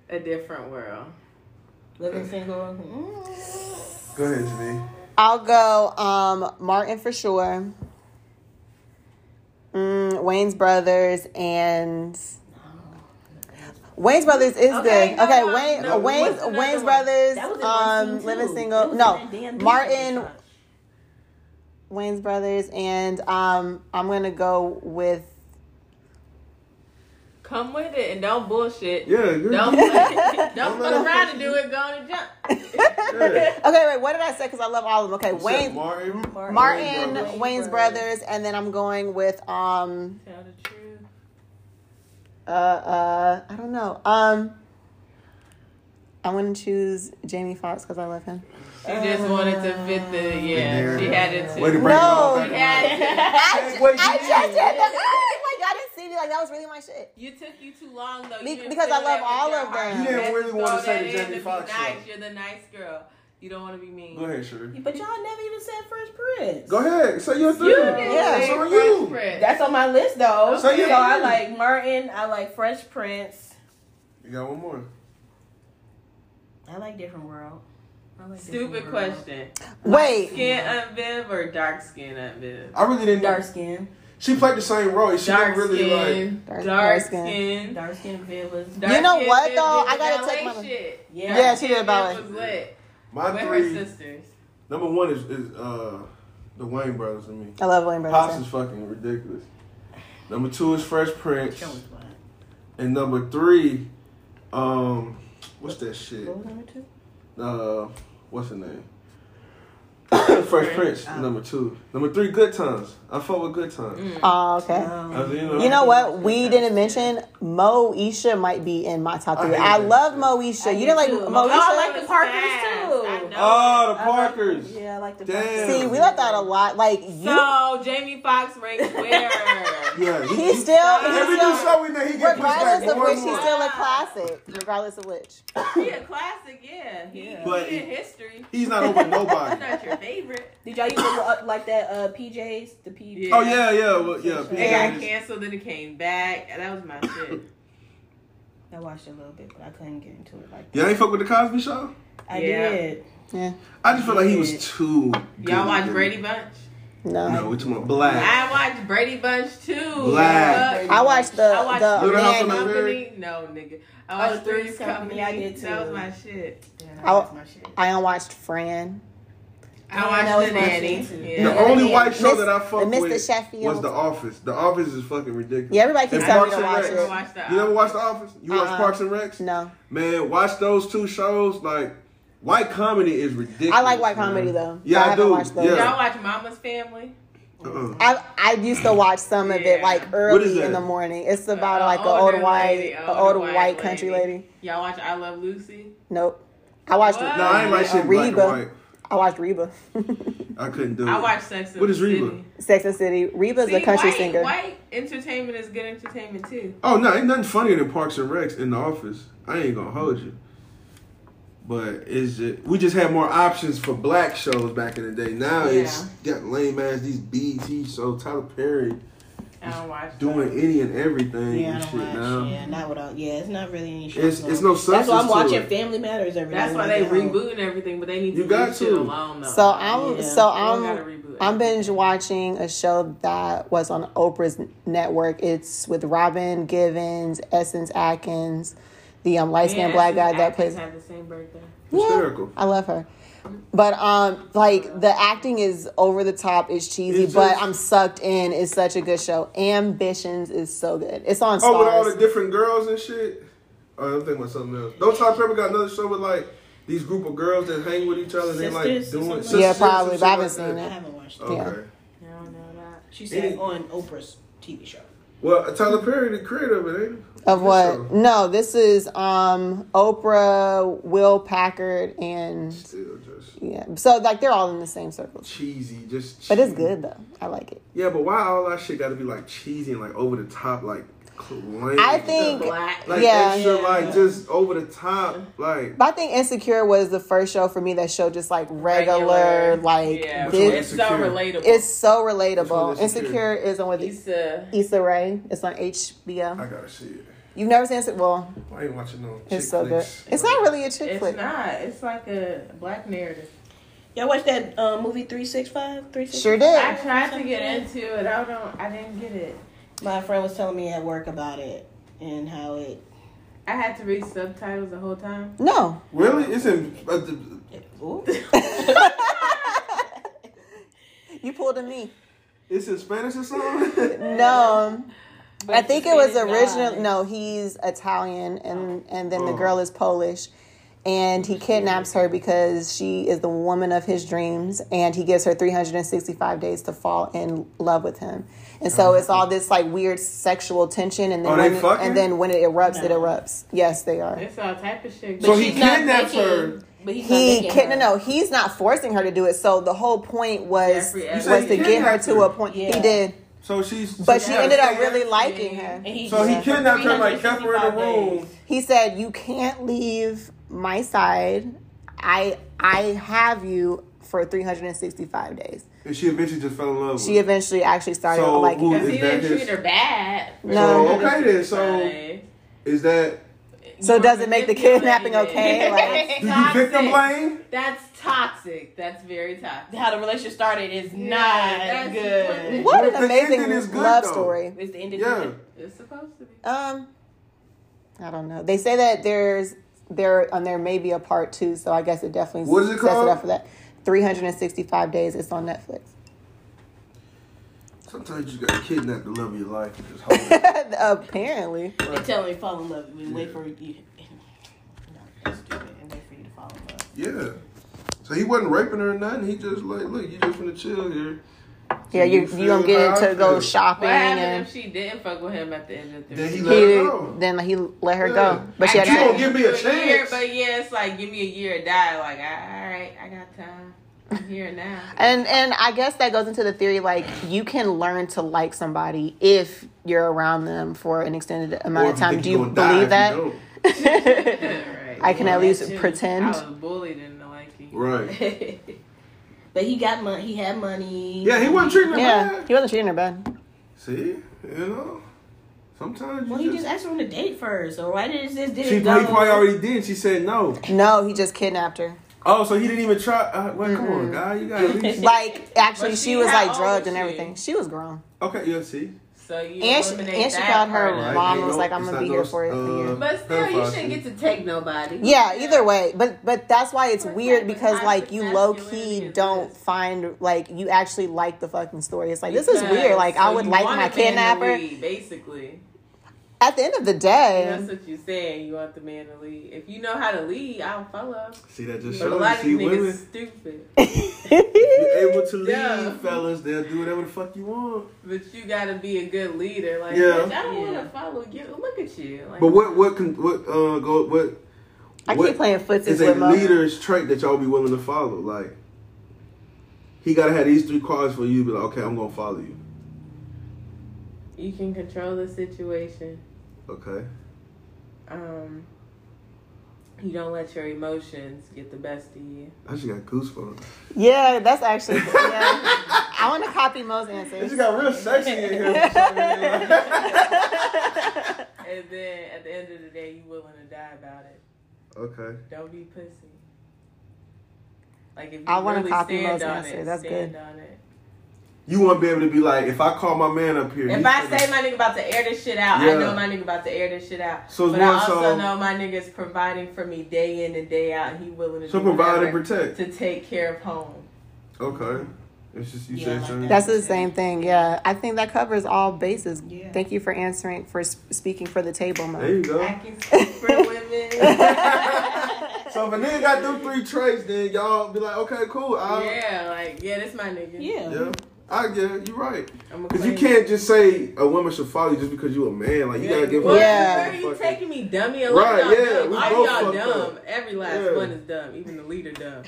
[SPEAKER 1] A different world.
[SPEAKER 5] Living single. Mm.
[SPEAKER 2] Go ahead, Janine.
[SPEAKER 4] I'll go um, Martin for sure. Mm, Wayne's Brothers and Wayne's Brothers is
[SPEAKER 1] Okay,
[SPEAKER 4] good.
[SPEAKER 1] no,
[SPEAKER 4] okay,
[SPEAKER 1] no,
[SPEAKER 4] Wayne,
[SPEAKER 1] no,
[SPEAKER 4] Wayne's
[SPEAKER 1] what's another
[SPEAKER 4] Wayne's
[SPEAKER 1] one?
[SPEAKER 4] Brothers,
[SPEAKER 5] That was in one
[SPEAKER 4] um,
[SPEAKER 5] scene,
[SPEAKER 4] Living
[SPEAKER 5] too. That
[SPEAKER 4] Single.
[SPEAKER 5] was
[SPEAKER 4] No,
[SPEAKER 5] in that damn
[SPEAKER 4] Martin,
[SPEAKER 5] music.
[SPEAKER 4] Wayne's Brothers, and um, I'm gonna go with
[SPEAKER 1] Come with it and don't bullshit.
[SPEAKER 2] Yeah, good.
[SPEAKER 1] Don't play- don't
[SPEAKER 2] Don't
[SPEAKER 1] fuck
[SPEAKER 2] let
[SPEAKER 1] around and do it. Go on and jump.
[SPEAKER 2] Yeah.
[SPEAKER 4] Okay, wait. What did I say? Because I love all of them. Okay,
[SPEAKER 2] You said
[SPEAKER 4] Wayne,
[SPEAKER 2] Martin.
[SPEAKER 4] Martin,
[SPEAKER 2] Brothers.
[SPEAKER 4] Wayne's brothers, and then I'm going with um
[SPEAKER 1] Tell the truth.
[SPEAKER 4] uh uh I don't know um I'm gonna choose Jamie Foxx because I love him.
[SPEAKER 1] She just wanted to fit the yeah. She had it too.
[SPEAKER 2] Way to bring
[SPEAKER 4] No.
[SPEAKER 2] it all back
[SPEAKER 1] She had
[SPEAKER 2] around.
[SPEAKER 1] it.
[SPEAKER 4] I,
[SPEAKER 2] Wait,
[SPEAKER 4] I
[SPEAKER 2] you-
[SPEAKER 4] just did that. Like I didn't see it. Like that was really my shit.
[SPEAKER 1] You took you too long though. You
[SPEAKER 4] Be-
[SPEAKER 1] didn't
[SPEAKER 4] because I
[SPEAKER 1] feel that
[SPEAKER 4] love
[SPEAKER 1] with
[SPEAKER 4] all
[SPEAKER 1] your
[SPEAKER 4] of
[SPEAKER 1] heart.
[SPEAKER 4] them.
[SPEAKER 2] You didn't
[SPEAKER 1] had
[SPEAKER 2] really
[SPEAKER 1] to
[SPEAKER 2] wanna
[SPEAKER 1] throw
[SPEAKER 2] say the
[SPEAKER 1] that in
[SPEAKER 2] Jamie
[SPEAKER 1] to be
[SPEAKER 2] Foxx
[SPEAKER 1] Nice.
[SPEAKER 2] show.
[SPEAKER 1] You're the nice girl. You don't want to be mean.
[SPEAKER 2] Go ahead, Sherry.
[SPEAKER 5] But y'all never even said first Prince.
[SPEAKER 2] Go ahead. Say your thing.
[SPEAKER 1] You did
[SPEAKER 4] Yeah.
[SPEAKER 1] say
[SPEAKER 2] It's on
[SPEAKER 1] first
[SPEAKER 2] you.
[SPEAKER 1] print.
[SPEAKER 5] That's on my list though.
[SPEAKER 2] So
[SPEAKER 5] So,
[SPEAKER 2] you-
[SPEAKER 5] I like Martin. I like Fresh Prince.
[SPEAKER 2] You got one more.
[SPEAKER 5] I like Different World. I like
[SPEAKER 1] Stupid
[SPEAKER 5] Different World.
[SPEAKER 1] question.
[SPEAKER 4] Wait,
[SPEAKER 1] Skin Aunt Viv or dark skin Aunt Viv?
[SPEAKER 2] I really didn't.
[SPEAKER 5] Dark skin.
[SPEAKER 2] She played the same role. She
[SPEAKER 1] Dark
[SPEAKER 2] didn't really like.
[SPEAKER 1] skin.
[SPEAKER 4] Dark- dark
[SPEAKER 1] Dark
[SPEAKER 4] skin.
[SPEAKER 1] skin.
[SPEAKER 5] Dark skin Viv was.
[SPEAKER 1] Dark
[SPEAKER 4] You know
[SPEAKER 1] skin
[SPEAKER 4] what,
[SPEAKER 1] Viv
[SPEAKER 4] though?
[SPEAKER 1] did the
[SPEAKER 4] I gotta take
[SPEAKER 1] ballet
[SPEAKER 4] my-
[SPEAKER 1] shit.
[SPEAKER 5] Yeah.
[SPEAKER 4] Yeah, she did
[SPEAKER 1] Viv
[SPEAKER 4] ballet.
[SPEAKER 1] was lit
[SPEAKER 2] My
[SPEAKER 1] with her
[SPEAKER 2] three.
[SPEAKER 1] sisters.
[SPEAKER 2] Number one is, is uh, the Wayne brothers to me.
[SPEAKER 4] I love Wayne
[SPEAKER 2] Pops
[SPEAKER 4] brothers.
[SPEAKER 2] is fucking ridiculous. Number two is Fresh Prince,
[SPEAKER 5] Jones was.
[SPEAKER 2] and number three, um, what's that shit?
[SPEAKER 5] What was number two?
[SPEAKER 2] Uh, what's the name? Fresh Prince,
[SPEAKER 5] Oh.
[SPEAKER 2] number two. Number three, Good Times. I fuck with Good Times.
[SPEAKER 1] Mm.
[SPEAKER 4] Oh, okay.
[SPEAKER 5] Um,
[SPEAKER 2] I mean,
[SPEAKER 4] You know what? We didn't mention Mo Isha might be in my top
[SPEAKER 2] I
[SPEAKER 4] three.
[SPEAKER 2] hate
[SPEAKER 4] I
[SPEAKER 2] that
[SPEAKER 4] love
[SPEAKER 2] shit.
[SPEAKER 4] Mo Isha.
[SPEAKER 5] I
[SPEAKER 4] You
[SPEAKER 5] do
[SPEAKER 4] didn't like
[SPEAKER 5] too.
[SPEAKER 4] Mo
[SPEAKER 5] Oh, I like
[SPEAKER 4] Isha?
[SPEAKER 5] the
[SPEAKER 1] It was
[SPEAKER 5] Parkers,
[SPEAKER 1] fast.
[SPEAKER 5] too.
[SPEAKER 1] I know.
[SPEAKER 2] Oh, the
[SPEAKER 5] I like-
[SPEAKER 2] Parkers.
[SPEAKER 5] yeah, I like the.
[SPEAKER 2] Damn.
[SPEAKER 5] Parkers.
[SPEAKER 4] See, we left out a lot. Like you,
[SPEAKER 1] So Jamie Fox ranked where?
[SPEAKER 2] Yeah, he,
[SPEAKER 4] he's still
[SPEAKER 2] every
[SPEAKER 4] he's
[SPEAKER 2] new
[SPEAKER 4] still
[SPEAKER 2] show we make, he get pushed back
[SPEAKER 4] Regardless of
[SPEAKER 2] one
[SPEAKER 4] which,
[SPEAKER 2] more.
[SPEAKER 4] he's still a classic. Regardless of which.
[SPEAKER 1] he a classic, yeah. He, he
[SPEAKER 2] But-
[SPEAKER 1] in history.
[SPEAKER 2] He's not over
[SPEAKER 1] He's
[SPEAKER 2] nobody.
[SPEAKER 1] not your favorite.
[SPEAKER 5] Did y'all even look up like that uh, PJs? The PJs.
[SPEAKER 1] Yeah.
[SPEAKER 2] Oh yeah, yeah, well, yeah.
[SPEAKER 1] It got
[SPEAKER 2] PJs.
[SPEAKER 1] canceled, then it came back. and That was my shit.
[SPEAKER 5] I watched it a little bit, but I couldn't get into it like that.
[SPEAKER 2] Y'all ain't fuck with the Cosby Show.
[SPEAKER 5] I
[SPEAKER 1] Yeah.
[SPEAKER 5] did.
[SPEAKER 2] I just feel like he was too.
[SPEAKER 1] Y'all
[SPEAKER 2] good.
[SPEAKER 1] watch Brady Bunch?
[SPEAKER 4] No.
[SPEAKER 2] No, which one? Black.
[SPEAKER 1] I watched Brady Bunch too.
[SPEAKER 2] Black.
[SPEAKER 1] Fuck.
[SPEAKER 4] I watched the
[SPEAKER 1] I watched
[SPEAKER 4] the
[SPEAKER 2] Little House
[SPEAKER 4] man.
[SPEAKER 2] on the Prairie.
[SPEAKER 1] Company. No, nigga. I
[SPEAKER 5] Oh,
[SPEAKER 1] watched Three's
[SPEAKER 5] Three's Company,
[SPEAKER 1] Company.
[SPEAKER 5] I did
[SPEAKER 1] That
[SPEAKER 5] too.
[SPEAKER 1] was my shit.
[SPEAKER 5] Damn,
[SPEAKER 4] I-
[SPEAKER 5] that's my shit.
[SPEAKER 4] I unwatched Fran.
[SPEAKER 1] I
[SPEAKER 5] Yeah,
[SPEAKER 1] watched
[SPEAKER 5] that was
[SPEAKER 1] The
[SPEAKER 5] my
[SPEAKER 1] Nanny.
[SPEAKER 5] shit, too.
[SPEAKER 2] The
[SPEAKER 1] Yeah.
[SPEAKER 2] only
[SPEAKER 4] Yeah.
[SPEAKER 2] white show
[SPEAKER 4] Miss-
[SPEAKER 2] that I fuck
[SPEAKER 4] Mr.
[SPEAKER 2] with
[SPEAKER 4] Sheffield.
[SPEAKER 2] was The Office. The Office is fucking ridiculous.
[SPEAKER 4] Yeah, everybody keeps
[SPEAKER 2] And
[SPEAKER 4] telling me to
[SPEAKER 2] Parks
[SPEAKER 4] watch
[SPEAKER 2] and
[SPEAKER 1] Never
[SPEAKER 2] Rec.
[SPEAKER 4] it.
[SPEAKER 1] watched The
[SPEAKER 2] You never
[SPEAKER 1] Office.
[SPEAKER 2] watched The Office? You watch
[SPEAKER 4] Uh-uh.
[SPEAKER 2] Parks and Recs?
[SPEAKER 4] No,
[SPEAKER 2] Man, watch those two shows. Like, white comedy is ridiculous.
[SPEAKER 4] I like white
[SPEAKER 2] man.
[SPEAKER 4] comedy though.
[SPEAKER 2] Yeah,
[SPEAKER 4] but
[SPEAKER 2] I
[SPEAKER 4] haven't
[SPEAKER 2] do.
[SPEAKER 4] watched those.
[SPEAKER 2] Yeah.
[SPEAKER 1] Y'all watch Mama's Family?
[SPEAKER 2] Uh-uh.
[SPEAKER 4] I I used to watch some of it
[SPEAKER 1] Yeah.
[SPEAKER 4] like
[SPEAKER 2] What is
[SPEAKER 4] early
[SPEAKER 2] that?
[SPEAKER 4] in the morning. It's about
[SPEAKER 1] Uh,
[SPEAKER 4] like an
[SPEAKER 1] older
[SPEAKER 4] old white,
[SPEAKER 1] lady,
[SPEAKER 4] an
[SPEAKER 1] older
[SPEAKER 4] old
[SPEAKER 1] white
[SPEAKER 4] white country
[SPEAKER 1] lady.
[SPEAKER 4] lady.
[SPEAKER 1] Y'all watch I Love Lucy?
[SPEAKER 4] Nope. I watched.
[SPEAKER 1] What?
[SPEAKER 2] No, I ain't like
[SPEAKER 4] uh,
[SPEAKER 2] shit black and
[SPEAKER 4] Reba.
[SPEAKER 2] white.
[SPEAKER 4] I watched Reba.
[SPEAKER 2] I couldn't do it.
[SPEAKER 1] I watched Sex and
[SPEAKER 2] What is
[SPEAKER 1] the
[SPEAKER 2] Reba?
[SPEAKER 1] City.
[SPEAKER 4] Sex and the City. Reba's a
[SPEAKER 1] See,
[SPEAKER 4] country
[SPEAKER 1] white,
[SPEAKER 4] singer.
[SPEAKER 1] White entertainment is good entertainment too.
[SPEAKER 2] Oh no, ain't nothing funnier than Parks and Recs in the office. I ain't gonna hold you. But it's just, we just had more options for black shows back in the day. Now it's got lame ass these BT shows. Tyler Perry
[SPEAKER 1] I don't watch
[SPEAKER 2] doing
[SPEAKER 1] that.
[SPEAKER 2] any and everything
[SPEAKER 5] Yeah, I
[SPEAKER 2] and
[SPEAKER 5] don't
[SPEAKER 2] shit
[SPEAKER 5] watch.
[SPEAKER 2] now.
[SPEAKER 5] Yeah, not without. Yeah, it's not really any shows
[SPEAKER 2] It's
[SPEAKER 5] on.
[SPEAKER 2] it's no
[SPEAKER 5] That's
[SPEAKER 2] substance.
[SPEAKER 5] why I'm
[SPEAKER 2] to
[SPEAKER 5] watching
[SPEAKER 2] it.
[SPEAKER 5] Family Matters every
[SPEAKER 1] That's
[SPEAKER 5] day.
[SPEAKER 1] why
[SPEAKER 5] when I
[SPEAKER 1] they
[SPEAKER 5] get home.
[SPEAKER 1] rebooting everything, but they need to
[SPEAKER 2] You
[SPEAKER 1] leave
[SPEAKER 2] got
[SPEAKER 1] shit
[SPEAKER 2] to.
[SPEAKER 1] alone though.
[SPEAKER 4] So I'm
[SPEAKER 5] Yeah.
[SPEAKER 4] so
[SPEAKER 1] Uh-huh. They
[SPEAKER 4] I'm
[SPEAKER 1] gotta reboot
[SPEAKER 4] I'm
[SPEAKER 1] everything.
[SPEAKER 4] binge watching a show that was on Oprah's network. It's with Robin Givens, Essence Atkins, the um, light skinned
[SPEAKER 1] Yeah,
[SPEAKER 4] black
[SPEAKER 1] Essence
[SPEAKER 4] guy that
[SPEAKER 1] Atkins
[SPEAKER 4] plays.
[SPEAKER 1] had the same birthday.
[SPEAKER 2] Hysterical.
[SPEAKER 4] I love her. But um, like the acting is over the top. It's cheesy,
[SPEAKER 2] It's
[SPEAKER 4] but
[SPEAKER 2] just-
[SPEAKER 4] I'm sucked in. It's such a good show. Ambitions is so good. It's on
[SPEAKER 2] Oh, with all the
[SPEAKER 4] Stars.
[SPEAKER 2] different girls and shit. Oh, I'm thinking about something else. Don't Tyler Perry got another show with like these group of girls that hang with each other. and They like
[SPEAKER 5] Sisters or
[SPEAKER 2] doing.
[SPEAKER 5] something?
[SPEAKER 2] sisters
[SPEAKER 4] Yeah,
[SPEAKER 2] and
[SPEAKER 4] probably,
[SPEAKER 2] shit
[SPEAKER 4] but I haven't
[SPEAKER 2] like
[SPEAKER 4] seen
[SPEAKER 5] I
[SPEAKER 2] that.
[SPEAKER 4] it.
[SPEAKER 5] haven't watched it.
[SPEAKER 2] Okay.
[SPEAKER 4] Yeah.
[SPEAKER 1] I don't know that.
[SPEAKER 5] She said
[SPEAKER 2] Any-
[SPEAKER 5] on Oprah's TV show.
[SPEAKER 2] Well, Tyler Perry, the creator of it, ain't he?
[SPEAKER 4] Of
[SPEAKER 2] Good
[SPEAKER 4] what?
[SPEAKER 2] show.
[SPEAKER 4] No, this is um Oprah, Will Packard, and
[SPEAKER 2] Still just
[SPEAKER 4] yeah. So like they're all in the same circle.
[SPEAKER 2] cheesy, just. Cheesy.
[SPEAKER 4] But it's good though. I like it.
[SPEAKER 2] Yeah, but why all our shit got to be like cheesy and like over the top, like clean?
[SPEAKER 4] I think-
[SPEAKER 1] Black.
[SPEAKER 2] like
[SPEAKER 4] yeah.
[SPEAKER 2] extra,
[SPEAKER 5] Yeah.
[SPEAKER 2] like just over the top, like.
[SPEAKER 4] But I think Insecure was the first show for me that showed just like regular, like
[SPEAKER 1] yeah,
[SPEAKER 4] this.
[SPEAKER 1] it's so relatable.
[SPEAKER 4] It's so
[SPEAKER 2] Which one
[SPEAKER 4] relatable.
[SPEAKER 2] is Insecure?
[SPEAKER 4] Insecure is on with
[SPEAKER 1] Issa.
[SPEAKER 4] Issa Rae. It's on
[SPEAKER 2] I
[SPEAKER 4] HBO.
[SPEAKER 2] gotta see it.
[SPEAKER 4] You've never seen it? Well,
[SPEAKER 2] I ain't watching no.
[SPEAKER 4] it's
[SPEAKER 2] chick
[SPEAKER 4] so good.
[SPEAKER 2] flicks.
[SPEAKER 4] It's not really a chick
[SPEAKER 1] It's
[SPEAKER 4] flick.
[SPEAKER 1] not. It's like a black narrative.
[SPEAKER 3] Y'all watch that uh, movie 365? 365?
[SPEAKER 4] Sure did.
[SPEAKER 1] I tried to get into it. I don't. I didn't get it.
[SPEAKER 3] My friend was telling me at work about it and how it.
[SPEAKER 1] I had to read subtitles the whole time.
[SPEAKER 4] No.
[SPEAKER 2] Really? It's in. Uh, the-
[SPEAKER 3] Ooh.
[SPEAKER 4] You pulled a me.
[SPEAKER 2] it's in Spanish or something.
[SPEAKER 4] No. I
[SPEAKER 1] But
[SPEAKER 4] think
[SPEAKER 1] you
[SPEAKER 4] it was
[SPEAKER 1] said
[SPEAKER 4] original.
[SPEAKER 1] not.
[SPEAKER 4] No, he's Italian, and and then the
[SPEAKER 2] Oh.
[SPEAKER 4] girl is Polish, and he kidnaps her because she is the woman of his dreams, and he gives her 365 days to fall in love with him, and so it's all this like weird sexual tension, and then
[SPEAKER 2] Are Oh, they
[SPEAKER 4] when it-
[SPEAKER 2] fucking?
[SPEAKER 4] and then when it erupts, it erupts. Yes, they are.
[SPEAKER 1] It's all type of shit.
[SPEAKER 2] so
[SPEAKER 1] But
[SPEAKER 2] he
[SPEAKER 1] she's
[SPEAKER 3] not
[SPEAKER 2] kidnaps
[SPEAKER 3] making-
[SPEAKER 2] her.
[SPEAKER 3] But he's
[SPEAKER 4] He
[SPEAKER 3] not
[SPEAKER 4] kid,
[SPEAKER 3] can
[SPEAKER 4] no, no, he's not forcing her to do it. So the whole point was
[SPEAKER 1] Jeffrey Epstein.
[SPEAKER 4] was
[SPEAKER 2] You
[SPEAKER 4] to
[SPEAKER 2] said he
[SPEAKER 4] get her
[SPEAKER 2] kidnapped
[SPEAKER 4] to
[SPEAKER 2] her.
[SPEAKER 4] a point.
[SPEAKER 3] Yeah.
[SPEAKER 4] He did,
[SPEAKER 2] So she's.
[SPEAKER 4] but
[SPEAKER 2] so
[SPEAKER 4] she
[SPEAKER 2] gotta
[SPEAKER 4] ended up
[SPEAKER 2] stay
[SPEAKER 4] really
[SPEAKER 2] in-
[SPEAKER 4] liking her.
[SPEAKER 3] And he,
[SPEAKER 2] So he
[SPEAKER 3] yeah.
[SPEAKER 2] kidnapped her, like kept her in the
[SPEAKER 3] 365 days.
[SPEAKER 2] room.
[SPEAKER 4] he said you can't leave my side i i have you for 365 days
[SPEAKER 2] And she eventually just fell in love.
[SPEAKER 4] she
[SPEAKER 2] with
[SPEAKER 4] eventually actually started
[SPEAKER 2] So,
[SPEAKER 4] liking
[SPEAKER 2] who-
[SPEAKER 4] him
[SPEAKER 1] Because he
[SPEAKER 2] Is that
[SPEAKER 1] didn't treat
[SPEAKER 2] his-
[SPEAKER 1] her bad.
[SPEAKER 4] No.
[SPEAKER 2] So, okay then, so- Is that?
[SPEAKER 4] So does it make the kidnapping okay? Like-
[SPEAKER 2] Do you victim blame?
[SPEAKER 1] That's toxic. That's very toxic.
[SPEAKER 3] How the relationship started is
[SPEAKER 1] Yeah,
[SPEAKER 3] not
[SPEAKER 1] that's
[SPEAKER 3] good.
[SPEAKER 4] what
[SPEAKER 2] But
[SPEAKER 4] an
[SPEAKER 2] the
[SPEAKER 4] amazing
[SPEAKER 2] ending is good,
[SPEAKER 4] love
[SPEAKER 2] though.
[SPEAKER 4] story
[SPEAKER 3] It's the end of
[SPEAKER 2] Yeah.
[SPEAKER 3] the
[SPEAKER 1] It's supposed to be.
[SPEAKER 4] um i don't know they say that there's there on there may be a part two so i guess it definitely
[SPEAKER 2] What is it
[SPEAKER 4] sets
[SPEAKER 2] called?
[SPEAKER 4] it up for that 365 days it's on netflix
[SPEAKER 2] Sometimes you gotta kidnap the love of your life and just hold it.
[SPEAKER 4] apparently
[SPEAKER 3] They tell me fall in love and wait for you.
[SPEAKER 5] That's stupid. And wait for you to fall in love.
[SPEAKER 2] Yeah. So he wasn't raping her or nothing. He just like, look, you just finna chill here.
[SPEAKER 4] yeah you you gonna get it to go shopping
[SPEAKER 1] What happened
[SPEAKER 4] and
[SPEAKER 1] if she didn't fuck with him at the end of the
[SPEAKER 2] Then he
[SPEAKER 4] he,
[SPEAKER 2] let her go.
[SPEAKER 4] then he let her
[SPEAKER 2] Yeah.
[SPEAKER 4] go but she had
[SPEAKER 2] You
[SPEAKER 4] to
[SPEAKER 2] gonna give me a chance.
[SPEAKER 1] Year, but yeah, it's like give me a year to die. Like, I, all right, I got time. I'm here now.
[SPEAKER 4] And and I guess that goes into the theory like you can learn to like somebody if you're around them for an extended amount
[SPEAKER 2] Or
[SPEAKER 4] of
[SPEAKER 2] if
[SPEAKER 4] time.
[SPEAKER 2] think
[SPEAKER 4] Do
[SPEAKER 2] you
[SPEAKER 4] you
[SPEAKER 2] gonna die if
[SPEAKER 4] believe that?
[SPEAKER 2] you
[SPEAKER 1] Right.
[SPEAKER 4] I can at
[SPEAKER 3] Yeah,
[SPEAKER 4] least
[SPEAKER 3] that too.
[SPEAKER 1] I
[SPEAKER 4] pretend.
[SPEAKER 1] was bullied into liking.
[SPEAKER 2] don't. Right.
[SPEAKER 3] But he got money. He had money.
[SPEAKER 2] Yeah, he wasn't treating her
[SPEAKER 4] Yeah,
[SPEAKER 2] bad.
[SPEAKER 4] he wasn't treating her bad.
[SPEAKER 2] See, you know, sometimes you
[SPEAKER 3] Well, he just
[SPEAKER 2] just.
[SPEAKER 3] asked her on a date first. So why did this didn't
[SPEAKER 2] she
[SPEAKER 3] go?
[SPEAKER 2] probably, probably already did. and She said no.
[SPEAKER 4] No, he just kidnapped her.
[SPEAKER 2] Oh, so he didn't even try. Uh, well, come on, guy, you gotta. At least...
[SPEAKER 4] Like actually,
[SPEAKER 1] But
[SPEAKER 4] she,
[SPEAKER 1] she-
[SPEAKER 4] was
[SPEAKER 1] how
[SPEAKER 4] like
[SPEAKER 1] old
[SPEAKER 4] drugged
[SPEAKER 1] was
[SPEAKER 4] and
[SPEAKER 1] she?
[SPEAKER 4] everything. She was grown.
[SPEAKER 2] okay, yeah, see.
[SPEAKER 1] So you
[SPEAKER 4] And she-
[SPEAKER 1] eliminate
[SPEAKER 4] and she
[SPEAKER 1] that
[SPEAKER 4] called her
[SPEAKER 1] part
[SPEAKER 2] Right,
[SPEAKER 1] out.
[SPEAKER 4] Mom
[SPEAKER 2] ain't
[SPEAKER 4] was like, "I'm
[SPEAKER 2] it's
[SPEAKER 4] gonna
[SPEAKER 2] not
[SPEAKER 4] be here for it for
[SPEAKER 2] uh,
[SPEAKER 4] you."
[SPEAKER 1] But still, you
[SPEAKER 2] pedophile
[SPEAKER 1] shouldn't
[SPEAKER 2] shit.
[SPEAKER 1] get to take nobody.
[SPEAKER 4] Yeah, either way, but but that's why it's
[SPEAKER 1] But,
[SPEAKER 4] weird
[SPEAKER 1] like,
[SPEAKER 4] because
[SPEAKER 1] toxic
[SPEAKER 4] like you low
[SPEAKER 1] masculinity
[SPEAKER 4] key
[SPEAKER 1] is
[SPEAKER 4] don't
[SPEAKER 1] this.
[SPEAKER 4] find like you actually like the fucking story. It's like this is
[SPEAKER 1] Because-
[SPEAKER 4] weird. Like I
[SPEAKER 1] so
[SPEAKER 4] would
[SPEAKER 1] you
[SPEAKER 4] like
[SPEAKER 1] want
[SPEAKER 4] my
[SPEAKER 1] a man to
[SPEAKER 4] kidnapper.
[SPEAKER 1] lead, basically.
[SPEAKER 4] At the end of the day,
[SPEAKER 1] That's what you're saying. You want the man to lead. If you know how to lead, I'll follow.
[SPEAKER 2] See that just
[SPEAKER 1] But a
[SPEAKER 2] shows
[SPEAKER 1] lot
[SPEAKER 2] you
[SPEAKER 1] of
[SPEAKER 2] see
[SPEAKER 1] these niggas
[SPEAKER 2] women.
[SPEAKER 1] stupid.
[SPEAKER 2] You're able to leave,
[SPEAKER 1] Yeah.
[SPEAKER 2] fellas. They'll do whatever the fuck you want.
[SPEAKER 1] But you gotta be a good leader. Like,
[SPEAKER 2] Yeah.
[SPEAKER 1] bitch, I don't
[SPEAKER 3] Yeah.
[SPEAKER 1] want to follow you. Look at you. Like,
[SPEAKER 2] But what what can what uh go what
[SPEAKER 4] I
[SPEAKER 2] what
[SPEAKER 4] keep playing footsies
[SPEAKER 2] is a
[SPEAKER 4] with Mo.
[SPEAKER 2] leader's trait that y'all be willing to follow? Like he gotta have these three qualities for you. to Be like, okay, I'm gonna follow you.
[SPEAKER 1] You can control the situation.
[SPEAKER 2] Okay,
[SPEAKER 1] Um, you don't let your emotions get the best of you.
[SPEAKER 2] I just got goosebumps.
[SPEAKER 4] Yeah, that's actually. Yeah. I want to copy Mo's answer.
[SPEAKER 2] got real sexy in here.
[SPEAKER 1] And then at the end of the day, you willing to die about it.
[SPEAKER 2] okay,
[SPEAKER 1] Don't be pussy. Like if you
[SPEAKER 4] I wanna
[SPEAKER 1] really
[SPEAKER 4] copy
[SPEAKER 1] stand
[SPEAKER 4] Mo's
[SPEAKER 1] on
[SPEAKER 4] answer.
[SPEAKER 1] it,
[SPEAKER 4] That's
[SPEAKER 1] stand
[SPEAKER 4] good.
[SPEAKER 1] on it.
[SPEAKER 2] you won't be able to be like, if I call my man up here,
[SPEAKER 1] If
[SPEAKER 2] he's
[SPEAKER 1] I
[SPEAKER 2] gonna-
[SPEAKER 1] say my nigga about to air this shit out, I
[SPEAKER 2] Yeah.
[SPEAKER 1] know my nigga about to air this shit out.
[SPEAKER 2] So it's
[SPEAKER 1] but I
[SPEAKER 2] more
[SPEAKER 1] also
[SPEAKER 2] so-
[SPEAKER 1] know my nigga's providing for me day in and day out. and He willing to
[SPEAKER 2] so
[SPEAKER 1] do
[SPEAKER 2] provide and
[SPEAKER 1] whatever
[SPEAKER 2] protect.
[SPEAKER 1] to take care of home.
[SPEAKER 2] Okay, it's just you
[SPEAKER 3] Yeah,
[SPEAKER 2] said
[SPEAKER 3] like
[SPEAKER 2] something.
[SPEAKER 4] That's the same thing. Yeah, I think that covers all bases.
[SPEAKER 5] Yeah.
[SPEAKER 4] Thank you for answering for sp- speaking for the table,
[SPEAKER 2] There
[SPEAKER 4] Mo.
[SPEAKER 2] you go.
[SPEAKER 1] I can speak for women.
[SPEAKER 2] So if a nigga got them three traits, then y'all be like, okay, cool. I'll,
[SPEAKER 1] yeah, like yeah, this my nigga.
[SPEAKER 3] Yeah.
[SPEAKER 2] Yeah, I get it. You're right.
[SPEAKER 1] I'm a
[SPEAKER 2] Because you
[SPEAKER 1] claim-
[SPEAKER 2] can't just say a woman should follow you just because you a man. Like, you gotta give
[SPEAKER 1] What?
[SPEAKER 2] her
[SPEAKER 4] Yeah.
[SPEAKER 1] Where are you taking me, dummy? A
[SPEAKER 2] Right,
[SPEAKER 1] lot of y'all
[SPEAKER 2] yeah,
[SPEAKER 1] dumb.
[SPEAKER 2] we
[SPEAKER 1] All
[SPEAKER 2] both
[SPEAKER 1] y'all
[SPEAKER 2] fucked
[SPEAKER 1] dumb.
[SPEAKER 2] up.
[SPEAKER 1] Every last
[SPEAKER 2] Yeah.
[SPEAKER 1] one is dumb. Even the leader dumb.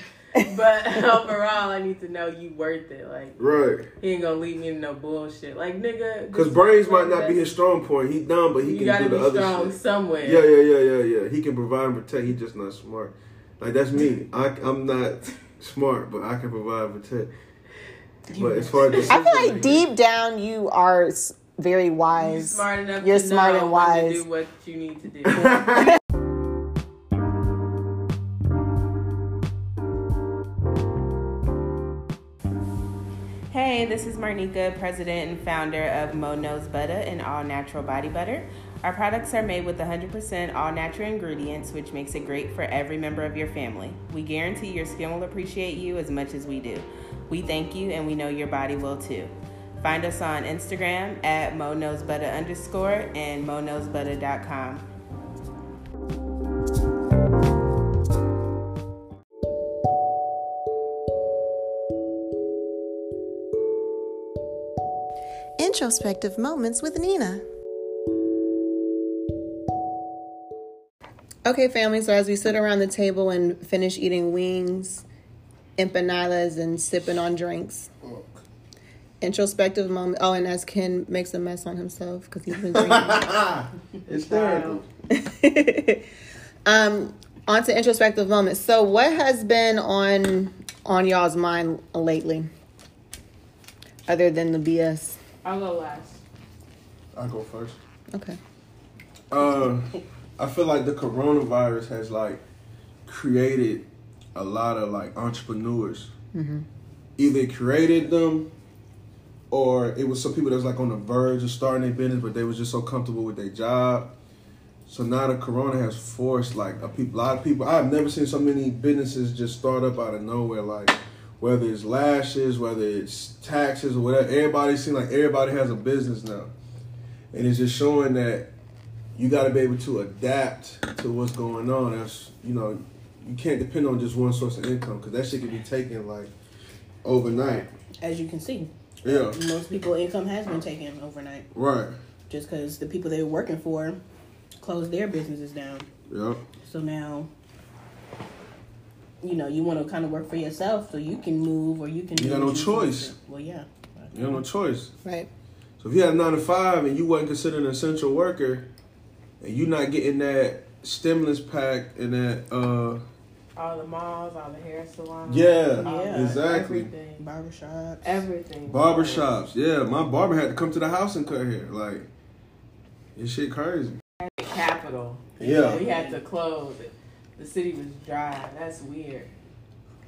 [SPEAKER 1] But overall, I need to know you worth it. Like
[SPEAKER 2] Right.
[SPEAKER 1] he ain't gonna leave me in no bullshit. Like nigga,
[SPEAKER 2] Because
[SPEAKER 1] this
[SPEAKER 2] brains
[SPEAKER 1] is
[SPEAKER 2] might not
[SPEAKER 1] like
[SPEAKER 2] be
[SPEAKER 1] that.
[SPEAKER 2] his strong point. He dumb, but he
[SPEAKER 1] You
[SPEAKER 2] can
[SPEAKER 1] gotta
[SPEAKER 2] do the
[SPEAKER 1] be
[SPEAKER 2] other
[SPEAKER 1] strong
[SPEAKER 2] shit.
[SPEAKER 1] somewhere.
[SPEAKER 2] Yeah, yeah, yeah, yeah, yeah. He can provide and protect. He just not smart. Like, that's me. I, I'm not smart, but I can provide and protect. But as far as
[SPEAKER 4] I feel
[SPEAKER 2] decision
[SPEAKER 4] like
[SPEAKER 2] making-
[SPEAKER 4] deep down you are s- very
[SPEAKER 1] You're
[SPEAKER 4] wise.
[SPEAKER 1] smart enough.
[SPEAKER 4] You're
[SPEAKER 1] to
[SPEAKER 4] smart
[SPEAKER 1] know
[SPEAKER 4] and
[SPEAKER 1] when to
[SPEAKER 4] wise.
[SPEAKER 1] do what you need to do. hey, this is Marnika, president and founder of Mo Knows Butter, an all-natural body butter. Our products are made with 100% all-natural ingredients, which makes it great for every member of your family. We guarantee your skin will appreciate you as much as we do. We thank you, and we know your body will too. Find us on Instagram at monosbutter underscore and monosbutter.com.
[SPEAKER 4] Introspective moments with Nina. Okay, family, so as we sit around the table and finish eating wings, empanadas, and sipping on drinks, introspective moment. Oh, and as Ken makes a mess on himself because he's been
[SPEAKER 2] it's terrible.
[SPEAKER 4] drinking. um, on to introspective moments. So, what has been on on y'all's mind lately, other than the BS?
[SPEAKER 1] I'll go last.
[SPEAKER 2] I'll go first.
[SPEAKER 4] Okay.
[SPEAKER 2] Um, I feel like the coronavirus has like created a lot of like entrepreneurs. Either it created them, or it was some people that was like on the verge of starting their business, but they was just so comfortable with their job. So now the corona has forced like a peop- lot of people. I've never seen so many businesses just start up out of nowhere. Like whether it's lashes, whether it's taxes or whatever, everybody seems like everybody has a business now, and it's just showing that you got to be able to adapt to what's going on. That's you know, you can't depend on just one source of income because that shit can be taken like overnight.
[SPEAKER 5] As you can see,
[SPEAKER 2] Yeah,
[SPEAKER 5] most people income has been taken overnight
[SPEAKER 2] right.
[SPEAKER 5] just because the people they were working for closed their businesses down.
[SPEAKER 2] Yeah,
[SPEAKER 5] So now, you know, you want to kind of work for yourself so you can move or you can.
[SPEAKER 2] You
[SPEAKER 5] do
[SPEAKER 2] got
[SPEAKER 5] what
[SPEAKER 2] no choice.
[SPEAKER 5] want to. Well, yeah.
[SPEAKER 2] you have no choice.
[SPEAKER 4] Right.
[SPEAKER 2] So if you had nine to five and you wasn't considered an essential worker, and you not getting that stimulus pack and that uh
[SPEAKER 1] All the malls, all the hair salons.
[SPEAKER 2] Yeah,
[SPEAKER 1] all
[SPEAKER 5] Yeah.
[SPEAKER 1] the-
[SPEAKER 2] exactly.
[SPEAKER 1] Everything.
[SPEAKER 5] Barbershop.
[SPEAKER 1] everything.
[SPEAKER 2] barbershops, yeah, my barber had to come to the house and cut hair. Like, this shit crazy.
[SPEAKER 1] Capital.
[SPEAKER 2] Yeah.
[SPEAKER 1] We had to close it. The city was dry. That's weird.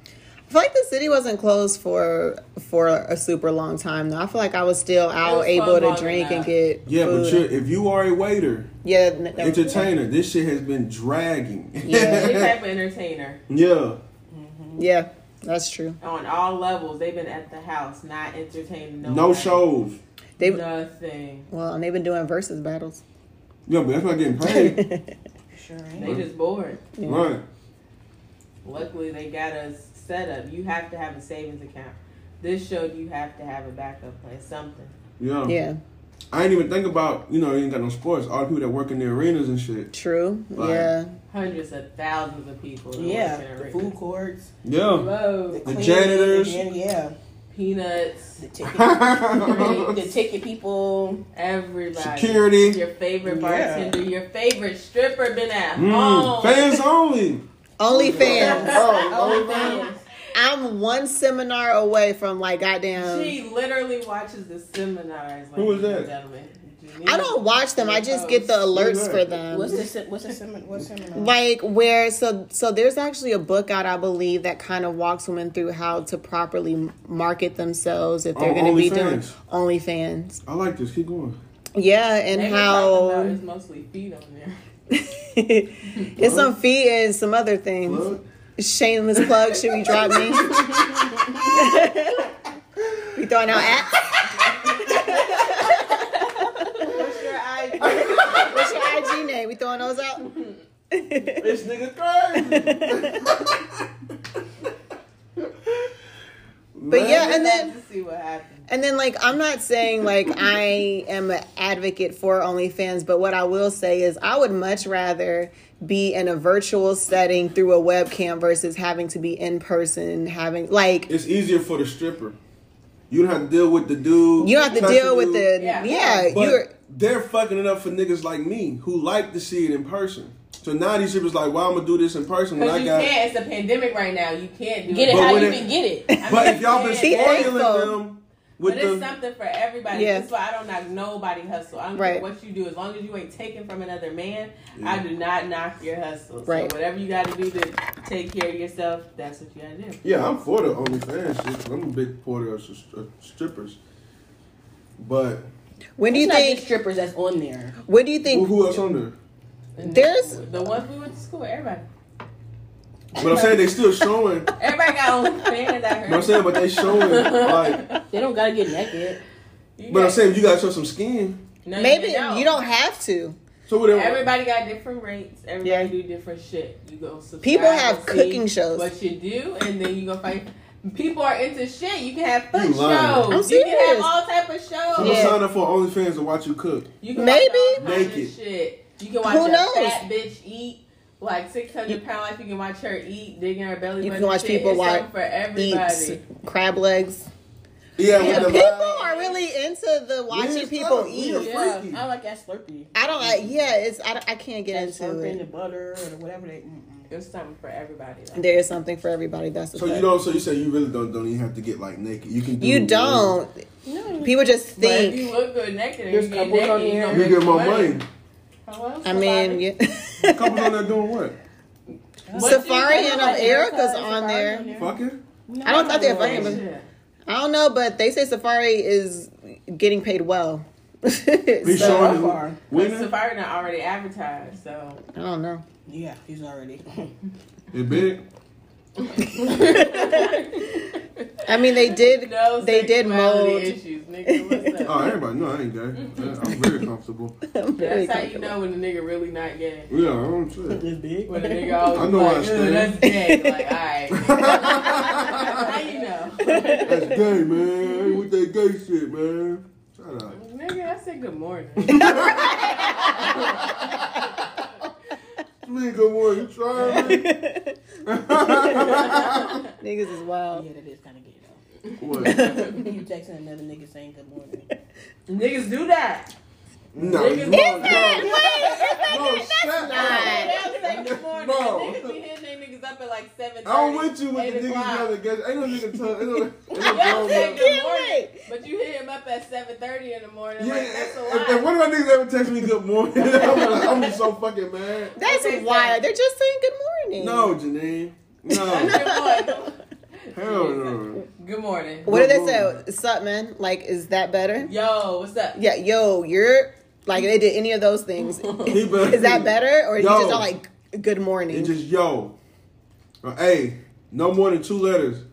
[SPEAKER 4] I feel like the city wasn't closed for for a super long time though. I feel like I was still out
[SPEAKER 1] was
[SPEAKER 4] able
[SPEAKER 1] closed
[SPEAKER 4] to
[SPEAKER 1] longer
[SPEAKER 4] drink
[SPEAKER 1] than
[SPEAKER 4] and
[SPEAKER 1] that.
[SPEAKER 4] get
[SPEAKER 2] Yeah, but
[SPEAKER 4] food.
[SPEAKER 2] you're, if you are a waiter,
[SPEAKER 4] yeah, n- that was-
[SPEAKER 2] entertainer, this shit has been dragging.
[SPEAKER 1] Any
[SPEAKER 4] Yeah.
[SPEAKER 2] Yeah.
[SPEAKER 1] type of entertainer
[SPEAKER 4] yeah, that's true.
[SPEAKER 1] on all levels, they've been at the house, not entertaining.
[SPEAKER 2] No,
[SPEAKER 1] No, one.
[SPEAKER 2] shows.
[SPEAKER 4] They
[SPEAKER 1] Nothing.
[SPEAKER 4] well, and they've been doing versus battles.
[SPEAKER 2] Yeah, but that's not getting paid.
[SPEAKER 5] Sure ain't.
[SPEAKER 1] They just bored.
[SPEAKER 2] Right.
[SPEAKER 1] Luckily, they got us set up. You have to have a savings account. This showed you have to have a backup plan, something.
[SPEAKER 2] Yeah.
[SPEAKER 4] Yeah,
[SPEAKER 2] I ain't even think about, you know, you ain't got no sports. All the people that work in the arenas and shit.
[SPEAKER 4] true.
[SPEAKER 2] Right.
[SPEAKER 4] Yeah,
[SPEAKER 1] Hundreds of thousands of people. that
[SPEAKER 5] Yeah.
[SPEAKER 1] work in
[SPEAKER 5] The
[SPEAKER 1] arenas.
[SPEAKER 5] food courts.
[SPEAKER 2] Yeah.
[SPEAKER 1] Whoa,
[SPEAKER 5] cleaning,
[SPEAKER 2] janitors.
[SPEAKER 5] the jan- yeah.
[SPEAKER 1] peanuts,
[SPEAKER 5] The ticket. the ticket people.
[SPEAKER 1] everybody.
[SPEAKER 2] Security.
[SPEAKER 1] Your favorite
[SPEAKER 5] Yeah.
[SPEAKER 1] bartender, your favorite stripper been at
[SPEAKER 2] Mm,
[SPEAKER 4] Oh.
[SPEAKER 1] home.
[SPEAKER 2] fans only.
[SPEAKER 4] OnlyFans.
[SPEAKER 2] Oh,
[SPEAKER 5] OnlyFans.
[SPEAKER 4] I'm one seminar away from like goddamn.
[SPEAKER 1] She literally watches the seminars. Like,
[SPEAKER 2] Who is that?
[SPEAKER 1] Gentlemen.
[SPEAKER 4] I don't watch them. I just get the
[SPEAKER 2] Who's
[SPEAKER 4] alerts
[SPEAKER 2] that?
[SPEAKER 4] for them.
[SPEAKER 5] What's the se- what's the seminar? What's seminar?
[SPEAKER 4] like where so so there's actually a book out i believe that kind of walks women through how to properly m- market themselves if they're
[SPEAKER 2] On
[SPEAKER 4] going to be doing
[SPEAKER 2] Oh, OnlyFans.
[SPEAKER 4] OnlyFans.
[SPEAKER 2] I like this. Keep going.
[SPEAKER 4] yeah and
[SPEAKER 1] They were talking about
[SPEAKER 4] how
[SPEAKER 1] it's mostly feet on there.
[SPEAKER 4] it's some feet and some other things
[SPEAKER 2] Look.
[SPEAKER 4] shameless plug should we drop me we throwing out apps
[SPEAKER 1] What's your idea?
[SPEAKER 4] what's your ig name we throwing those out
[SPEAKER 2] This nigga crazy.
[SPEAKER 4] but yeah and then
[SPEAKER 1] to see what happens.
[SPEAKER 4] And then, like, I'm not saying like I am an advocate for OnlyFans, but what I will say is I would much rather be in a virtual setting through a webcam versus having to be in person, having like
[SPEAKER 2] It's easier for the stripper. You don't have to deal with the dude.
[SPEAKER 4] you don't have to
[SPEAKER 2] touch
[SPEAKER 4] deal with
[SPEAKER 2] dude.
[SPEAKER 4] the yeah,
[SPEAKER 1] Yeah.
[SPEAKER 2] But
[SPEAKER 4] you're
[SPEAKER 2] they're fucking it up for niggas like me who like to see it in person. So now these shippers like, why I'm gonna do this in person when
[SPEAKER 1] Because
[SPEAKER 2] I
[SPEAKER 1] you
[SPEAKER 2] got?
[SPEAKER 1] can't. It's a pandemic right now. You can't do
[SPEAKER 5] Get it
[SPEAKER 2] But
[SPEAKER 5] how
[SPEAKER 2] when
[SPEAKER 5] you
[SPEAKER 2] it-
[SPEAKER 5] can get it.
[SPEAKER 1] I
[SPEAKER 2] But
[SPEAKER 1] mean,
[SPEAKER 2] if y'all been
[SPEAKER 1] you can't.
[SPEAKER 4] Be
[SPEAKER 2] spoiling
[SPEAKER 4] thankful.
[SPEAKER 2] them,
[SPEAKER 1] but
[SPEAKER 2] with
[SPEAKER 1] it's
[SPEAKER 2] the
[SPEAKER 1] something for everybody.
[SPEAKER 4] Yeah.
[SPEAKER 1] That's why I don't knock nobody hustle. I don't
[SPEAKER 4] Right.
[SPEAKER 1] care what you do, as long as you ain't taking from another man.
[SPEAKER 2] Yeah.
[SPEAKER 1] I do not knock your hustle.
[SPEAKER 4] Right.
[SPEAKER 1] So whatever you got to do to take care of yourself, that's what you got to do.
[SPEAKER 2] Yeah, I'm for the OnlyFans shit. 'cause I'm a big supporter of s- of strippers. But
[SPEAKER 4] When do
[SPEAKER 5] It's
[SPEAKER 4] you
[SPEAKER 5] not
[SPEAKER 4] think?
[SPEAKER 5] just strippers that's on there.
[SPEAKER 4] When do you
[SPEAKER 2] who,
[SPEAKER 4] think?
[SPEAKER 2] who else on there?
[SPEAKER 1] And
[SPEAKER 4] There's-
[SPEAKER 1] the ones we went to school. with, Everybody,
[SPEAKER 2] But I'm saying they still showing. But
[SPEAKER 1] everybody got OnlyFans. I heard.
[SPEAKER 2] I'm saying, but they showing like.
[SPEAKER 5] They don't gotta get naked.
[SPEAKER 1] You
[SPEAKER 2] But I'm
[SPEAKER 1] got-
[SPEAKER 2] saying you gotta show some skin.
[SPEAKER 1] no, you
[SPEAKER 4] Maybe you don't have to.
[SPEAKER 2] So whatever.
[SPEAKER 1] Everybody got different rates. Everybody
[SPEAKER 4] Yeah.
[SPEAKER 1] do different shit. You go subscribe.
[SPEAKER 4] People have
[SPEAKER 1] and see
[SPEAKER 4] cooking shows.
[SPEAKER 1] What you do, and then you go find. People are into shit. You can have food
[SPEAKER 2] You lying.
[SPEAKER 1] shows.
[SPEAKER 4] I'm
[SPEAKER 1] you can
[SPEAKER 4] serious.
[SPEAKER 1] have all type of
[SPEAKER 2] So I'm
[SPEAKER 1] shows.
[SPEAKER 4] Yeah.
[SPEAKER 2] sign up for OnlyFans to watch you cook.
[SPEAKER 1] You can
[SPEAKER 4] Maybe.
[SPEAKER 1] watch all kinds of
[SPEAKER 2] Naked.
[SPEAKER 1] shit. You can watch
[SPEAKER 4] Who
[SPEAKER 1] a
[SPEAKER 4] knows?
[SPEAKER 1] fat bitch eat like six hundred pound life. You can watch her eat, digging her belly.
[SPEAKER 4] You can
[SPEAKER 1] button
[SPEAKER 4] watch
[SPEAKER 1] shit.
[SPEAKER 4] people
[SPEAKER 1] It's
[SPEAKER 4] watch-
[SPEAKER 1] something for everybody.
[SPEAKER 4] Eats crab legs.
[SPEAKER 2] Yeah,
[SPEAKER 4] Yeah,
[SPEAKER 2] with the
[SPEAKER 4] people
[SPEAKER 2] loud-
[SPEAKER 4] are really into the watching
[SPEAKER 2] Yes,
[SPEAKER 4] people
[SPEAKER 2] look, we
[SPEAKER 4] eat.
[SPEAKER 2] are
[SPEAKER 5] Yeah,
[SPEAKER 2] freaky.
[SPEAKER 5] I like that Slurpee.
[SPEAKER 4] I don't. I, yeah, it's I, don't- I can't get
[SPEAKER 5] That
[SPEAKER 4] into
[SPEAKER 5] Slurpee and the
[SPEAKER 4] it.
[SPEAKER 5] butter or whatever they. Mm-mm.
[SPEAKER 1] It's something for everybody. Like.
[SPEAKER 4] There is something for everybody. That's the
[SPEAKER 2] So you
[SPEAKER 4] fact.
[SPEAKER 2] don't. So you say you really don't don't even have to get like naked. You can. Do
[SPEAKER 4] You don't.
[SPEAKER 5] No,
[SPEAKER 4] People just
[SPEAKER 1] But if
[SPEAKER 4] think.
[SPEAKER 1] you look good naked, and
[SPEAKER 5] There's
[SPEAKER 1] you get
[SPEAKER 5] couples
[SPEAKER 1] naked,
[SPEAKER 5] on
[SPEAKER 1] you
[SPEAKER 5] here.
[SPEAKER 1] gonna
[SPEAKER 2] You
[SPEAKER 1] make
[SPEAKER 2] get more money.
[SPEAKER 1] Hello,
[SPEAKER 4] I mean,
[SPEAKER 1] somebody?
[SPEAKER 4] yeah.
[SPEAKER 2] Couples on there doing what?
[SPEAKER 1] What you
[SPEAKER 4] Safari
[SPEAKER 1] doing?
[SPEAKER 4] and
[SPEAKER 1] Like,
[SPEAKER 4] Erica's
[SPEAKER 5] Safari's
[SPEAKER 4] on there.
[SPEAKER 2] Fucking.
[SPEAKER 4] I don't thought they were
[SPEAKER 1] Like,
[SPEAKER 4] fucking, but
[SPEAKER 1] shit.
[SPEAKER 4] I don't know. But they say Safari is getting paid well. So,
[SPEAKER 2] Be showing
[SPEAKER 5] so far.
[SPEAKER 2] the
[SPEAKER 1] But
[SPEAKER 2] women.
[SPEAKER 1] Safari not already advertised, so
[SPEAKER 4] I don't know.
[SPEAKER 5] Yeah, he's already.
[SPEAKER 2] It big.
[SPEAKER 4] I mean, they did.
[SPEAKER 1] no
[SPEAKER 4] They did
[SPEAKER 1] sexuality
[SPEAKER 4] mold.
[SPEAKER 1] issues, nigga. What's up?
[SPEAKER 2] Oh, everybody know I ain't gay. I'm very comfortable.
[SPEAKER 4] I'm very
[SPEAKER 1] That's how you
[SPEAKER 4] comfortable.
[SPEAKER 1] know when the nigga really not gay.
[SPEAKER 2] Yeah, I'm sure.
[SPEAKER 5] This big.
[SPEAKER 1] When the nigga always
[SPEAKER 2] I know
[SPEAKER 1] like,
[SPEAKER 2] I
[SPEAKER 1] "Ugh,
[SPEAKER 2] stand."
[SPEAKER 1] that's gay. Like, alright. how you know?
[SPEAKER 2] That's gay, man. I ain't with that gay shit, man. Shut up.
[SPEAKER 1] Nigga, I said good morning.
[SPEAKER 2] Me, good morning. You trying me?
[SPEAKER 4] Niggas is
[SPEAKER 5] Yeah,
[SPEAKER 4] wild.
[SPEAKER 5] that is kind of gay though.
[SPEAKER 2] what?
[SPEAKER 5] you texting another nigga saying good morning.
[SPEAKER 1] Niggas do that.
[SPEAKER 2] No.
[SPEAKER 1] Niggas- Is
[SPEAKER 2] no, no, no, shut
[SPEAKER 1] They
[SPEAKER 2] up.
[SPEAKER 1] don't say good morning.
[SPEAKER 2] No.
[SPEAKER 1] Niggas be hitting they niggas up at like 7
[SPEAKER 2] I'm with you with the niggas
[SPEAKER 1] o'clock.
[SPEAKER 2] yelling gay. Ain't no nigga tell. Ain't no, ain't no
[SPEAKER 1] Y'all
[SPEAKER 2] grown
[SPEAKER 1] say
[SPEAKER 2] up.
[SPEAKER 1] good
[SPEAKER 4] Can't
[SPEAKER 1] morning,
[SPEAKER 4] wait.
[SPEAKER 1] but you hit him up at 7.30 in the morning.
[SPEAKER 2] Yeah,
[SPEAKER 1] like, that's a
[SPEAKER 2] if,
[SPEAKER 1] lot.
[SPEAKER 2] if one of my niggas ever text me good morning, I'm, like, I'm just so fucking mad.
[SPEAKER 1] What
[SPEAKER 4] That's
[SPEAKER 1] they say.
[SPEAKER 4] wild. They're just saying good morning.
[SPEAKER 2] No, Janine. No.
[SPEAKER 1] That's good morning.
[SPEAKER 2] Hell no.
[SPEAKER 1] Good morning.
[SPEAKER 4] What did
[SPEAKER 2] Good
[SPEAKER 4] they say? Sup, man? Like, is that better?
[SPEAKER 1] Yo, what's up?
[SPEAKER 4] Yeah, yo, you're like they did any of those things.
[SPEAKER 2] He better-
[SPEAKER 4] Is that better, or you
[SPEAKER 2] Yo.
[SPEAKER 4] just don't like good morning?
[SPEAKER 2] It just yo. Or, hey, no more than two letters.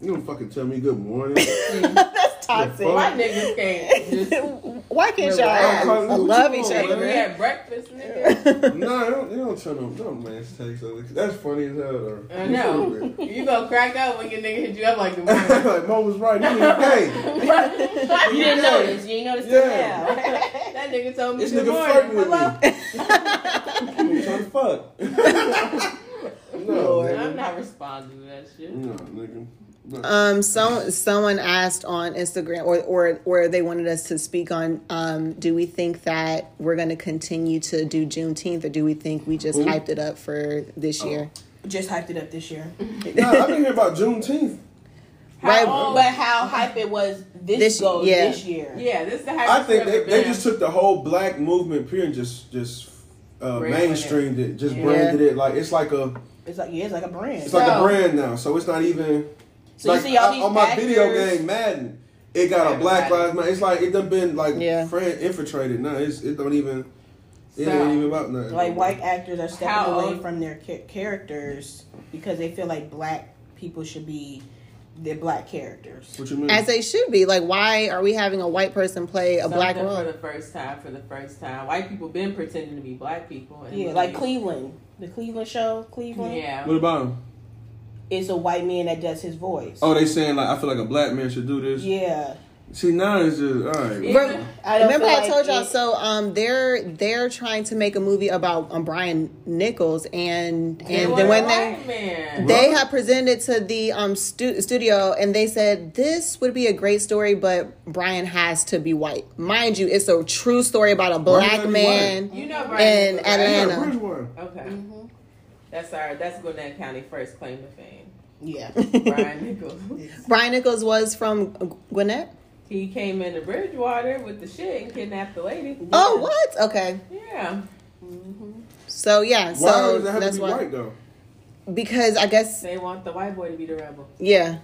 [SPEAKER 2] You don't fucking tell me good morning.
[SPEAKER 4] That's toxic.
[SPEAKER 2] The
[SPEAKER 1] Why
[SPEAKER 2] fuck?
[SPEAKER 4] Why,
[SPEAKER 1] niggas can't just
[SPEAKER 4] can't y'all
[SPEAKER 1] Relax.
[SPEAKER 4] all love each
[SPEAKER 2] Come
[SPEAKER 1] Nigga,
[SPEAKER 2] on,
[SPEAKER 1] we
[SPEAKER 4] other?
[SPEAKER 2] man.
[SPEAKER 1] had breakfast, nigga.
[SPEAKER 2] no, they don't, they don't tell no, no man's text. other- That's funny as hell, though.
[SPEAKER 1] I know. You gonna crack up when your nigga hit you up like the morning.
[SPEAKER 2] like, Mo was right. He was gay.
[SPEAKER 5] You didn't notice. You didn't notice till
[SPEAKER 2] Yeah.
[SPEAKER 5] now.
[SPEAKER 1] That nigga told me
[SPEAKER 2] This
[SPEAKER 1] good
[SPEAKER 2] nigga
[SPEAKER 1] morning.
[SPEAKER 2] flirting with
[SPEAKER 1] Hello.
[SPEAKER 2] me. I'm trying to fuck. no,
[SPEAKER 4] Lord.
[SPEAKER 1] I'm
[SPEAKER 2] nigga.
[SPEAKER 1] not responding to that shit.
[SPEAKER 2] No, nigga.
[SPEAKER 4] Um, so someone asked on Instagram, or or or they wanted us to speak on. Um, do we think that we're going to continue to do Juneteenth, or do we think we just
[SPEAKER 2] Who?
[SPEAKER 4] hyped it up for this year?
[SPEAKER 5] Just hyped it up this year.
[SPEAKER 2] Nah, I didn't hear about Juneteenth.
[SPEAKER 4] Right.
[SPEAKER 5] How, but how hype it was this,
[SPEAKER 4] This-
[SPEAKER 5] goes
[SPEAKER 4] yeah.
[SPEAKER 5] this year.
[SPEAKER 1] Yeah, this is the
[SPEAKER 2] I think they, they just took the whole black movement period and just just uh,
[SPEAKER 1] Branded it.
[SPEAKER 2] mainstreamed it, just
[SPEAKER 1] Yeah.
[SPEAKER 2] branded it like it's like a
[SPEAKER 5] It's like yeah, it's like a brand.
[SPEAKER 2] it's like a
[SPEAKER 1] Bro.
[SPEAKER 2] brand now. So it's not even
[SPEAKER 5] so
[SPEAKER 2] like
[SPEAKER 5] you see all
[SPEAKER 2] I-
[SPEAKER 5] these
[SPEAKER 2] on my video
[SPEAKER 5] actors-
[SPEAKER 2] game Madden. It got a
[SPEAKER 1] Everybody.
[SPEAKER 2] Black Lives Matter. It's like it done been like
[SPEAKER 4] Yeah.
[SPEAKER 2] friend infiltrated. No, it's it don't even it
[SPEAKER 1] So,
[SPEAKER 2] ain't even about nothing.
[SPEAKER 5] like white actors are stepping
[SPEAKER 1] How
[SPEAKER 5] away
[SPEAKER 1] old-
[SPEAKER 5] from their cha- characters because they feel like black people should be their black characters.
[SPEAKER 2] What you mean?
[SPEAKER 4] As they should be. Like, why are we having a white person play a black
[SPEAKER 1] Something
[SPEAKER 4] role?
[SPEAKER 1] for the first time. For the first time, white people been pretending to be black people. And
[SPEAKER 5] Yeah, like Cleveland, the Cleveland show, Cleveland.
[SPEAKER 1] Yeah.
[SPEAKER 2] what about him?
[SPEAKER 5] it's a white man that does his voice.
[SPEAKER 2] Oh, they saying like I feel like a black man should do this.
[SPEAKER 5] yeah.
[SPEAKER 2] See, now it's just all right.
[SPEAKER 1] Yeah.
[SPEAKER 4] Bro,
[SPEAKER 5] I don't
[SPEAKER 4] Remember,
[SPEAKER 5] feel
[SPEAKER 4] I
[SPEAKER 5] like
[SPEAKER 4] told y'all.
[SPEAKER 5] it-
[SPEAKER 4] So, um, they're they're trying to make a movie about um, Brian Nichols, and and
[SPEAKER 1] They
[SPEAKER 4] then when
[SPEAKER 1] were
[SPEAKER 4] they
[SPEAKER 1] white man.
[SPEAKER 4] they had presented to the um stu- studio, and they said this would be a great story, but Brian has to be white, mind you. It's a true story about a
[SPEAKER 2] Why gotta
[SPEAKER 4] black
[SPEAKER 2] be
[SPEAKER 4] man.
[SPEAKER 1] you know, Brian
[SPEAKER 4] And
[SPEAKER 1] was right.
[SPEAKER 2] Yeah,
[SPEAKER 4] Atlanta.
[SPEAKER 5] Mm-hmm.
[SPEAKER 2] Bridgewater.
[SPEAKER 1] Okay. That's all right. That's Gwinnett County first claim to fame.
[SPEAKER 5] Yeah.
[SPEAKER 1] Brian Nichols.
[SPEAKER 4] Brian Nichols was from Gwinnett.
[SPEAKER 1] He came into Bridgewater with the shit and kidnapped the lady.
[SPEAKER 4] Oh, what? Okay.
[SPEAKER 1] Yeah.
[SPEAKER 5] Mm-hmm.
[SPEAKER 4] So yeah,
[SPEAKER 2] Why
[SPEAKER 4] so
[SPEAKER 2] does that have
[SPEAKER 4] that's
[SPEAKER 2] to be
[SPEAKER 4] why.
[SPEAKER 2] white though?
[SPEAKER 4] Because I guess
[SPEAKER 1] They want the white boy to be the rebel.
[SPEAKER 4] yeah,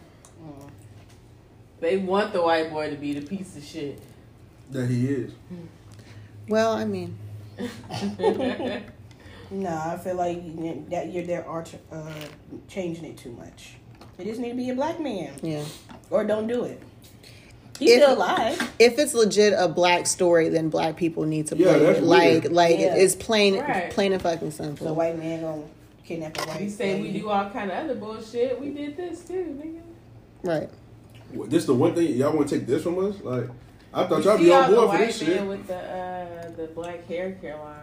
[SPEAKER 1] They want the white boy to be the piece of shit.
[SPEAKER 2] That he is.
[SPEAKER 4] Well, I mean,
[SPEAKER 5] No, I feel like you- that you're there are uh, changing it too much. It just need to be a black man,
[SPEAKER 4] yeah.
[SPEAKER 5] or don't do it. He's
[SPEAKER 4] If-
[SPEAKER 5] still alive.
[SPEAKER 4] If it's legit a black story, then black people need to
[SPEAKER 2] Yeah,
[SPEAKER 4] play
[SPEAKER 2] that's
[SPEAKER 4] it. Like,
[SPEAKER 2] weird.
[SPEAKER 4] like
[SPEAKER 5] Yeah.
[SPEAKER 4] it's plain,
[SPEAKER 1] Right.
[SPEAKER 4] plain and fucking
[SPEAKER 5] So a
[SPEAKER 4] simple.
[SPEAKER 5] white man gonna kidnap a white.
[SPEAKER 1] we say we
[SPEAKER 5] lady.
[SPEAKER 1] do all kind of other bullshit. We did this too, nigga.
[SPEAKER 4] right.
[SPEAKER 2] What, this the one thing y'all want to take this from us? Like, I
[SPEAKER 1] You
[SPEAKER 2] thought y'all
[SPEAKER 1] see
[SPEAKER 2] be
[SPEAKER 1] all
[SPEAKER 2] on
[SPEAKER 1] the
[SPEAKER 2] board for
[SPEAKER 1] white
[SPEAKER 2] this shit.
[SPEAKER 1] man with the uh, the black hair care line.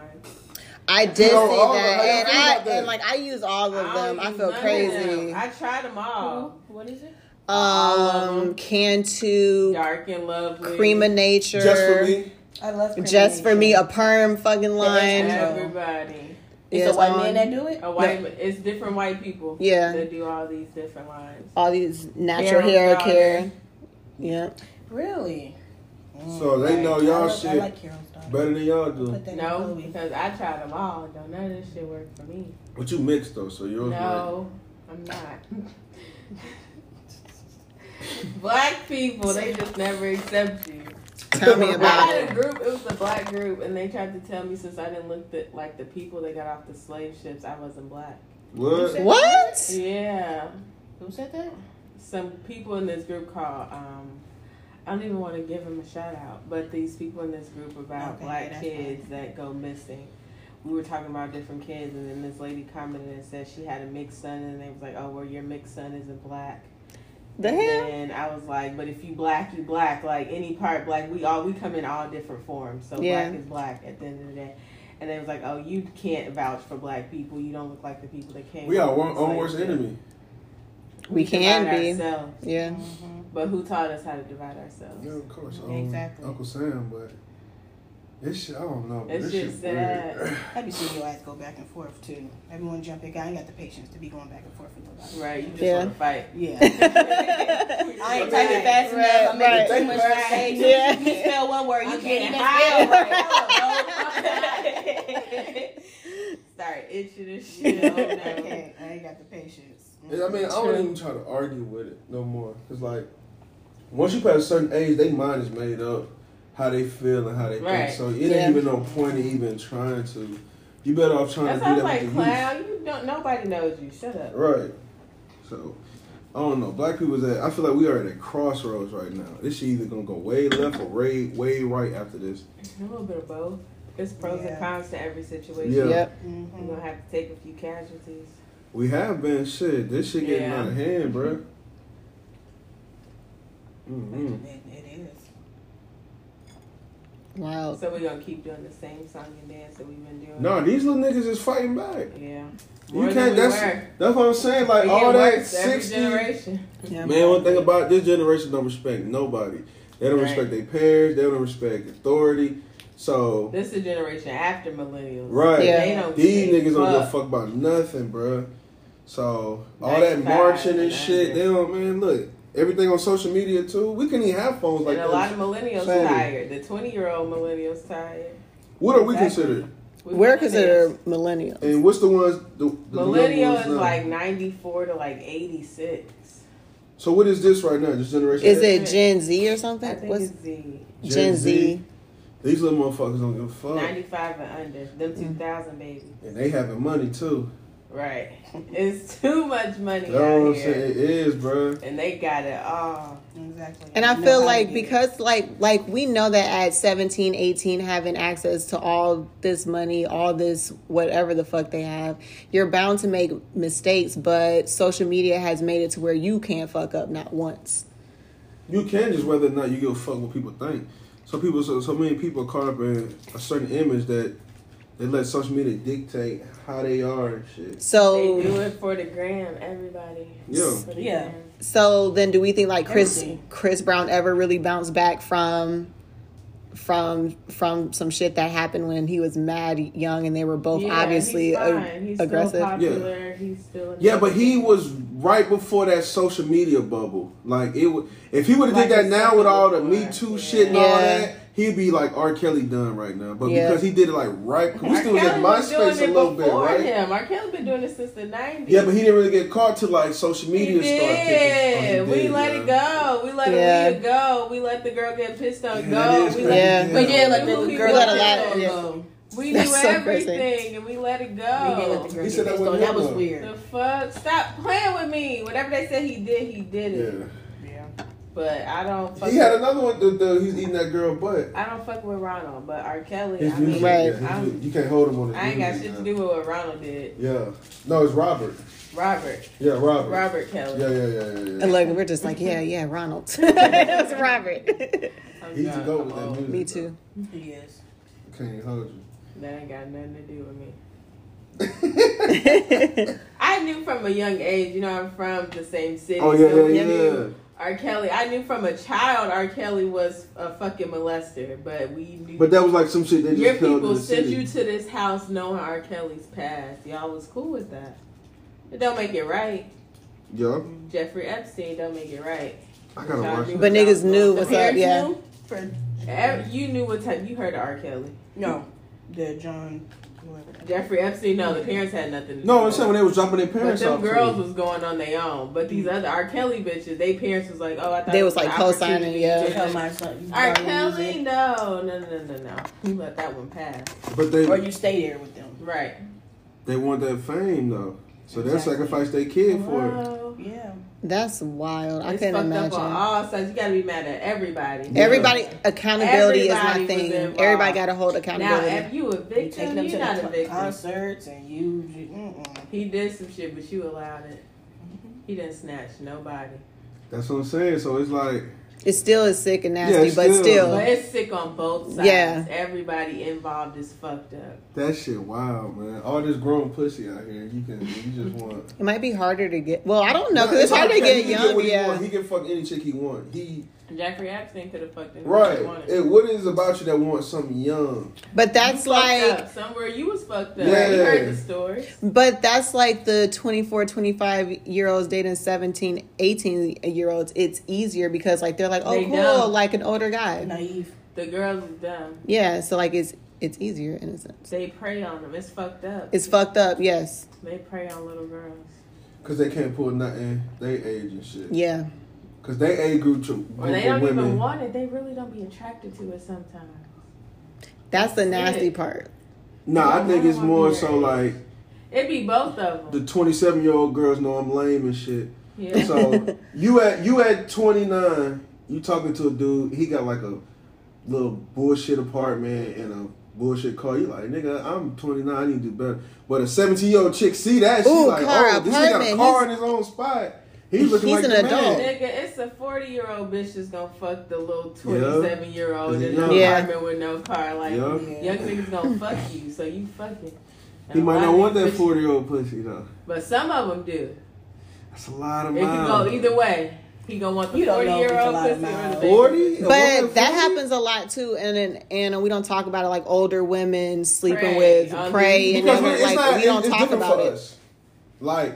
[SPEAKER 4] I did
[SPEAKER 2] Yo,
[SPEAKER 4] see
[SPEAKER 2] all
[SPEAKER 4] that,
[SPEAKER 2] of- how you
[SPEAKER 4] and
[SPEAKER 2] feel
[SPEAKER 4] I
[SPEAKER 2] about that?
[SPEAKER 4] and like I use all of
[SPEAKER 1] don't
[SPEAKER 4] them. I
[SPEAKER 1] use
[SPEAKER 4] feel
[SPEAKER 1] none of them.
[SPEAKER 4] crazy.
[SPEAKER 1] I tried them all.
[SPEAKER 5] What is it?
[SPEAKER 1] all of
[SPEAKER 4] Um,
[SPEAKER 1] them.
[SPEAKER 4] Cantu,
[SPEAKER 1] Dark and lovely.
[SPEAKER 4] Cream of Nature,
[SPEAKER 2] Just for me.
[SPEAKER 5] I love.
[SPEAKER 4] Just for me,
[SPEAKER 5] It's
[SPEAKER 4] a perm fucking line.
[SPEAKER 5] Yeah.
[SPEAKER 1] Everybody.
[SPEAKER 4] Yeah,
[SPEAKER 5] a
[SPEAKER 4] it's
[SPEAKER 5] white
[SPEAKER 4] on
[SPEAKER 5] man that do it.
[SPEAKER 1] A white. It's different white people.
[SPEAKER 4] Yeah.
[SPEAKER 1] That do all these different lines.
[SPEAKER 4] all these natural
[SPEAKER 1] Hair
[SPEAKER 4] hair
[SPEAKER 1] dye.
[SPEAKER 4] care. Yeah.
[SPEAKER 5] Really?
[SPEAKER 2] So they know y'all
[SPEAKER 5] I love- I
[SPEAKER 2] shit
[SPEAKER 5] like Carol's daughter.
[SPEAKER 2] Better than y'all do.
[SPEAKER 5] Put that in
[SPEAKER 1] No,
[SPEAKER 5] the movie.
[SPEAKER 1] because I tried them all. Don't none of this shit work for me.
[SPEAKER 2] But you mixed though, so yours no.
[SPEAKER 1] No, I'm not. black people, they just never accept you.
[SPEAKER 4] Tell me
[SPEAKER 1] I
[SPEAKER 4] about it.
[SPEAKER 1] had a group, it was a black group, and they tried to tell me since I didn't look the, like the people that got off the slave ships, I wasn't black.
[SPEAKER 2] What?
[SPEAKER 4] What?
[SPEAKER 1] Yeah.
[SPEAKER 5] Who said that?
[SPEAKER 1] Some people in this group called, um, I don't even want to give them a shout out, but these people in this group about
[SPEAKER 5] Okay,
[SPEAKER 1] black
[SPEAKER 5] that's
[SPEAKER 1] kids that go missing. We were talking about different kids, and then this lady commented and said she had a mixed son, and they was like, "Oh, well, your mixed son isn't black."
[SPEAKER 4] The hell?
[SPEAKER 1] And I was like, but if you black, you black. Like any part black, we all we come in all different forms. So
[SPEAKER 4] Yeah.
[SPEAKER 1] black is black at the end of the day. And they was like, oh, you can't vouch for black people. You don't look like the people that came.
[SPEAKER 2] We are
[SPEAKER 1] from
[SPEAKER 2] one own
[SPEAKER 1] slavery.
[SPEAKER 2] worst enemy.
[SPEAKER 4] We can
[SPEAKER 1] divide
[SPEAKER 4] be.
[SPEAKER 1] ourselves.
[SPEAKER 4] Yeah.
[SPEAKER 1] But who taught us how to divide ourselves?
[SPEAKER 2] Yeah, of course. Um,
[SPEAKER 5] Exactly.
[SPEAKER 2] Uncle Sam, but this shit, I don't know. but
[SPEAKER 1] That
[SPEAKER 2] This
[SPEAKER 1] shit's
[SPEAKER 2] shit
[SPEAKER 1] sad.
[SPEAKER 2] weird.
[SPEAKER 5] I be seeing your ass go back and forth too. Everyone jump in. I ain't got the patience to be going back and forth with nobody.
[SPEAKER 1] Right. You just
[SPEAKER 4] Yeah.
[SPEAKER 1] want to fight.
[SPEAKER 5] Yeah. I ain't typing fast
[SPEAKER 4] Right,
[SPEAKER 5] enough. I'm making
[SPEAKER 4] right.
[SPEAKER 5] too much to say.
[SPEAKER 4] Yeah.
[SPEAKER 5] You spell one word, you
[SPEAKER 1] I
[SPEAKER 5] can't even
[SPEAKER 1] can't
[SPEAKER 5] spell
[SPEAKER 1] hide. Start itching and shit. Oh,
[SPEAKER 5] right. Oh I
[SPEAKER 1] no.
[SPEAKER 5] can't. I ain't got the patience.
[SPEAKER 2] Yeah, I mean, I don't even try to argue with it no more. Cause like, once you pass a certain age, they mind is made up how they feel and how they
[SPEAKER 1] Right.
[SPEAKER 2] think. So it
[SPEAKER 4] Yeah.
[SPEAKER 2] ain't even no point in even trying to. You better off trying
[SPEAKER 1] That
[SPEAKER 2] to do
[SPEAKER 1] sounds
[SPEAKER 2] that
[SPEAKER 1] like
[SPEAKER 2] with the youth.
[SPEAKER 1] clown. You don't. Nobody knows you. Shut up.
[SPEAKER 2] Right. So I don't know. Black people's at I feel like we are at a crossroads right now. This shit either gonna go way left or way way right after this.
[SPEAKER 1] A little bit of both. There's pros
[SPEAKER 5] Yeah.
[SPEAKER 1] and cons to every situation.
[SPEAKER 2] Yeah.
[SPEAKER 4] Yep.
[SPEAKER 1] You're
[SPEAKER 5] Mm-hmm.
[SPEAKER 1] gonna have to take a few casualties.
[SPEAKER 2] We have been shit. This shit getting
[SPEAKER 1] Yeah.
[SPEAKER 2] out of hand, bro. Mm-hmm.
[SPEAKER 5] It, it is.
[SPEAKER 4] Wow.
[SPEAKER 1] So we're gonna keep doing the same song and dance that we've been doing.
[SPEAKER 2] No, these little niggas is fighting back.
[SPEAKER 1] Yeah.
[SPEAKER 2] You can't.
[SPEAKER 1] we
[SPEAKER 2] That's
[SPEAKER 1] were.
[SPEAKER 2] that's what I'm saying. Like
[SPEAKER 1] We get
[SPEAKER 2] all that
[SPEAKER 1] worse every
[SPEAKER 2] sixty.
[SPEAKER 1] generation.
[SPEAKER 4] Yeah.
[SPEAKER 2] Man, one thing about this generation don't respect nobody. They don't
[SPEAKER 1] Right.
[SPEAKER 2] respect their parents. They don't respect authority. So
[SPEAKER 1] This is the generation after millennials.
[SPEAKER 2] right,
[SPEAKER 4] Yeah.
[SPEAKER 1] They don't
[SPEAKER 2] these
[SPEAKER 1] give a
[SPEAKER 2] niggas don't give a
[SPEAKER 1] fuck.
[SPEAKER 2] fuck about nothing, bruh. So all that
[SPEAKER 1] 95
[SPEAKER 2] marching and
[SPEAKER 1] and
[SPEAKER 2] shit, they don't. Man, look, everything on social media too. We can even have phones like
[SPEAKER 1] and a lot of
[SPEAKER 2] that.
[SPEAKER 1] millennials
[SPEAKER 2] Say it.
[SPEAKER 1] tired. The 20 year old millennials tired.
[SPEAKER 2] What are we
[SPEAKER 5] Exactly.
[SPEAKER 2] considered?
[SPEAKER 1] We
[SPEAKER 4] We're
[SPEAKER 1] millennials.
[SPEAKER 4] considered millennial.
[SPEAKER 2] And what's the ones? The, the young
[SPEAKER 1] Millennial
[SPEAKER 2] ones
[SPEAKER 1] is
[SPEAKER 2] now?
[SPEAKER 1] like 94 to like 86.
[SPEAKER 2] So what is this right now? This generation.
[SPEAKER 4] Is
[SPEAKER 2] X?
[SPEAKER 4] it Gen Z or
[SPEAKER 1] I
[SPEAKER 4] something?
[SPEAKER 1] think
[SPEAKER 4] What's
[SPEAKER 1] it's Z.
[SPEAKER 4] Gen Z?
[SPEAKER 2] These little motherfuckers don't give a fuck,
[SPEAKER 1] 95 and under. Them
[SPEAKER 4] Mm-hmm.
[SPEAKER 1] 2000 babies.
[SPEAKER 2] and they having money too.
[SPEAKER 1] Right. It's too much money
[SPEAKER 2] That's what I'm
[SPEAKER 1] out
[SPEAKER 2] saying.
[SPEAKER 1] here.
[SPEAKER 2] It is, bruh.
[SPEAKER 1] And they got it all.
[SPEAKER 5] Exactly.
[SPEAKER 4] And I
[SPEAKER 5] No
[SPEAKER 4] feel like
[SPEAKER 5] idea.
[SPEAKER 4] because like like we know that at 17, 18 having access to all this money, all this whatever the fuck they have, you're bound to make mistakes, but social media has made it to where you can't fuck up not once.
[SPEAKER 2] You can just whether or not you give a fuck what people think. So people, so, so many people are caught up in a certain image that they let social media dictate how they are and shit.
[SPEAKER 1] They do
[SPEAKER 4] So
[SPEAKER 1] it for the gram, everybody.
[SPEAKER 2] Yeah.
[SPEAKER 1] For the
[SPEAKER 5] Yeah.
[SPEAKER 1] gram.
[SPEAKER 4] so then do we think like Chris
[SPEAKER 5] Everything.
[SPEAKER 4] Chris Brown ever really bounced back from from from some shit that happened when he was mad young and they were both
[SPEAKER 1] Yeah,
[SPEAKER 4] obviously
[SPEAKER 1] he's
[SPEAKER 4] a-
[SPEAKER 1] fine. He's
[SPEAKER 4] aggressive.
[SPEAKER 1] Still popular. He's still in
[SPEAKER 2] Yeah, but he
[SPEAKER 1] everything.
[SPEAKER 2] was right before that social media bubble. Like it would, if he would have
[SPEAKER 5] Like
[SPEAKER 2] did that
[SPEAKER 5] a
[SPEAKER 2] now with all the
[SPEAKER 1] second
[SPEAKER 2] Me
[SPEAKER 1] before.
[SPEAKER 2] Too shit and all
[SPEAKER 4] Yeah.
[SPEAKER 2] that, he'd be like R. Kelly done right now. But
[SPEAKER 4] Yeah.
[SPEAKER 2] because he did it like right, we still was
[SPEAKER 1] R.
[SPEAKER 2] at
[SPEAKER 1] Kelly was doing
[SPEAKER 2] MySpace a
[SPEAKER 1] it
[SPEAKER 2] little bit,
[SPEAKER 1] before
[SPEAKER 2] right?
[SPEAKER 1] Him. R. Kelly been doing it since the nineties.
[SPEAKER 2] Yeah, but he didn't really get caught till like social media
[SPEAKER 1] we
[SPEAKER 2] started. picking-
[SPEAKER 1] did.
[SPEAKER 2] oh, he
[SPEAKER 1] we
[SPEAKER 2] did,
[SPEAKER 1] let
[SPEAKER 2] yeah.
[SPEAKER 1] it go. We let
[SPEAKER 4] Yeah.
[SPEAKER 1] a weed go. We let the girl get pissed on
[SPEAKER 2] Yeah, that
[SPEAKER 1] go.
[SPEAKER 2] is
[SPEAKER 1] We
[SPEAKER 2] crazy.
[SPEAKER 1] let,
[SPEAKER 4] Yeah.
[SPEAKER 3] We did let
[SPEAKER 1] Who
[SPEAKER 3] the
[SPEAKER 1] he
[SPEAKER 3] girl
[SPEAKER 4] let a
[SPEAKER 3] let
[SPEAKER 4] lot-
[SPEAKER 3] the
[SPEAKER 4] yeah.
[SPEAKER 3] go.
[SPEAKER 1] we
[SPEAKER 4] That's
[SPEAKER 1] knew
[SPEAKER 4] so crazy.
[SPEAKER 1] everything and we let it
[SPEAKER 3] We did let
[SPEAKER 1] go.
[SPEAKER 3] the girl
[SPEAKER 2] He said
[SPEAKER 3] get
[SPEAKER 2] that
[SPEAKER 3] pissed on.
[SPEAKER 2] wasn't
[SPEAKER 3] That was
[SPEAKER 2] him.
[SPEAKER 1] The
[SPEAKER 3] weird.
[SPEAKER 1] fuck! Stop playing with me. Whatever they said he did, he did it. But I don't.
[SPEAKER 2] Yeah,
[SPEAKER 1] Fuck
[SPEAKER 2] he had
[SPEAKER 1] with-
[SPEAKER 2] another one. The, the, he's eating that girl butt.
[SPEAKER 1] I don't fuck with Ronald, but R. Kelly.
[SPEAKER 2] His
[SPEAKER 1] I
[SPEAKER 2] music,
[SPEAKER 1] mean,
[SPEAKER 4] Right.
[SPEAKER 2] yeah, his
[SPEAKER 1] I'm-
[SPEAKER 2] music. you can't hold him on. his
[SPEAKER 1] I ain't got
[SPEAKER 2] music,
[SPEAKER 1] shit to
[SPEAKER 2] man.
[SPEAKER 1] do with what Ronald did.
[SPEAKER 2] Yeah, no, it's Robert.
[SPEAKER 1] Robert.
[SPEAKER 2] Yeah, Robert.
[SPEAKER 1] Robert Kelly.
[SPEAKER 2] Yeah, yeah, yeah, yeah. yeah.
[SPEAKER 4] And look, we're just like, yeah, yeah, Ronald. it was Robert.
[SPEAKER 1] I'm
[SPEAKER 2] He's a
[SPEAKER 1] done.
[SPEAKER 2] goat
[SPEAKER 1] I'm
[SPEAKER 2] with that
[SPEAKER 1] old.
[SPEAKER 2] music.
[SPEAKER 4] Me too.
[SPEAKER 5] He is.
[SPEAKER 2] though. Can't even hold you.
[SPEAKER 1] That ain't got nothing to do with me.
[SPEAKER 4] yeah,
[SPEAKER 1] I knew from a young age, you know, I'm from the same city.
[SPEAKER 2] oh yeah,
[SPEAKER 1] so
[SPEAKER 2] yeah,
[SPEAKER 1] I
[SPEAKER 2] yeah.
[SPEAKER 1] knew R. Kelly, I knew from a child R. Kelly was a fucking molester, but we knew.
[SPEAKER 2] But that was like some shit they
[SPEAKER 1] your
[SPEAKER 2] just killed in
[SPEAKER 1] people
[SPEAKER 2] the
[SPEAKER 1] sent
[SPEAKER 2] city.
[SPEAKER 1] you to this house knowing R. Kelly's past. Y'all was cool with that. It don't make it right.
[SPEAKER 2] yeah,
[SPEAKER 1] Jeffrey Epstein don't make it right.
[SPEAKER 2] I gotta
[SPEAKER 1] Y'all
[SPEAKER 2] watch
[SPEAKER 1] knew
[SPEAKER 2] it.
[SPEAKER 1] what
[SPEAKER 4] But
[SPEAKER 1] y'all
[SPEAKER 4] niggas
[SPEAKER 1] was
[SPEAKER 4] knew
[SPEAKER 1] doing.
[SPEAKER 4] what's
[SPEAKER 1] The
[SPEAKER 4] up,
[SPEAKER 1] parents
[SPEAKER 4] yeah.
[SPEAKER 1] knew.
[SPEAKER 5] For,
[SPEAKER 1] Ev- You knew what type. You heard of R. Kelly.
[SPEAKER 5] no, the John. Whoever. that-
[SPEAKER 1] Jeffrey Epstein. No, the parents had nothing. To
[SPEAKER 2] No,
[SPEAKER 1] do
[SPEAKER 2] I'm
[SPEAKER 1] with it.
[SPEAKER 2] saying when they was dropping their
[SPEAKER 1] But
[SPEAKER 2] parents
[SPEAKER 1] them
[SPEAKER 2] off. to
[SPEAKER 1] girls
[SPEAKER 2] him.
[SPEAKER 1] was going on their own. But these other R. Kelly bitches, they parents was like, oh, I thought
[SPEAKER 4] They
[SPEAKER 1] it
[SPEAKER 4] was,
[SPEAKER 1] an
[SPEAKER 4] like, co-signing, yeah.
[SPEAKER 1] opportunity to-
[SPEAKER 5] Tell my son. you
[SPEAKER 1] R.
[SPEAKER 5] buy your
[SPEAKER 1] Kelly,
[SPEAKER 5] music,
[SPEAKER 1] no, no, no, no, no. He let that one pass.
[SPEAKER 2] but they
[SPEAKER 5] Or you stay there with them.
[SPEAKER 1] Right.
[SPEAKER 2] they want that fame though, so they
[SPEAKER 5] Exactly.
[SPEAKER 2] sacrificed their kid for it.
[SPEAKER 1] Wow.
[SPEAKER 5] Yeah.
[SPEAKER 4] that's wild. I
[SPEAKER 1] It's
[SPEAKER 4] can't
[SPEAKER 1] fucked up on
[SPEAKER 4] imagine.
[SPEAKER 1] all sides. You got to be mad at everybody.
[SPEAKER 2] Yeah.
[SPEAKER 4] Everybody accountability is my
[SPEAKER 1] Everybody was
[SPEAKER 4] thing.
[SPEAKER 1] involved.
[SPEAKER 4] Everybody got to hold
[SPEAKER 1] Now,
[SPEAKER 4] accountability.
[SPEAKER 1] if you a
[SPEAKER 5] You take
[SPEAKER 1] victim,
[SPEAKER 5] them
[SPEAKER 1] you
[SPEAKER 5] to
[SPEAKER 1] not a
[SPEAKER 5] the cl-
[SPEAKER 1] victim.
[SPEAKER 5] concerts and you. you- Mm-mm.
[SPEAKER 1] He did some shit, but you allowed it. He didn't snatch nobody.
[SPEAKER 2] That's what I'm saying. So it's like
[SPEAKER 4] it still is sick and nasty,
[SPEAKER 2] it's
[SPEAKER 4] but
[SPEAKER 2] still-
[SPEAKER 4] still,
[SPEAKER 1] But it's sick on both sides.
[SPEAKER 4] Yeah.
[SPEAKER 1] Everybody involved is fucked up.
[SPEAKER 2] that shit. Wow, man, all this grown pussy out here. You can you just want.
[SPEAKER 4] it might be harder to get. Well, I don't know because
[SPEAKER 2] Nah,
[SPEAKER 4] it's hard to
[SPEAKER 2] okay.
[SPEAKER 4] get
[SPEAKER 2] He can
[SPEAKER 4] young.
[SPEAKER 2] what he
[SPEAKER 4] Yeah,
[SPEAKER 2] want. he can fuck any chick he want. He
[SPEAKER 1] Jeffrey Epstein could have fucked him.
[SPEAKER 2] right. And what is about you that wants something young?
[SPEAKER 4] but that's
[SPEAKER 1] You fucked
[SPEAKER 4] like
[SPEAKER 1] up. somewhere you was fucked up.
[SPEAKER 2] Yeah.
[SPEAKER 1] You heard the stories.
[SPEAKER 4] But that's like the 24, 25 year olds dating 17, 18 year olds. It's easier because like they're like, oh,
[SPEAKER 1] They
[SPEAKER 4] cool,
[SPEAKER 1] know.
[SPEAKER 4] like an older guy.
[SPEAKER 5] Naive.
[SPEAKER 1] The girls is dumb.
[SPEAKER 4] Yeah, so like it's it's easier in a sense.
[SPEAKER 1] They prey on them. It's fucked up.
[SPEAKER 4] It's fucked up, yes.
[SPEAKER 1] they prey on little girls.
[SPEAKER 2] Cause they can't pull nothing. They age and shit.
[SPEAKER 4] Yeah.
[SPEAKER 2] Cause they age group, to, group
[SPEAKER 1] Or they don't
[SPEAKER 2] of women.
[SPEAKER 1] even want it. They really don't be attracted to it sometimes.
[SPEAKER 4] That's the
[SPEAKER 1] That's
[SPEAKER 4] nasty
[SPEAKER 1] it.
[SPEAKER 4] part.
[SPEAKER 2] No, I think it's more so like
[SPEAKER 1] It'd be both of
[SPEAKER 2] the
[SPEAKER 1] them.
[SPEAKER 2] 27 year old girls know I'm lame and shit.
[SPEAKER 1] Yeah.
[SPEAKER 2] So you at you at 29, you talking to a dude. He got like a little bullshit apartment and a bullshit car. You like nigga, I'm 29. I need to do better. But a 17 year old chick see that, she
[SPEAKER 4] Ooh,
[SPEAKER 2] like,
[SPEAKER 4] car,
[SPEAKER 2] oh, this nigga got a
[SPEAKER 4] apartment.
[SPEAKER 2] car in his own spot. He's looking
[SPEAKER 4] He's
[SPEAKER 2] like
[SPEAKER 4] an
[SPEAKER 2] the
[SPEAKER 4] adult.
[SPEAKER 2] Man.
[SPEAKER 1] Nigga, it's a 40 year old bitch that's gonna fuck the little 27 year old in
[SPEAKER 2] Yeah.
[SPEAKER 1] the
[SPEAKER 4] Yeah.
[SPEAKER 1] apartment with no car. Like,
[SPEAKER 2] Yeah.
[SPEAKER 1] young niggas gonna fuck you, so you fucking.
[SPEAKER 2] He might
[SPEAKER 1] And a
[SPEAKER 2] not
[SPEAKER 1] lot
[SPEAKER 2] want
[SPEAKER 1] of
[SPEAKER 2] that
[SPEAKER 1] bitches-
[SPEAKER 2] 40 year old pussy though.
[SPEAKER 1] But some of them do.
[SPEAKER 2] That's a lot of
[SPEAKER 1] It could go
[SPEAKER 2] miles.
[SPEAKER 1] either way. He gonna want the
[SPEAKER 5] You don't
[SPEAKER 1] 40
[SPEAKER 5] know
[SPEAKER 1] year old
[SPEAKER 5] if it's a lot of
[SPEAKER 1] pussy or the
[SPEAKER 5] miles.
[SPEAKER 1] baby.
[SPEAKER 2] 40? A woman
[SPEAKER 4] But that
[SPEAKER 2] 40?
[SPEAKER 4] happens a lot too, and and, and we don't talk about it like older women sleeping
[SPEAKER 1] Prey
[SPEAKER 4] with
[SPEAKER 1] on
[SPEAKER 4] prey,
[SPEAKER 1] these-
[SPEAKER 4] and
[SPEAKER 2] Because
[SPEAKER 4] all that,
[SPEAKER 2] it's
[SPEAKER 4] like
[SPEAKER 2] not,
[SPEAKER 4] we don't
[SPEAKER 2] it's
[SPEAKER 4] talk
[SPEAKER 2] different
[SPEAKER 4] about
[SPEAKER 2] for
[SPEAKER 4] it.
[SPEAKER 2] us. Like,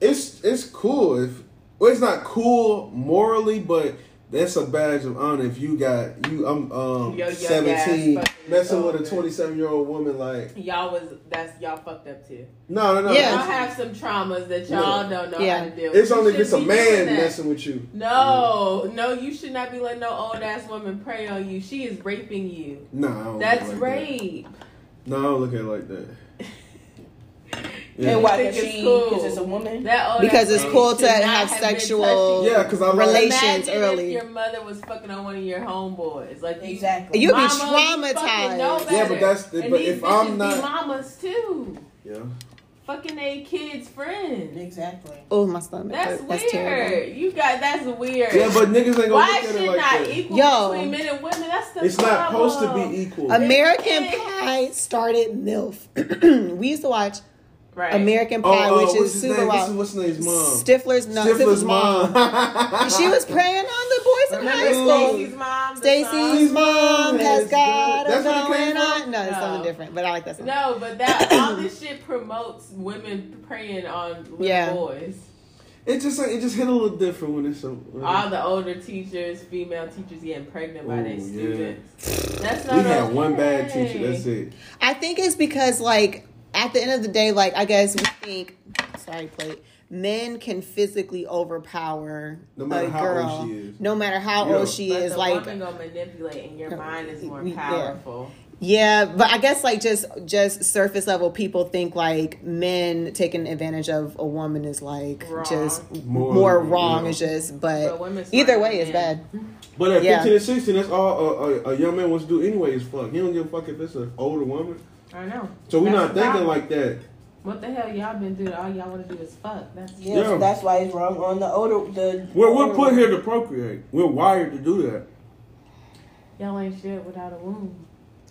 [SPEAKER 2] it's it's cool if well, it's not cool morally, but that's a badge of honor if you got you. I'm
[SPEAKER 1] Yo,
[SPEAKER 2] um
[SPEAKER 1] young ass
[SPEAKER 2] seventeen
[SPEAKER 1] fucking
[SPEAKER 2] messing with a
[SPEAKER 1] soldier.
[SPEAKER 2] twenty seven year old woman. Like,
[SPEAKER 1] Y'all was that's y'all fucked up too.
[SPEAKER 2] no, no, no.
[SPEAKER 4] Yeah.
[SPEAKER 1] Y'all have some traumas that y'all don't know
[SPEAKER 4] Yeah.
[SPEAKER 1] how to deal with.
[SPEAKER 2] It's only if
[SPEAKER 1] You
[SPEAKER 2] it's a
[SPEAKER 1] shouldn't be doing
[SPEAKER 2] man
[SPEAKER 1] that.
[SPEAKER 2] messing with you.
[SPEAKER 1] No, no, you should not be letting no old ass woman prey on you. She is raping you.
[SPEAKER 2] No, I don't
[SPEAKER 1] That's
[SPEAKER 2] look like that.
[SPEAKER 1] rape.
[SPEAKER 2] No, I don't look at it like that.
[SPEAKER 5] And
[SPEAKER 2] Yeah,
[SPEAKER 5] why?
[SPEAKER 1] think
[SPEAKER 5] Because
[SPEAKER 1] it's
[SPEAKER 5] she,
[SPEAKER 1] cool.
[SPEAKER 5] because it's a woman.
[SPEAKER 1] That old
[SPEAKER 4] Because
[SPEAKER 1] ass
[SPEAKER 4] it's
[SPEAKER 1] woman
[SPEAKER 4] cool
[SPEAKER 1] should
[SPEAKER 4] to
[SPEAKER 1] not
[SPEAKER 4] have
[SPEAKER 1] been
[SPEAKER 4] sexual
[SPEAKER 1] touching you.
[SPEAKER 2] yeah, because I like.
[SPEAKER 4] Relation-
[SPEAKER 1] Imagine
[SPEAKER 4] relations early.
[SPEAKER 1] If your mother was fucking on one of your homeboys, like you-
[SPEAKER 5] Exactly.
[SPEAKER 4] You- You'd be
[SPEAKER 1] Mama, you
[SPEAKER 4] traumatized.
[SPEAKER 1] fucking know
[SPEAKER 4] Yeah,
[SPEAKER 2] but
[SPEAKER 1] better.
[SPEAKER 2] that's the-
[SPEAKER 1] and
[SPEAKER 2] but
[SPEAKER 1] these
[SPEAKER 2] if I'm
[SPEAKER 1] bitches
[SPEAKER 2] not-
[SPEAKER 1] be mamas too,
[SPEAKER 2] Yeah,
[SPEAKER 1] fucking they kids' friends.
[SPEAKER 5] exactly.
[SPEAKER 4] Oh, my stomach.
[SPEAKER 1] That's,
[SPEAKER 4] hurt.
[SPEAKER 1] weird.
[SPEAKER 4] terrible.
[SPEAKER 1] You got that's weird.
[SPEAKER 2] yeah, but niggas ain't gonna
[SPEAKER 1] why
[SPEAKER 2] look
[SPEAKER 1] is
[SPEAKER 2] at
[SPEAKER 1] shit
[SPEAKER 2] it like
[SPEAKER 1] not
[SPEAKER 2] that.
[SPEAKER 1] equal
[SPEAKER 4] Yo.
[SPEAKER 1] between men and women? That's the
[SPEAKER 2] It's not supposed to
[SPEAKER 1] problem.
[SPEAKER 2] be equal.
[SPEAKER 4] American
[SPEAKER 1] Yes.
[SPEAKER 4] Pie started MILF. we used to watch
[SPEAKER 1] Right.
[SPEAKER 4] American
[SPEAKER 2] Oh,
[SPEAKER 4] Pie,
[SPEAKER 2] uh,
[SPEAKER 4] which
[SPEAKER 2] what's
[SPEAKER 4] is
[SPEAKER 2] his
[SPEAKER 4] super
[SPEAKER 2] name?
[SPEAKER 4] wild.
[SPEAKER 2] What's, what's his name's mom?
[SPEAKER 4] Stifler's not Stifler's mom. she was praying on the boys in high
[SPEAKER 1] Remember
[SPEAKER 4] school.
[SPEAKER 1] Stacy's mom? the
[SPEAKER 4] Stacy's
[SPEAKER 1] song?
[SPEAKER 4] mom has got a
[SPEAKER 2] That's where it came
[SPEAKER 4] going
[SPEAKER 2] from?
[SPEAKER 4] on. No, it's
[SPEAKER 1] No.
[SPEAKER 4] something different, but I like that song.
[SPEAKER 1] No, but that all this shit promotes women preying on little
[SPEAKER 4] Yeah.
[SPEAKER 1] boys.
[SPEAKER 2] It just like, it just hit a little different when it's a. When
[SPEAKER 1] All the older teachers, female teachers getting pregnant by
[SPEAKER 2] Ooh,
[SPEAKER 1] their
[SPEAKER 2] yeah.
[SPEAKER 1] students. That's
[SPEAKER 2] we
[SPEAKER 1] not
[SPEAKER 2] had
[SPEAKER 1] okay.
[SPEAKER 2] one bad teacher. That's it.
[SPEAKER 4] I think it's because like at the end of the day, like I guess we think sorry, plate. Men can physically overpower
[SPEAKER 2] No
[SPEAKER 4] a
[SPEAKER 2] matter how
[SPEAKER 4] girl,
[SPEAKER 2] old she is.
[SPEAKER 4] no matter how
[SPEAKER 2] Yeah.
[SPEAKER 4] old she
[SPEAKER 1] But
[SPEAKER 4] is.
[SPEAKER 1] the
[SPEAKER 4] Like,
[SPEAKER 1] woman gonna manipulate, and your mind is more
[SPEAKER 4] Yeah.
[SPEAKER 1] powerful.
[SPEAKER 4] yeah, but I guess like just just surface level people think like men taking advantage of a woman is like
[SPEAKER 1] Wrong.
[SPEAKER 4] just more,
[SPEAKER 2] More-
[SPEAKER 4] wrong.
[SPEAKER 2] yeah.
[SPEAKER 4] It's just,
[SPEAKER 1] But
[SPEAKER 4] but
[SPEAKER 1] women
[SPEAKER 4] either
[SPEAKER 1] smarter
[SPEAKER 4] way
[SPEAKER 1] than
[SPEAKER 4] is
[SPEAKER 1] men.
[SPEAKER 4] bad.
[SPEAKER 2] But at
[SPEAKER 4] Yeah.
[SPEAKER 2] 15 and 16, that's all a, a, a young man wants to do anyway is fuck. He don't give a fuck if it's an older woman.
[SPEAKER 1] I know.
[SPEAKER 2] So we're
[SPEAKER 1] That's
[SPEAKER 2] not
[SPEAKER 1] the
[SPEAKER 2] thinking
[SPEAKER 1] problem.
[SPEAKER 2] like that.
[SPEAKER 1] What the hell y'all been doing? All y'all want to do is fuck. That's
[SPEAKER 5] Yes,
[SPEAKER 2] Yeah.
[SPEAKER 5] that's why it's wrong on the older the.
[SPEAKER 2] We're,
[SPEAKER 5] older
[SPEAKER 2] we're put
[SPEAKER 5] one.
[SPEAKER 2] here to procreate. We're wired to do that.
[SPEAKER 1] y'all ain't shit without a womb.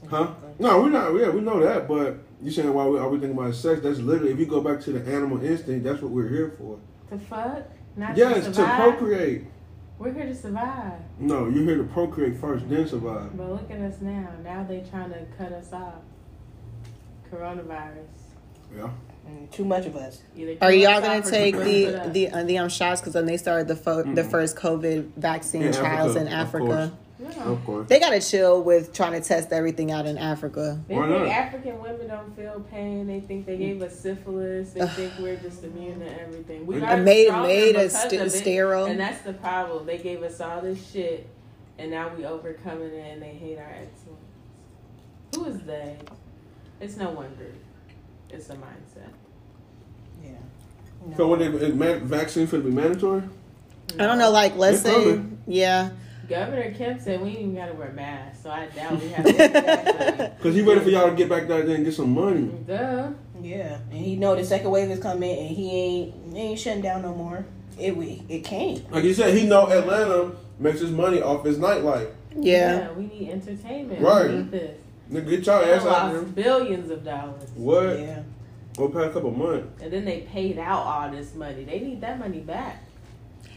[SPEAKER 2] Huh? No, we're not. Yeah, we know that. But you saying why we, are we thinking about sex? That's literally, if you go back to the animal instinct, that's what we're here for.
[SPEAKER 1] To fuck, not
[SPEAKER 2] yes,
[SPEAKER 1] to
[SPEAKER 2] to
[SPEAKER 1] survive.
[SPEAKER 2] procreate.
[SPEAKER 1] We're here to survive.
[SPEAKER 2] No, you're here to procreate first, then survive.
[SPEAKER 1] But look at us now. Now they trying to cut us off. Coronavirus.
[SPEAKER 2] Yeah.
[SPEAKER 5] Mm, Too much of us.
[SPEAKER 1] Either
[SPEAKER 4] Are
[SPEAKER 1] kill
[SPEAKER 4] y'all
[SPEAKER 1] us
[SPEAKER 4] gonna
[SPEAKER 1] off or
[SPEAKER 4] take
[SPEAKER 1] cut
[SPEAKER 4] the
[SPEAKER 1] us up.
[SPEAKER 4] the uh, the um, shots? Because then they started the fo- the
[SPEAKER 2] Mm-mm.
[SPEAKER 4] first COVID vaccine
[SPEAKER 2] In
[SPEAKER 4] trials
[SPEAKER 2] Africa,
[SPEAKER 4] in
[SPEAKER 2] of
[SPEAKER 4] Africa.
[SPEAKER 2] course.
[SPEAKER 1] No.
[SPEAKER 2] Of course.
[SPEAKER 4] They gotta chill with trying to test everything out in Africa.
[SPEAKER 1] They
[SPEAKER 2] Why
[SPEAKER 1] think
[SPEAKER 2] not?
[SPEAKER 1] African women don't feel pain. They think they gave us syphilis. They think we're just immune to everything. We
[SPEAKER 2] And
[SPEAKER 1] got
[SPEAKER 4] made
[SPEAKER 1] stronger
[SPEAKER 4] made us
[SPEAKER 1] because
[SPEAKER 4] st-
[SPEAKER 1] of it,
[SPEAKER 4] sterile.
[SPEAKER 1] And that's the problem. They gave us all this shit, and now we overcoming it, and they hate our excellence. Who is they? It's no one group. It's a mindset.
[SPEAKER 5] Yeah.
[SPEAKER 2] So what they, is ma- vaccine going to be mandatory?
[SPEAKER 4] I don't know, like let's
[SPEAKER 2] They're
[SPEAKER 4] say,
[SPEAKER 2] coming.
[SPEAKER 4] yeah,
[SPEAKER 1] Governor Kemp said we ain't even gotta wear masks, so I doubt we have to.
[SPEAKER 2] Because he ready for y'all to get back out there and get some money.
[SPEAKER 1] Duh.
[SPEAKER 5] Yeah, and he know the second wave is coming, and he ain't he ain't shutting down no more. It we it can't.
[SPEAKER 2] Like you said, he know Atlanta makes his money off his nightlife.
[SPEAKER 4] yeah,
[SPEAKER 1] We need entertainment.
[SPEAKER 2] Right.
[SPEAKER 1] We need this.
[SPEAKER 2] Nigga, get y'all
[SPEAKER 1] They
[SPEAKER 2] ass out there.
[SPEAKER 1] lost billions of dollars.
[SPEAKER 2] What?
[SPEAKER 5] Yeah,
[SPEAKER 2] Go past a couple months.
[SPEAKER 1] And then they paid out all this money. They need that money back.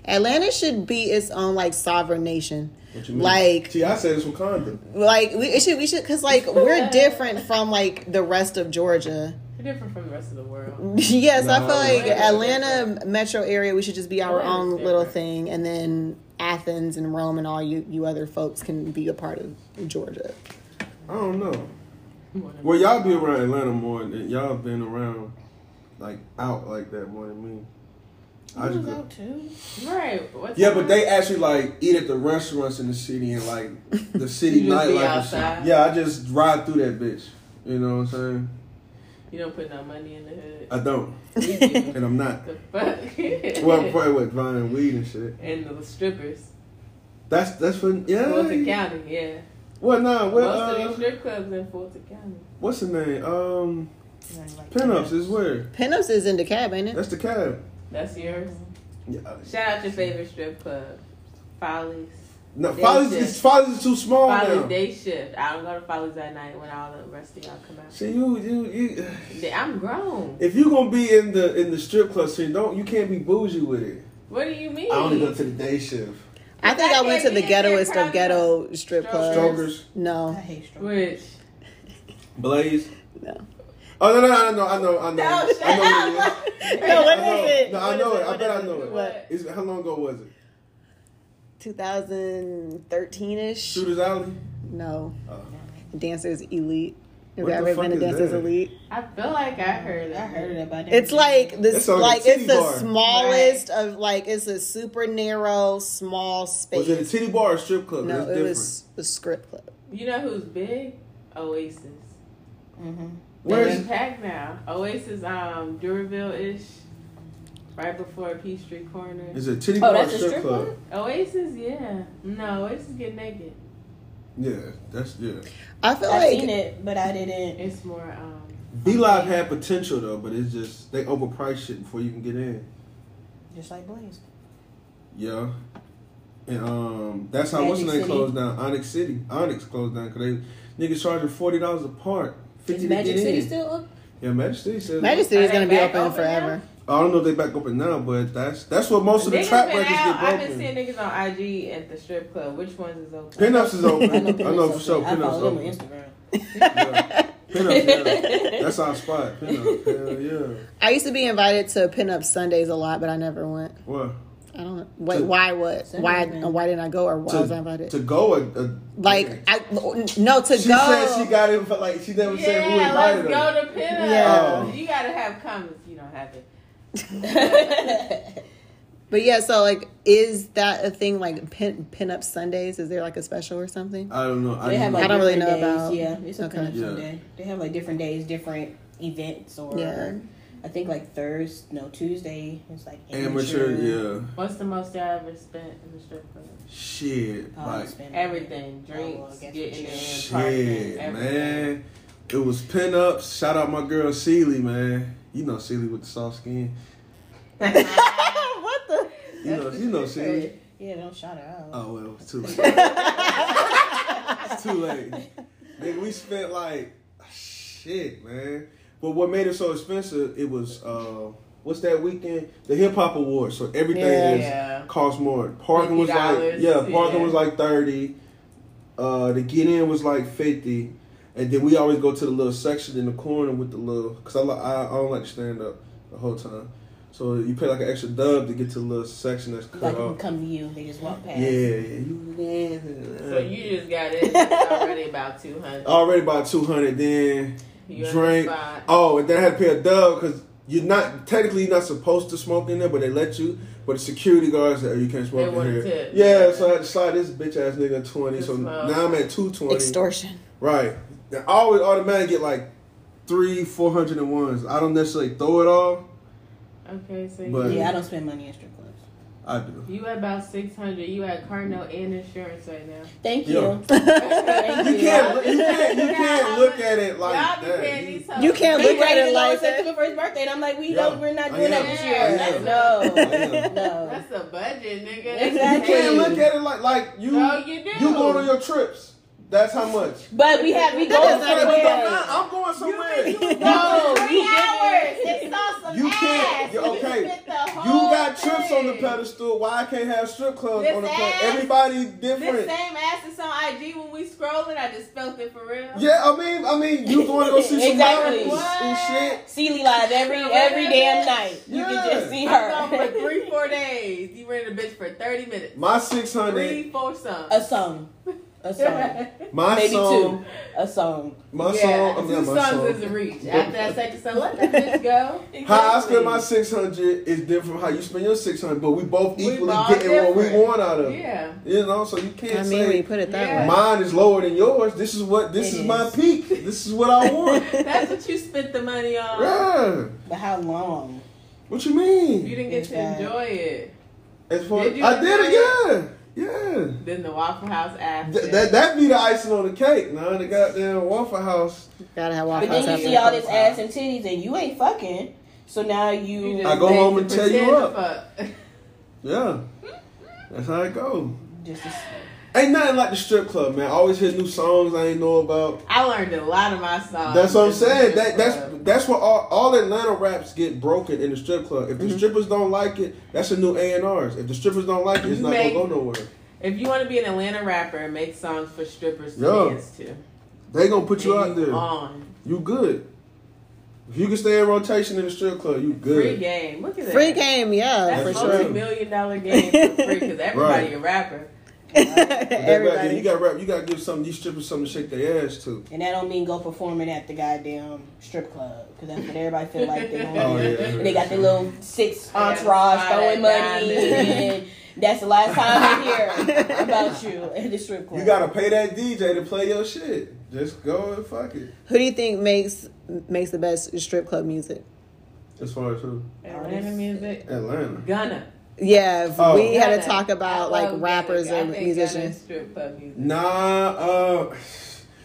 [SPEAKER 4] Atlanta should be its own like sovereign nation.
[SPEAKER 2] What you mean?
[SPEAKER 4] Like-
[SPEAKER 2] see, I said it's Wakanda.
[SPEAKER 4] Like we it should we should because like we're different from like the rest of Georgia.
[SPEAKER 1] They're different from the rest of the world.
[SPEAKER 4] yes, I
[SPEAKER 2] No.
[SPEAKER 4] feel like
[SPEAKER 1] Atlanta's
[SPEAKER 4] Atlanta metro area. We should just be our
[SPEAKER 1] Atlanta's
[SPEAKER 4] own little
[SPEAKER 1] different.
[SPEAKER 4] thing, and then Athens and Rome and all you you other folks can be a part of Georgia.
[SPEAKER 2] I don't know. Well, y'all be around Atlanta more than y'all been around, like out like that more than me. I
[SPEAKER 5] He
[SPEAKER 2] just
[SPEAKER 5] was
[SPEAKER 2] go.
[SPEAKER 5] out too.
[SPEAKER 1] right. What's
[SPEAKER 2] Yeah,
[SPEAKER 1] the
[SPEAKER 2] but they actually like eat at the restaurants in the city and like the city
[SPEAKER 1] You just be
[SPEAKER 2] nightlife. and shit.
[SPEAKER 1] outside.
[SPEAKER 2] Yeah, I just ride through that bitch. You know what I'm saying?
[SPEAKER 1] You don't put no money in the hood.
[SPEAKER 2] I don't,
[SPEAKER 1] We do.
[SPEAKER 2] and I'm not.
[SPEAKER 1] the fuck?
[SPEAKER 2] Well, probably with vine and weed and shit.
[SPEAKER 1] and the strippers.
[SPEAKER 2] That's that's for yeah.
[SPEAKER 1] Fulton County, yeah.
[SPEAKER 2] Well, nah. Well,
[SPEAKER 1] Most of
[SPEAKER 2] uh,
[SPEAKER 1] these strip clubs in Fulton County.
[SPEAKER 2] what's the name? Um, pinups is where.
[SPEAKER 4] Pinups is in the cab, ain't it?
[SPEAKER 2] That's the cab.
[SPEAKER 1] That's yours.
[SPEAKER 2] Yeah.
[SPEAKER 1] Shout out your favorite strip club, Follies.
[SPEAKER 2] No,
[SPEAKER 1] Day
[SPEAKER 2] Follies
[SPEAKER 1] shift.
[SPEAKER 2] is Follies is too small
[SPEAKER 1] Follies
[SPEAKER 2] now.
[SPEAKER 1] day shift. I don't go to Follies at night when all the rest of y'all come out.
[SPEAKER 2] See you, you, you.
[SPEAKER 1] I'm grown.
[SPEAKER 2] If you gonna be in the in the strip club scene, don't you can't be bougie with it.
[SPEAKER 1] What do you mean?
[SPEAKER 2] I only go to the day shift.
[SPEAKER 4] I think I went to the
[SPEAKER 1] Yeah, yeah, yeah,
[SPEAKER 4] ghettoest of
[SPEAKER 1] probably.
[SPEAKER 4] ghetto strip clubs.
[SPEAKER 2] Strokers,
[SPEAKER 5] I
[SPEAKER 4] No,
[SPEAKER 5] hate strong.
[SPEAKER 1] Which
[SPEAKER 2] Blaze.
[SPEAKER 4] No.
[SPEAKER 2] Oh no no I know I know I know
[SPEAKER 1] No, shut
[SPEAKER 2] I know what it is.
[SPEAKER 4] no, what
[SPEAKER 2] I know.
[SPEAKER 4] is it?
[SPEAKER 2] No,
[SPEAKER 4] What
[SPEAKER 2] I
[SPEAKER 4] is
[SPEAKER 2] know it. I
[SPEAKER 4] What
[SPEAKER 2] bet
[SPEAKER 4] is
[SPEAKER 2] I know it.
[SPEAKER 4] What?
[SPEAKER 2] Is how long ago was it?
[SPEAKER 4] 2013 ish.
[SPEAKER 2] Shooters Alley.
[SPEAKER 4] No,
[SPEAKER 2] Oh.
[SPEAKER 4] Dancers Elite. Have
[SPEAKER 2] What
[SPEAKER 4] you
[SPEAKER 2] the
[SPEAKER 4] ever been
[SPEAKER 2] fuck
[SPEAKER 4] to
[SPEAKER 2] is
[SPEAKER 4] Dancers
[SPEAKER 2] that?
[SPEAKER 4] Elite?
[SPEAKER 1] I feel like I heard.
[SPEAKER 5] I heard it about
[SPEAKER 4] It's like this,
[SPEAKER 2] It's on a
[SPEAKER 4] like
[SPEAKER 2] titty
[SPEAKER 4] it's the
[SPEAKER 2] bar.
[SPEAKER 4] smallest of like it's a super narrow, small space.
[SPEAKER 2] Was it a titty bar or strip club?
[SPEAKER 4] no,
[SPEAKER 2] That's
[SPEAKER 4] it
[SPEAKER 2] different.
[SPEAKER 4] was a script club.
[SPEAKER 1] You know who's big? Oasis.
[SPEAKER 5] Mm-hmm.
[SPEAKER 2] Where
[SPEAKER 1] They're
[SPEAKER 2] is?
[SPEAKER 1] packed now. Oasis, um, Duraville ish, right before Peachtree Corner.
[SPEAKER 2] Is it a titty
[SPEAKER 5] Oh,
[SPEAKER 2] bar or
[SPEAKER 5] that's a
[SPEAKER 2] strip,
[SPEAKER 5] strip
[SPEAKER 2] club?
[SPEAKER 5] club?
[SPEAKER 1] Oasis, yeah. No, Oasis get naked.
[SPEAKER 2] Yeah, that's yeah.
[SPEAKER 4] I feel
[SPEAKER 5] I
[SPEAKER 4] like
[SPEAKER 5] seen it, but I didn't.
[SPEAKER 1] It's more. Um,
[SPEAKER 2] V Live had potential though, but it's just they overpriced shit before you can get in.
[SPEAKER 5] Just like Blaze.
[SPEAKER 2] Yeah. And um, that's how what's
[SPEAKER 5] Magic
[SPEAKER 2] the name
[SPEAKER 5] City.
[SPEAKER 2] closed down. Onyx City. Onyx closed down because they niggas charging forty dollars a part,
[SPEAKER 5] Is
[SPEAKER 2] fifty to
[SPEAKER 5] Magic
[SPEAKER 2] get
[SPEAKER 5] City
[SPEAKER 2] in.
[SPEAKER 5] still up?
[SPEAKER 2] Yeah, Majesty says.
[SPEAKER 4] Majesty is
[SPEAKER 1] Are
[SPEAKER 4] going to
[SPEAKER 1] they
[SPEAKER 4] be
[SPEAKER 1] back
[SPEAKER 4] open
[SPEAKER 1] open
[SPEAKER 4] forever.
[SPEAKER 2] I don't know if they back open now, but that's that's what most of the
[SPEAKER 1] Niggas
[SPEAKER 2] trap
[SPEAKER 1] been
[SPEAKER 2] records
[SPEAKER 1] out.
[SPEAKER 2] get
[SPEAKER 1] I've been
[SPEAKER 2] broken.
[SPEAKER 1] seeing niggas on IG at the strip club. Which ones is open?
[SPEAKER 2] Pinups is open. I
[SPEAKER 5] think
[SPEAKER 2] know
[SPEAKER 5] it's
[SPEAKER 2] for sure.
[SPEAKER 5] open. I
[SPEAKER 2] Pinups
[SPEAKER 5] follow them on
[SPEAKER 2] open.
[SPEAKER 5] Instagram.
[SPEAKER 2] Yeah. Pinups, yeah. That's our spot. Pinup. Hell yeah.
[SPEAKER 4] I used to be invited to pinup Sundays a lot, but I never went.
[SPEAKER 2] What?
[SPEAKER 4] I don't know. What,
[SPEAKER 2] To-
[SPEAKER 4] why? What? why?
[SPEAKER 5] Sunday,
[SPEAKER 4] Why didn't I go? Or why
[SPEAKER 2] To-
[SPEAKER 4] was I invited?
[SPEAKER 2] To go or, or
[SPEAKER 4] like, I no to
[SPEAKER 2] she
[SPEAKER 4] go.
[SPEAKER 2] said she got it, but like she never said who
[SPEAKER 1] Yeah, let's
[SPEAKER 2] invited her.
[SPEAKER 1] go to pinup.
[SPEAKER 4] Yeah.
[SPEAKER 2] Oh.
[SPEAKER 1] You gotta have comments. You don't have it.
[SPEAKER 4] But yeah, so like, is that a thing? Like pin pinup Sundays? Is there like a special or something?
[SPEAKER 2] I don't know. I
[SPEAKER 5] They
[SPEAKER 2] didn't-
[SPEAKER 5] have like
[SPEAKER 4] I don't really
[SPEAKER 5] different
[SPEAKER 4] know
[SPEAKER 5] days.
[SPEAKER 4] about-
[SPEAKER 5] Yeah, it's okay.
[SPEAKER 4] Okay.
[SPEAKER 5] Kind
[SPEAKER 2] Yeah.
[SPEAKER 5] They have like different days, different events, or
[SPEAKER 4] Yeah.
[SPEAKER 5] I think like Thursday, no Tuesday. It's like
[SPEAKER 2] amateur. Yeah.
[SPEAKER 1] What's the most I ever spent in the strip club?
[SPEAKER 2] Shit.
[SPEAKER 5] Oh,
[SPEAKER 2] Like
[SPEAKER 5] spend money.
[SPEAKER 1] Everything,
[SPEAKER 5] Oh, well,
[SPEAKER 1] drinks,
[SPEAKER 5] I guess
[SPEAKER 1] getting
[SPEAKER 5] we
[SPEAKER 1] in,
[SPEAKER 5] should.
[SPEAKER 1] parking,
[SPEAKER 2] shit,
[SPEAKER 1] everything.
[SPEAKER 2] man. It was pinups. Shout out my girl Seely, man. You know Seely with the soft skin.
[SPEAKER 4] what the?
[SPEAKER 2] You know, you know Seely.
[SPEAKER 5] Yeah, don't shout her out.
[SPEAKER 2] Oh well, it's too late. it's too late. Nigga, we spent like shit, man. But what made it so expensive? It was uh, what's that weekend? The hip hop awards. So everything
[SPEAKER 4] Yeah.
[SPEAKER 2] is
[SPEAKER 1] Yeah.
[SPEAKER 2] cost more. Parking was like
[SPEAKER 1] $50,
[SPEAKER 2] yeah, parking
[SPEAKER 1] yeah.
[SPEAKER 2] was like thirty. Uh, the get in was like fifty, and then we always go to the little section in the corner with the little because I, li- I I don't like to stand up the whole time. So you pay like an extra dub to get to the little section that's cut
[SPEAKER 5] Like
[SPEAKER 2] off.
[SPEAKER 5] when come to you, they just walk past.
[SPEAKER 2] uh, Yeah, you
[SPEAKER 1] So
[SPEAKER 2] Uh,
[SPEAKER 1] you just got it It's already about two hundred.
[SPEAKER 2] already about two hundred. Then
[SPEAKER 1] You on the
[SPEAKER 2] drink.
[SPEAKER 1] spot.
[SPEAKER 2] oh, and then I had to pay a dub because you're not technically you're not supposed to smoke in there, but they let you. But the security guards said, "Oh, you can't
[SPEAKER 1] They
[SPEAKER 2] smoke
[SPEAKER 1] want
[SPEAKER 2] in
[SPEAKER 1] a
[SPEAKER 2] here."
[SPEAKER 1] tip.
[SPEAKER 2] Yeah, so I had to slide this bitch ass nigga twenty.
[SPEAKER 1] To
[SPEAKER 2] So
[SPEAKER 1] smoke.
[SPEAKER 2] now I'm at two twenty.
[SPEAKER 4] Extortion.
[SPEAKER 2] Right. I always automatically get like three, four hundred and ones. I don't necessarily throw it all.
[SPEAKER 1] Okay, so you-
[SPEAKER 2] But-
[SPEAKER 5] Yeah, I don't spend money in strip clubs.
[SPEAKER 2] I do.
[SPEAKER 1] you at about six hundred. You at Cardinal and insurance right now.
[SPEAKER 5] Thank
[SPEAKER 2] Yeah.
[SPEAKER 5] you.
[SPEAKER 2] You
[SPEAKER 5] Thank you.
[SPEAKER 2] can't. You can't. You
[SPEAKER 1] Y'all
[SPEAKER 2] can't look at it
[SPEAKER 1] Y'all
[SPEAKER 2] like
[SPEAKER 1] be
[SPEAKER 2] that.
[SPEAKER 1] paying
[SPEAKER 2] You-
[SPEAKER 1] these hoes.
[SPEAKER 4] You can't
[SPEAKER 5] They
[SPEAKER 4] look at
[SPEAKER 5] rated
[SPEAKER 4] it
[SPEAKER 5] it
[SPEAKER 4] like
[SPEAKER 5] on
[SPEAKER 4] that.
[SPEAKER 5] September first birthday, and I'm like, we
[SPEAKER 2] Yeah.
[SPEAKER 5] don't, we're not
[SPEAKER 2] I
[SPEAKER 5] doing
[SPEAKER 2] am.
[SPEAKER 5] that this
[SPEAKER 1] Yeah,
[SPEAKER 5] year.
[SPEAKER 1] that's-
[SPEAKER 4] Oh,
[SPEAKER 5] No,
[SPEAKER 2] am.
[SPEAKER 5] no.
[SPEAKER 1] That's a budget, nigga.
[SPEAKER 2] You
[SPEAKER 5] Exactly.
[SPEAKER 2] can't look at it like like you.
[SPEAKER 1] No, you do.
[SPEAKER 2] You going on your trips. That's how much.
[SPEAKER 5] But we have we
[SPEAKER 4] That
[SPEAKER 5] go
[SPEAKER 4] does not
[SPEAKER 5] somewhere.
[SPEAKER 4] even
[SPEAKER 2] Nah, I'm going somewhere. You
[SPEAKER 5] No,
[SPEAKER 1] Three
[SPEAKER 5] you
[SPEAKER 1] hours.
[SPEAKER 5] didn't.
[SPEAKER 1] It's all some
[SPEAKER 2] You
[SPEAKER 1] ass.
[SPEAKER 2] can't-
[SPEAKER 1] You
[SPEAKER 2] yeah, okay.
[SPEAKER 1] spent the whole
[SPEAKER 2] got trips on the
[SPEAKER 1] thing.
[SPEAKER 2] pedestal. Why I can't have strip clubs
[SPEAKER 1] This
[SPEAKER 2] on the
[SPEAKER 1] ass-
[SPEAKER 2] pedestal? Everybody's
[SPEAKER 1] This
[SPEAKER 2] different.
[SPEAKER 1] same ass is on IG when we scrolling. I just felt it for real.
[SPEAKER 2] Yeah, I mean, I mean, you going to go see some
[SPEAKER 5] Exactly.
[SPEAKER 2] mountains and shit.
[SPEAKER 5] Sealy live every every damn night. You can just see
[SPEAKER 1] I was on for
[SPEAKER 5] her.
[SPEAKER 1] three, four days. You rented a bitch for thirty minutes.
[SPEAKER 2] My six hundred,
[SPEAKER 1] Three, four, some.
[SPEAKER 5] A song, a song,
[SPEAKER 2] my
[SPEAKER 5] maybe
[SPEAKER 2] song,
[SPEAKER 5] two, a song.
[SPEAKER 2] my
[SPEAKER 1] yeah,
[SPEAKER 2] song, I'm
[SPEAKER 1] two
[SPEAKER 2] not my
[SPEAKER 1] songs
[SPEAKER 2] song.
[SPEAKER 1] is a reach. After I second song, let that bitch go.
[SPEAKER 2] How I spend
[SPEAKER 1] Exactly.
[SPEAKER 2] my six hundred is different from how you spend your six hundred, but we both
[SPEAKER 1] We
[SPEAKER 2] equally
[SPEAKER 1] both
[SPEAKER 2] getting what we
[SPEAKER 1] different.
[SPEAKER 2] want out of. it.
[SPEAKER 1] Yeah.
[SPEAKER 2] You know, so you can't
[SPEAKER 4] I mean, when
[SPEAKER 2] say
[SPEAKER 4] you put it that
[SPEAKER 1] Yeah.
[SPEAKER 4] way.
[SPEAKER 2] mine is lower than yours. This is what this
[SPEAKER 5] It
[SPEAKER 2] is
[SPEAKER 5] is.
[SPEAKER 2] my peak. This is what I want.
[SPEAKER 1] That's what you spent the money on.
[SPEAKER 2] yeah.
[SPEAKER 5] But how long?
[SPEAKER 2] What you mean?
[SPEAKER 1] You didn't get to
[SPEAKER 5] Exactly.
[SPEAKER 1] enjoy it.
[SPEAKER 2] As far
[SPEAKER 1] Did you
[SPEAKER 2] I did
[SPEAKER 1] enjoy
[SPEAKER 2] it, yeah, yeah.
[SPEAKER 1] Then the Waffle House after.
[SPEAKER 2] Th- that that be the icing on the cake. Now the goddamn Waffle House.
[SPEAKER 4] Gotta have
[SPEAKER 5] But
[SPEAKER 4] Waffle
[SPEAKER 5] then
[SPEAKER 4] House.
[SPEAKER 5] you see all this ass and titties, and you ain't fucking. So now
[SPEAKER 1] You
[SPEAKER 5] you
[SPEAKER 1] just
[SPEAKER 2] I go
[SPEAKER 1] made
[SPEAKER 2] home
[SPEAKER 1] to
[SPEAKER 2] and tell you
[SPEAKER 1] pretend to
[SPEAKER 2] up.
[SPEAKER 1] fuck.
[SPEAKER 2] Yeah, that's how it go.
[SPEAKER 5] just.
[SPEAKER 2] Ain't nothing like the strip club, man. I always hear new songs I ain't know about.
[SPEAKER 1] I learned a lot of my songs.
[SPEAKER 2] That's what I'm
[SPEAKER 1] in the
[SPEAKER 2] saying.
[SPEAKER 1] Oh, strip
[SPEAKER 2] That that's
[SPEAKER 1] club.
[SPEAKER 2] that's what all, all Atlanta raps get broken in the strip club. If
[SPEAKER 1] Mm-hmm.
[SPEAKER 2] the strippers don't like it, that's a new A and R's. If the strippers don't like it, it's
[SPEAKER 1] You
[SPEAKER 2] not
[SPEAKER 1] make-
[SPEAKER 2] gonna go nowhere.
[SPEAKER 1] If you want to be an Atlanta rapper, make songs for strippers to
[SPEAKER 2] Yeah.
[SPEAKER 1] dance to.
[SPEAKER 2] They gonna put you
[SPEAKER 1] And
[SPEAKER 2] out there.
[SPEAKER 1] On
[SPEAKER 2] You good. If you can stay in rotation in the strip club, you
[SPEAKER 1] free
[SPEAKER 2] good.
[SPEAKER 1] game. Look at that.
[SPEAKER 4] Free game, yeah,
[SPEAKER 1] That's
[SPEAKER 2] for
[SPEAKER 4] for
[SPEAKER 2] sure.
[SPEAKER 1] multi million dollar game for free because everybody
[SPEAKER 2] Right.
[SPEAKER 1] a rapper.
[SPEAKER 4] sure.
[SPEAKER 2] But that rap, you got rap. You gotta give some of these strippers something to shake their ass to.
[SPEAKER 5] And that don't mean go performing at the goddamn strip club because that's what everybody feel like they want.
[SPEAKER 2] Oh yeah.
[SPEAKER 5] And they got their little six
[SPEAKER 1] Yeah,
[SPEAKER 5] entourage
[SPEAKER 1] fire
[SPEAKER 5] throwing money,
[SPEAKER 1] diamond.
[SPEAKER 5] and that's the last time we hear about you at the strip club.
[SPEAKER 2] You gotta pay that DJ to play your shit. Just go and fuck it.
[SPEAKER 4] Who do you think makes makes the best strip club music?
[SPEAKER 2] As far as who?
[SPEAKER 1] Atlanta music.
[SPEAKER 2] Atlanta.
[SPEAKER 1] Ghana.
[SPEAKER 4] Yeah, if
[SPEAKER 2] Oh.
[SPEAKER 4] we had
[SPEAKER 1] Ghana.
[SPEAKER 4] to talk about
[SPEAKER 1] I
[SPEAKER 4] like
[SPEAKER 1] love
[SPEAKER 4] rappers
[SPEAKER 1] Ghana. Oh, I
[SPEAKER 4] and
[SPEAKER 1] think Ghana is
[SPEAKER 4] musicians.
[SPEAKER 1] Strip club music.
[SPEAKER 2] Nah, uh,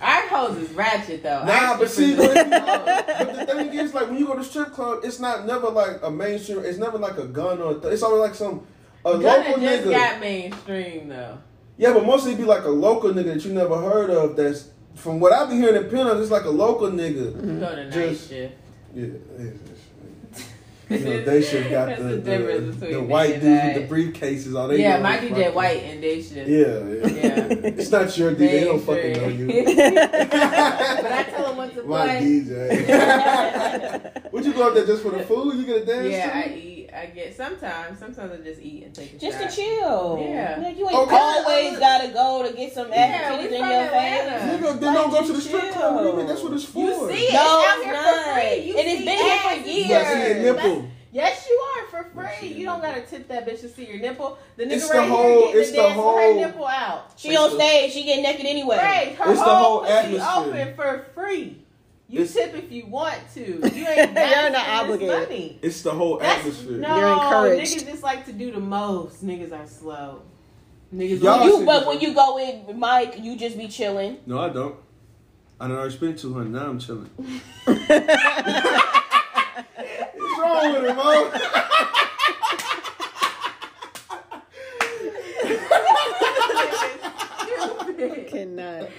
[SPEAKER 1] Our hoes is ratchet though.
[SPEAKER 2] nah.
[SPEAKER 1] Our
[SPEAKER 2] But see,
[SPEAKER 1] strippers
[SPEAKER 2] but,
[SPEAKER 1] is-
[SPEAKER 2] if you- but the thing is, like when you go to strip club, it's not never like a mainstream. It's never like a gun or a th- it's always like some a
[SPEAKER 1] Ghana
[SPEAKER 2] local
[SPEAKER 1] just
[SPEAKER 2] nigga.
[SPEAKER 1] got mainstream though.
[SPEAKER 2] Yeah, but mostly it be like a local nigga that you never heard of. That's from what I've been hearing in Penn, it's like a local nigga.
[SPEAKER 1] Go to night
[SPEAKER 2] Mm-hmm. Just-
[SPEAKER 1] shift.
[SPEAKER 2] Yeah, it's- it's- you know, they should have got
[SPEAKER 1] That's
[SPEAKER 2] the,
[SPEAKER 1] the
[SPEAKER 2] the,
[SPEAKER 1] difference
[SPEAKER 2] the,
[SPEAKER 1] between
[SPEAKER 2] white
[SPEAKER 1] me
[SPEAKER 2] dudes
[SPEAKER 1] and
[SPEAKER 2] with the briefcases. All Oh, they
[SPEAKER 1] Yeah,
[SPEAKER 2] know is
[SPEAKER 1] Mikey
[SPEAKER 2] fucking-
[SPEAKER 1] did white and they should.
[SPEAKER 2] Yeah, yeah,
[SPEAKER 1] Yeah.
[SPEAKER 2] It's not your DJ. They, don't
[SPEAKER 1] sure-
[SPEAKER 2] fucking know you.
[SPEAKER 1] but I tell them what to
[SPEAKER 2] My
[SPEAKER 1] play.
[SPEAKER 2] DJ. Would you go out there just for the food? You gonna dance?
[SPEAKER 1] Yeah,
[SPEAKER 2] too?
[SPEAKER 1] I eat. I get sometimes. Sometimes I just eat and take a
[SPEAKER 3] Just
[SPEAKER 1] shot.
[SPEAKER 3] to chill.
[SPEAKER 1] Yeah.
[SPEAKER 3] Like, you ain't
[SPEAKER 2] Okay.
[SPEAKER 3] always gotta go to get some
[SPEAKER 1] Yeah,
[SPEAKER 3] activities
[SPEAKER 1] we
[SPEAKER 3] in
[SPEAKER 1] from
[SPEAKER 3] your
[SPEAKER 1] Atlanta.
[SPEAKER 3] face.
[SPEAKER 2] Nigga, then
[SPEAKER 3] Like,
[SPEAKER 2] don't go
[SPEAKER 3] you
[SPEAKER 2] to the strip
[SPEAKER 3] chill.
[SPEAKER 2] club. What do you mean? That's what it's for.
[SPEAKER 1] You see it
[SPEAKER 3] No,
[SPEAKER 1] out
[SPEAKER 3] it's
[SPEAKER 1] here for
[SPEAKER 3] not.
[SPEAKER 1] free. You
[SPEAKER 3] And it's
[SPEAKER 1] see
[SPEAKER 3] been here for
[SPEAKER 1] ass.
[SPEAKER 3] years.
[SPEAKER 2] You gotta see a nipple.
[SPEAKER 1] Yes, you are for free.
[SPEAKER 2] Yes,
[SPEAKER 1] You don't gotta tip that bitch to see your nipple. The nigga
[SPEAKER 2] It's the
[SPEAKER 1] right
[SPEAKER 2] whole-
[SPEAKER 1] here getting
[SPEAKER 2] it's
[SPEAKER 1] to
[SPEAKER 2] the
[SPEAKER 1] dance
[SPEAKER 2] whole-
[SPEAKER 1] with her nipple out.
[SPEAKER 3] She on stage, she get naked anyway.
[SPEAKER 1] Right, her
[SPEAKER 2] It's the
[SPEAKER 1] whole,
[SPEAKER 2] whole
[SPEAKER 1] pussy
[SPEAKER 2] atmosphere.
[SPEAKER 1] open for free. You
[SPEAKER 2] It's-
[SPEAKER 1] tip if you want to. You ain't got to
[SPEAKER 4] You're not
[SPEAKER 1] spend this
[SPEAKER 4] obligated.
[SPEAKER 1] Money.
[SPEAKER 2] It's the whole
[SPEAKER 1] That's,
[SPEAKER 2] atmosphere.
[SPEAKER 1] no,
[SPEAKER 4] You're encouraged.
[SPEAKER 1] Niggas just like to do the most. Niggas are slow. Niggas
[SPEAKER 2] Y'all
[SPEAKER 1] like-
[SPEAKER 2] should
[SPEAKER 3] You,
[SPEAKER 2] be
[SPEAKER 3] but when you go in, Mike, you just be chilling.
[SPEAKER 2] No, I don't. I done already spent two hundred. Now I'm chilling. What's wrong with him, Mo?
[SPEAKER 4] Cannot.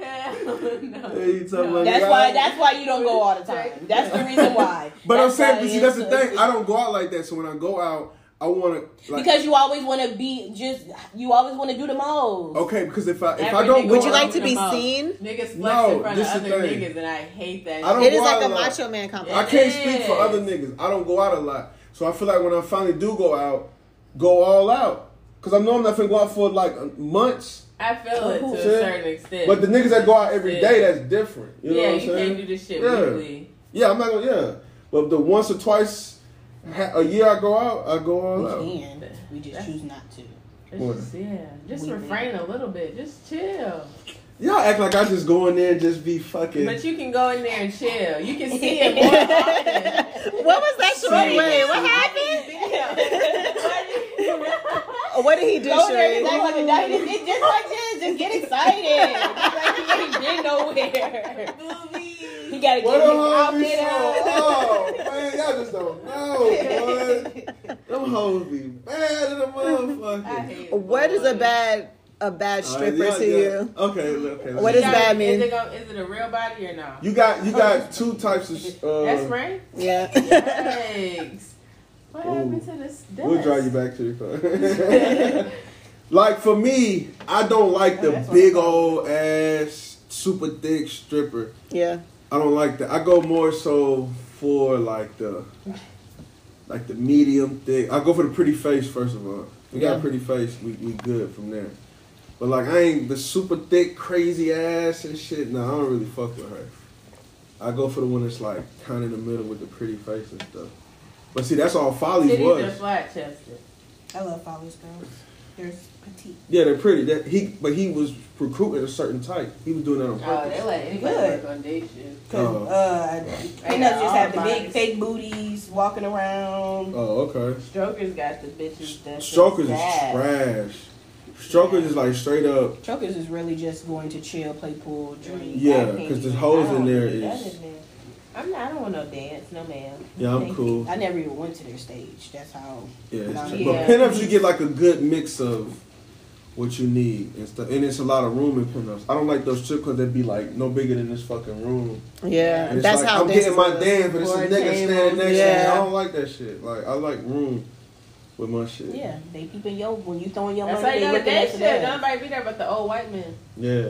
[SPEAKER 1] Hell no.
[SPEAKER 2] Hey, you talking about
[SPEAKER 3] That's
[SPEAKER 2] that?
[SPEAKER 3] why. That's why you don't go all the time. That's the reason why.
[SPEAKER 2] But
[SPEAKER 3] That's
[SPEAKER 2] I'm saying,
[SPEAKER 3] why
[SPEAKER 2] but see,
[SPEAKER 3] it's-
[SPEAKER 2] that's the thing. I don't go out like that. So when I go out, I want to like.
[SPEAKER 3] because you always want to be just. You always want to do the most.
[SPEAKER 2] okay, because if I if I
[SPEAKER 1] Every
[SPEAKER 2] don't
[SPEAKER 1] nigga
[SPEAKER 2] go
[SPEAKER 4] Would you
[SPEAKER 2] out,
[SPEAKER 4] like to be
[SPEAKER 1] Come on.
[SPEAKER 4] seen?
[SPEAKER 1] Niggas flex
[SPEAKER 2] No,
[SPEAKER 1] in front of
[SPEAKER 2] this is the
[SPEAKER 1] other
[SPEAKER 2] thing.
[SPEAKER 1] niggas, and I hate that.
[SPEAKER 2] I don't-
[SPEAKER 4] It is
[SPEAKER 2] Why
[SPEAKER 4] like a
[SPEAKER 2] not?
[SPEAKER 4] macho man complex.
[SPEAKER 2] I can't speak for
[SPEAKER 1] Yes.
[SPEAKER 2] other niggas. I don't go out a lot, so I feel like when I finally do go out, go all out. Cause I know I'm not finna go out for like months.
[SPEAKER 1] I feel it to a
[SPEAKER 2] Shit.
[SPEAKER 1] certain extent.
[SPEAKER 2] But the niggas that go out every
[SPEAKER 1] Yeah.
[SPEAKER 2] day, that's different. You know
[SPEAKER 1] yeah,
[SPEAKER 2] what I'm
[SPEAKER 1] you
[SPEAKER 2] saying?
[SPEAKER 1] can't do this shit
[SPEAKER 2] Yeah.
[SPEAKER 1] weekly.
[SPEAKER 2] Yeah, I'm not gonna. Yeah, but the once or twice ha- a year I go out, I go all out.
[SPEAKER 5] can. We just choose not to.
[SPEAKER 1] It's
[SPEAKER 2] What?
[SPEAKER 1] just, yeah, just
[SPEAKER 5] We-
[SPEAKER 1] refrain a little bit. Just chill.
[SPEAKER 2] Y'all act like I just go in there and just be fucking.
[SPEAKER 1] But you can go in there and chill. You can see it more often.
[SPEAKER 4] What was that short
[SPEAKER 2] See.
[SPEAKER 4] way? What happened? What did he do,
[SPEAKER 3] Go there
[SPEAKER 4] Sheree?
[SPEAKER 3] and act like a dog. It's it's just like this. Just get excited. It's like you ain't been nowhere. You gotta get
[SPEAKER 2] what
[SPEAKER 3] this
[SPEAKER 2] the hoes be
[SPEAKER 3] outfit
[SPEAKER 2] so?
[SPEAKER 3] up.
[SPEAKER 2] Oh man, y'all just don't know, boy. Them hoes be bad in the motherfucker.
[SPEAKER 4] What is a bad a
[SPEAKER 2] Uh,
[SPEAKER 4] bad stripper
[SPEAKER 2] Alright,
[SPEAKER 4] to
[SPEAKER 2] y'all- y'all-
[SPEAKER 4] you?
[SPEAKER 2] Okay, okay.
[SPEAKER 4] What is
[SPEAKER 1] Y'all-
[SPEAKER 4] bad mean?
[SPEAKER 1] Is it, gonna, is it a real body or no?
[SPEAKER 2] You got you got two types of. Uh,
[SPEAKER 1] That's right.
[SPEAKER 4] Yeah.
[SPEAKER 1] Thanks. What happened to this? Desk?
[SPEAKER 2] We'll drive you back to the car. like for me, I don't like the big old ass, super thick stripper.
[SPEAKER 4] yeah.
[SPEAKER 2] I don't like that. I go more so for like the like the medium thick. I go for the pretty face first of all. We got a
[SPEAKER 4] Yeah.
[SPEAKER 2] pretty face. We we good from there. But like I ain't the super thick crazy ass and shit. No, I don't really fuck with her. I go for the one that's like kind of in the middle with the pretty face and stuff. But see, that's all Follies
[SPEAKER 1] Titties are
[SPEAKER 2] was.
[SPEAKER 1] flat chested.
[SPEAKER 5] I love Follies girls. They're petite.
[SPEAKER 2] Yeah, they're pretty. That he, but he was recruiting a certain type. He was doing that on
[SPEAKER 1] Oh,
[SPEAKER 2] purpose.
[SPEAKER 1] they let anybody
[SPEAKER 5] Good.
[SPEAKER 1] work on date shit.
[SPEAKER 5] Cause,
[SPEAKER 2] Oh.
[SPEAKER 5] uh,
[SPEAKER 1] They
[SPEAKER 5] I
[SPEAKER 1] got
[SPEAKER 5] just
[SPEAKER 1] all
[SPEAKER 5] have the big
[SPEAKER 1] bodies.
[SPEAKER 5] fake booties walking around.
[SPEAKER 2] oh, okay.
[SPEAKER 1] Strokers got the bitches. That's
[SPEAKER 2] Strokers
[SPEAKER 1] bad.
[SPEAKER 2] is trash. Strokers is like straight up.
[SPEAKER 5] Chokers is really just going to chill, play pool, drink.
[SPEAKER 2] Yeah,
[SPEAKER 1] I can't
[SPEAKER 2] 'cause there's
[SPEAKER 1] even-
[SPEAKER 2] hoes
[SPEAKER 1] I don't
[SPEAKER 2] in there
[SPEAKER 1] do that
[SPEAKER 2] is-
[SPEAKER 1] in there. I'm not. I don't want no dance, no ma'am.
[SPEAKER 2] Yeah, I'm cool.
[SPEAKER 5] I never even went to their stage. That's how.
[SPEAKER 2] Yeah, it's
[SPEAKER 5] Nah,
[SPEAKER 2] true.
[SPEAKER 1] yeah.
[SPEAKER 2] but pinups you get like a good mix of what you need and stuff, and it's a lot of room in pinups. I don't like those strip clubs that be like no bigger than this fucking room.
[SPEAKER 4] Yeah.
[SPEAKER 2] And it's
[SPEAKER 4] That's
[SPEAKER 2] like,
[SPEAKER 4] how
[SPEAKER 2] I'm
[SPEAKER 4] this
[SPEAKER 2] getting my
[SPEAKER 4] was.
[SPEAKER 2] dance, but it's a
[SPEAKER 1] Or a
[SPEAKER 2] nigga
[SPEAKER 1] table.
[SPEAKER 2] standing next to me.
[SPEAKER 4] Yeah.
[SPEAKER 2] I don't like that shit. Like I like room with my shit.
[SPEAKER 5] Yeah, they peeping yo when you throwing your
[SPEAKER 1] That's how you
[SPEAKER 5] money. They
[SPEAKER 1] know the
[SPEAKER 5] looking
[SPEAKER 1] dance
[SPEAKER 5] at
[SPEAKER 1] shit.
[SPEAKER 5] your ass.
[SPEAKER 1] Nobody be there but the old white men.
[SPEAKER 2] Yeah,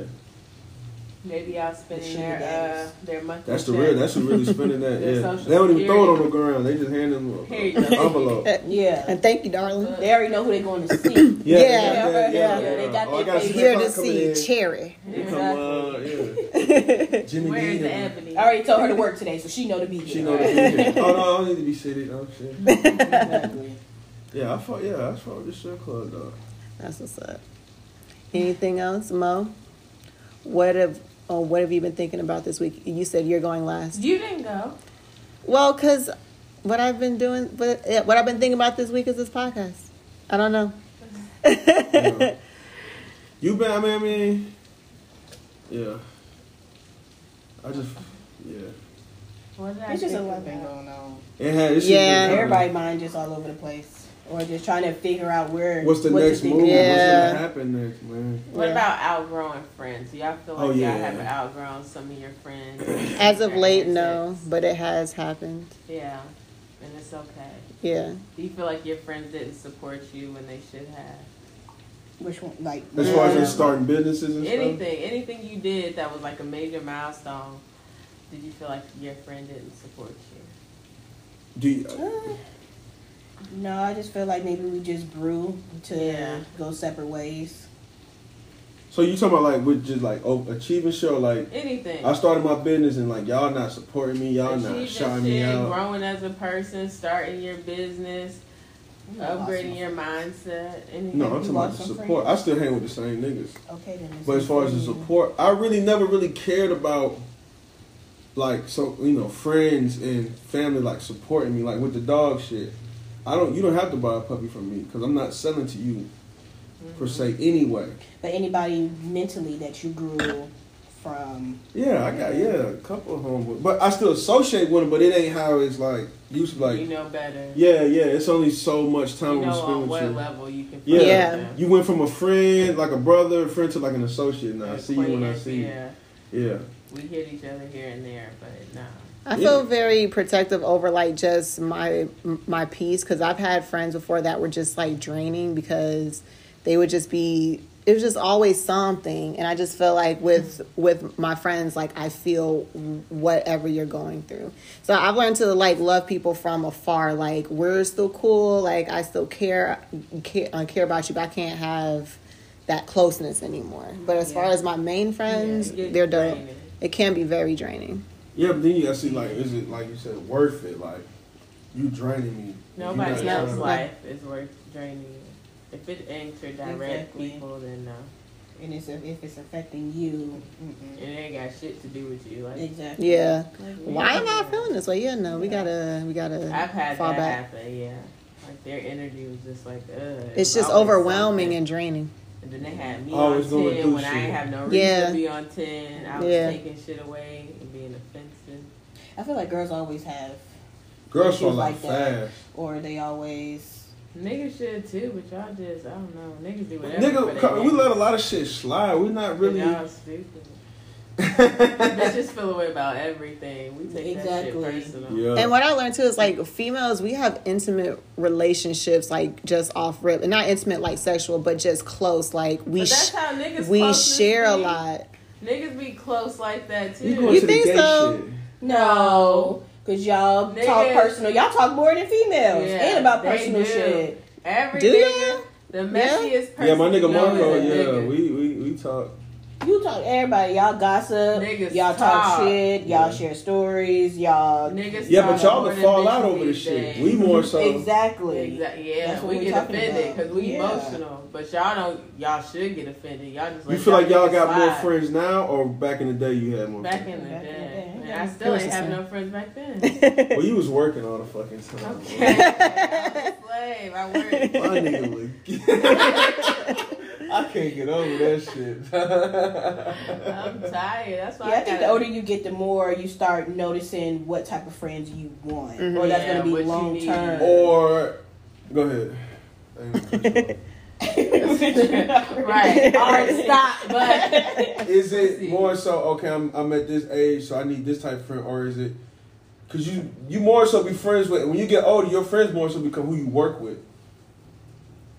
[SPEAKER 1] Maybe y'all spending
[SPEAKER 5] sugar
[SPEAKER 1] their uh,
[SPEAKER 5] daddies.
[SPEAKER 1] their monthly.
[SPEAKER 2] that's the
[SPEAKER 1] check.
[SPEAKER 2] real. That's the really spending that.
[SPEAKER 1] Their
[SPEAKER 2] Yeah,
[SPEAKER 1] social
[SPEAKER 2] they don't even throw it on
[SPEAKER 1] security.
[SPEAKER 2] the ground. They just hand them a,
[SPEAKER 1] Here you
[SPEAKER 2] an
[SPEAKER 1] go.
[SPEAKER 2] envelope.
[SPEAKER 5] Yeah,
[SPEAKER 4] And thank you, darling.
[SPEAKER 1] Good.
[SPEAKER 5] they already know who they going to see.
[SPEAKER 2] Yeah,
[SPEAKER 4] Yeah,
[SPEAKER 2] yeah,
[SPEAKER 4] yeah,
[SPEAKER 2] yeah.
[SPEAKER 3] they got
[SPEAKER 2] Oh, I
[SPEAKER 3] their
[SPEAKER 2] got
[SPEAKER 3] favorite.
[SPEAKER 2] Slim
[SPEAKER 4] Here to
[SPEAKER 2] Pop coming
[SPEAKER 4] see
[SPEAKER 2] in.
[SPEAKER 4] Cherry.
[SPEAKER 2] Here come, uh, yeah. Jimmy
[SPEAKER 1] Where's
[SPEAKER 2] Dean
[SPEAKER 1] the
[SPEAKER 2] and-
[SPEAKER 1] Ebony?
[SPEAKER 5] I already told her to work today, so she know to be here.
[SPEAKER 2] She know the music. Oh no, I don't need to be seated. Oh shit.
[SPEAKER 5] Exactly.
[SPEAKER 2] Yeah, I fuck. Yeah, I fuck with the strip club though.
[SPEAKER 4] That's what's up. Anything else, Mo? What have oh, what have you been thinking about this week? You said you're going last.
[SPEAKER 1] You didn't go.
[SPEAKER 4] Well, cause what I've been doing, what, yeah, what I've been thinking about this week is this podcast. I don't know.
[SPEAKER 2] Yeah. you been? I mean, I mean, yeah. I just, yeah.
[SPEAKER 1] What did I
[SPEAKER 5] It's just a
[SPEAKER 1] think
[SPEAKER 5] lot
[SPEAKER 1] about?
[SPEAKER 5] been going on.
[SPEAKER 2] It had. It shit
[SPEAKER 4] Yeah.
[SPEAKER 2] been-
[SPEAKER 5] Everybody mind just all over the place. or just trying to figure out where
[SPEAKER 2] What's the
[SPEAKER 5] what to
[SPEAKER 2] next
[SPEAKER 5] think
[SPEAKER 2] move?
[SPEAKER 5] about.
[SPEAKER 2] What's
[SPEAKER 4] Yeah.
[SPEAKER 2] gonna happen next, man?
[SPEAKER 1] What
[SPEAKER 5] Yeah.
[SPEAKER 1] about outgrowing friends? Do y'all feel like
[SPEAKER 2] Oh, yeah.
[SPEAKER 1] y'all have outgrown some of your friends?
[SPEAKER 4] As of late, no, but it has happened.
[SPEAKER 1] Yeah, and it's okay.
[SPEAKER 4] Yeah.
[SPEAKER 1] Do you feel like your friends didn't support you when they should have?
[SPEAKER 5] Which one? Like uh,
[SPEAKER 2] As far as
[SPEAKER 4] Yeah.
[SPEAKER 2] just starting businesses and stuff.
[SPEAKER 1] Anything, anything you did that was like a major milestone, did you feel like your friend didn't support you?
[SPEAKER 2] Do you,
[SPEAKER 5] Uh, No, I just feel like maybe we just grew to
[SPEAKER 1] Yeah.
[SPEAKER 5] go separate ways.
[SPEAKER 2] so you talking about like with just like oh, achieving shit or like
[SPEAKER 1] Anything.
[SPEAKER 2] I started my business and like y'all not supporting me, y'all
[SPEAKER 1] Achieving
[SPEAKER 2] not shouting me
[SPEAKER 1] shit,
[SPEAKER 2] out.
[SPEAKER 1] growing as a person, starting your business, upgrading your mindset. Anything.
[SPEAKER 2] No, I'm talking
[SPEAKER 5] You
[SPEAKER 2] about
[SPEAKER 5] lost
[SPEAKER 2] the
[SPEAKER 5] some
[SPEAKER 2] support. I
[SPEAKER 5] friends?
[SPEAKER 2] still hang with the same niggas.
[SPEAKER 5] Okay, then. it's
[SPEAKER 2] But as far as the
[SPEAKER 5] okay.
[SPEAKER 2] support, I really never really cared about like so you know friends and family like supporting me like with the dog shit. I don't. You don't have to buy a puppy from me because I'm not selling to you per se
[SPEAKER 1] Mm-hmm.
[SPEAKER 2] anyway.
[SPEAKER 5] But anybody mentally that you grew from,
[SPEAKER 2] Yeah, I got yeah a couple of homeboys, but I still associate with them. But it ain't how it's like used to like.
[SPEAKER 1] you know better.
[SPEAKER 2] Yeah, yeah. It's only so much time
[SPEAKER 1] You
[SPEAKER 2] I'm
[SPEAKER 1] know on
[SPEAKER 2] spend with
[SPEAKER 1] what
[SPEAKER 2] you.
[SPEAKER 1] level you can.
[SPEAKER 2] Yeah.
[SPEAKER 4] Yeah.
[SPEAKER 2] You went from a friend, like a brother, a friend to like an associate. Now I see you when I
[SPEAKER 1] Acquaintance,
[SPEAKER 2] see you.
[SPEAKER 1] Yeah,
[SPEAKER 2] Yeah.
[SPEAKER 1] we hit each other here and there, but no.
[SPEAKER 4] I
[SPEAKER 2] Yeah.
[SPEAKER 4] feel very protective over like just my my peace because I've had friends before that were just like draining because they would just be it was just always something and I just feel like with with my friends like I feel whatever you're going through so I've learned to like love people from afar like we're still cool like I still care care, uh, care about you but I can't have that closeness anymore but as far
[SPEAKER 1] Yeah.
[SPEAKER 4] as my main friends
[SPEAKER 1] Yeah, it gets
[SPEAKER 4] they're dope
[SPEAKER 1] draining.
[SPEAKER 4] it can be very draining
[SPEAKER 2] Yeah, but then you gotta see like, is it like you said, worth it? Like, you draining me.
[SPEAKER 1] Nobody
[SPEAKER 2] You not
[SPEAKER 1] else's
[SPEAKER 2] trying-
[SPEAKER 1] life is worth draining. you. If it ain't your direct
[SPEAKER 5] Exactly.
[SPEAKER 1] people, then no,
[SPEAKER 5] and it's if it's affecting you, mm-mm.
[SPEAKER 1] it ain't got shit to do with you. Like
[SPEAKER 5] exactly.
[SPEAKER 4] yeah
[SPEAKER 5] Like,
[SPEAKER 4] Why am I
[SPEAKER 1] Yeah.
[SPEAKER 4] feeling this way? Yeah, no, we
[SPEAKER 5] Yeah.
[SPEAKER 4] gotta, we gotta
[SPEAKER 1] I've had
[SPEAKER 4] fall
[SPEAKER 1] that
[SPEAKER 4] back.
[SPEAKER 1] happen. Yeah, like their energy was just like, uh
[SPEAKER 4] It's just overwhelming and draining.
[SPEAKER 1] And then they had me
[SPEAKER 2] Always
[SPEAKER 1] on
[SPEAKER 2] going
[SPEAKER 1] ten
[SPEAKER 2] through
[SPEAKER 1] when I
[SPEAKER 2] shit.
[SPEAKER 1] ain't have no reason
[SPEAKER 4] Yeah.
[SPEAKER 1] to be on ten. I was
[SPEAKER 4] Yeah.
[SPEAKER 1] taking shit away and being offensive.
[SPEAKER 5] I feel like girls always have,
[SPEAKER 2] Girls fall
[SPEAKER 5] Issues
[SPEAKER 2] like
[SPEAKER 5] like that.
[SPEAKER 2] fast.
[SPEAKER 5] or they always.
[SPEAKER 1] Niggas should too, but y'all just I don't know. Niggas do whatever. for
[SPEAKER 2] Nigga,
[SPEAKER 1] they
[SPEAKER 2] co- we
[SPEAKER 1] niggas.
[SPEAKER 2] let a lot of shit slide. We're not
[SPEAKER 1] And
[SPEAKER 2] really.
[SPEAKER 1] Y'all stupid.
[SPEAKER 2] yeah.
[SPEAKER 1] Bitches feel away about everything. We take
[SPEAKER 5] Exactly.
[SPEAKER 1] that shit personal.
[SPEAKER 4] And what I learned too is like females, we have intimate relationships, like just off rip, and not intimate like sexual, but just close. Like
[SPEAKER 1] But
[SPEAKER 4] we,
[SPEAKER 1] that's
[SPEAKER 4] sh-
[SPEAKER 1] how niggas
[SPEAKER 4] we
[SPEAKER 1] close this
[SPEAKER 4] share a
[SPEAKER 1] thing.
[SPEAKER 4] lot.
[SPEAKER 1] Niggas be close like that too.
[SPEAKER 2] You going
[SPEAKER 4] You
[SPEAKER 2] to the
[SPEAKER 4] think
[SPEAKER 2] gay
[SPEAKER 4] so?
[SPEAKER 2] shit?
[SPEAKER 5] No, because y'all talk
[SPEAKER 1] Niggas-
[SPEAKER 5] personal. Y'all talk more than females
[SPEAKER 1] Yeah,
[SPEAKER 5] and about
[SPEAKER 1] they
[SPEAKER 5] personal
[SPEAKER 1] do.
[SPEAKER 5] shit.
[SPEAKER 1] Every
[SPEAKER 4] Do
[SPEAKER 1] nigga,
[SPEAKER 4] y'all?
[SPEAKER 1] the messiest person.
[SPEAKER 2] Yeah, my nigga
[SPEAKER 1] you know
[SPEAKER 2] Marco.
[SPEAKER 1] is a
[SPEAKER 2] Yeah,
[SPEAKER 1] nigga.
[SPEAKER 2] we we we talk.
[SPEAKER 5] You talk to everybody. Y'all gossip.
[SPEAKER 1] Niggas
[SPEAKER 5] y'all talk,
[SPEAKER 1] talk.
[SPEAKER 5] shit. Y'all
[SPEAKER 2] Yeah.
[SPEAKER 5] share stories. Y'all
[SPEAKER 1] niggas.
[SPEAKER 2] Yeah, but
[SPEAKER 1] talk
[SPEAKER 2] y'all
[SPEAKER 1] more
[SPEAKER 2] would
[SPEAKER 1] than
[SPEAKER 2] fall
[SPEAKER 1] bitches
[SPEAKER 2] out over the
[SPEAKER 1] these
[SPEAKER 2] shit.
[SPEAKER 1] days.
[SPEAKER 2] We more so.
[SPEAKER 5] exactly.
[SPEAKER 1] Exactly. Yeah,
[SPEAKER 5] That's what
[SPEAKER 1] we
[SPEAKER 5] we're
[SPEAKER 1] get
[SPEAKER 5] talking
[SPEAKER 1] offended
[SPEAKER 5] about.
[SPEAKER 1] because we
[SPEAKER 5] Yeah.
[SPEAKER 1] emotional, but y'all don't. Y'all should get offended. Y'all just
[SPEAKER 2] You
[SPEAKER 1] like
[SPEAKER 2] feel like y'all got more
[SPEAKER 1] slide.
[SPEAKER 2] friends now, or back in the day you had more.
[SPEAKER 1] Back in
[SPEAKER 2] friends?
[SPEAKER 1] the
[SPEAKER 5] Back in the
[SPEAKER 1] day,
[SPEAKER 5] day.
[SPEAKER 1] Man, I
[SPEAKER 4] It
[SPEAKER 1] still
[SPEAKER 4] was
[SPEAKER 1] ain't
[SPEAKER 4] the
[SPEAKER 1] have
[SPEAKER 4] same.
[SPEAKER 1] no friends back then.
[SPEAKER 2] Well, you was working all the fucking time.
[SPEAKER 1] Okay, I was a slave. I worked.
[SPEAKER 2] My nigga look- I can't get over that shit.
[SPEAKER 1] I'm tired. That's why
[SPEAKER 5] Yeah, I
[SPEAKER 1] gotta-
[SPEAKER 5] think the older you get, the more you start noticing what type of friends you want, or that's
[SPEAKER 1] Yeah,
[SPEAKER 5] going to
[SPEAKER 1] what
[SPEAKER 5] be
[SPEAKER 1] you
[SPEAKER 5] long
[SPEAKER 1] need.
[SPEAKER 5] term.
[SPEAKER 2] Mm-hmm. or go ahead. I ain't gonna cut you
[SPEAKER 1] right. All right, stop. But
[SPEAKER 2] off. Is it more so okay? I'm I'm at this age, so I need this type of friend, or is it? Cause you you more so be friends with when you get older, your friends more so become who you work with.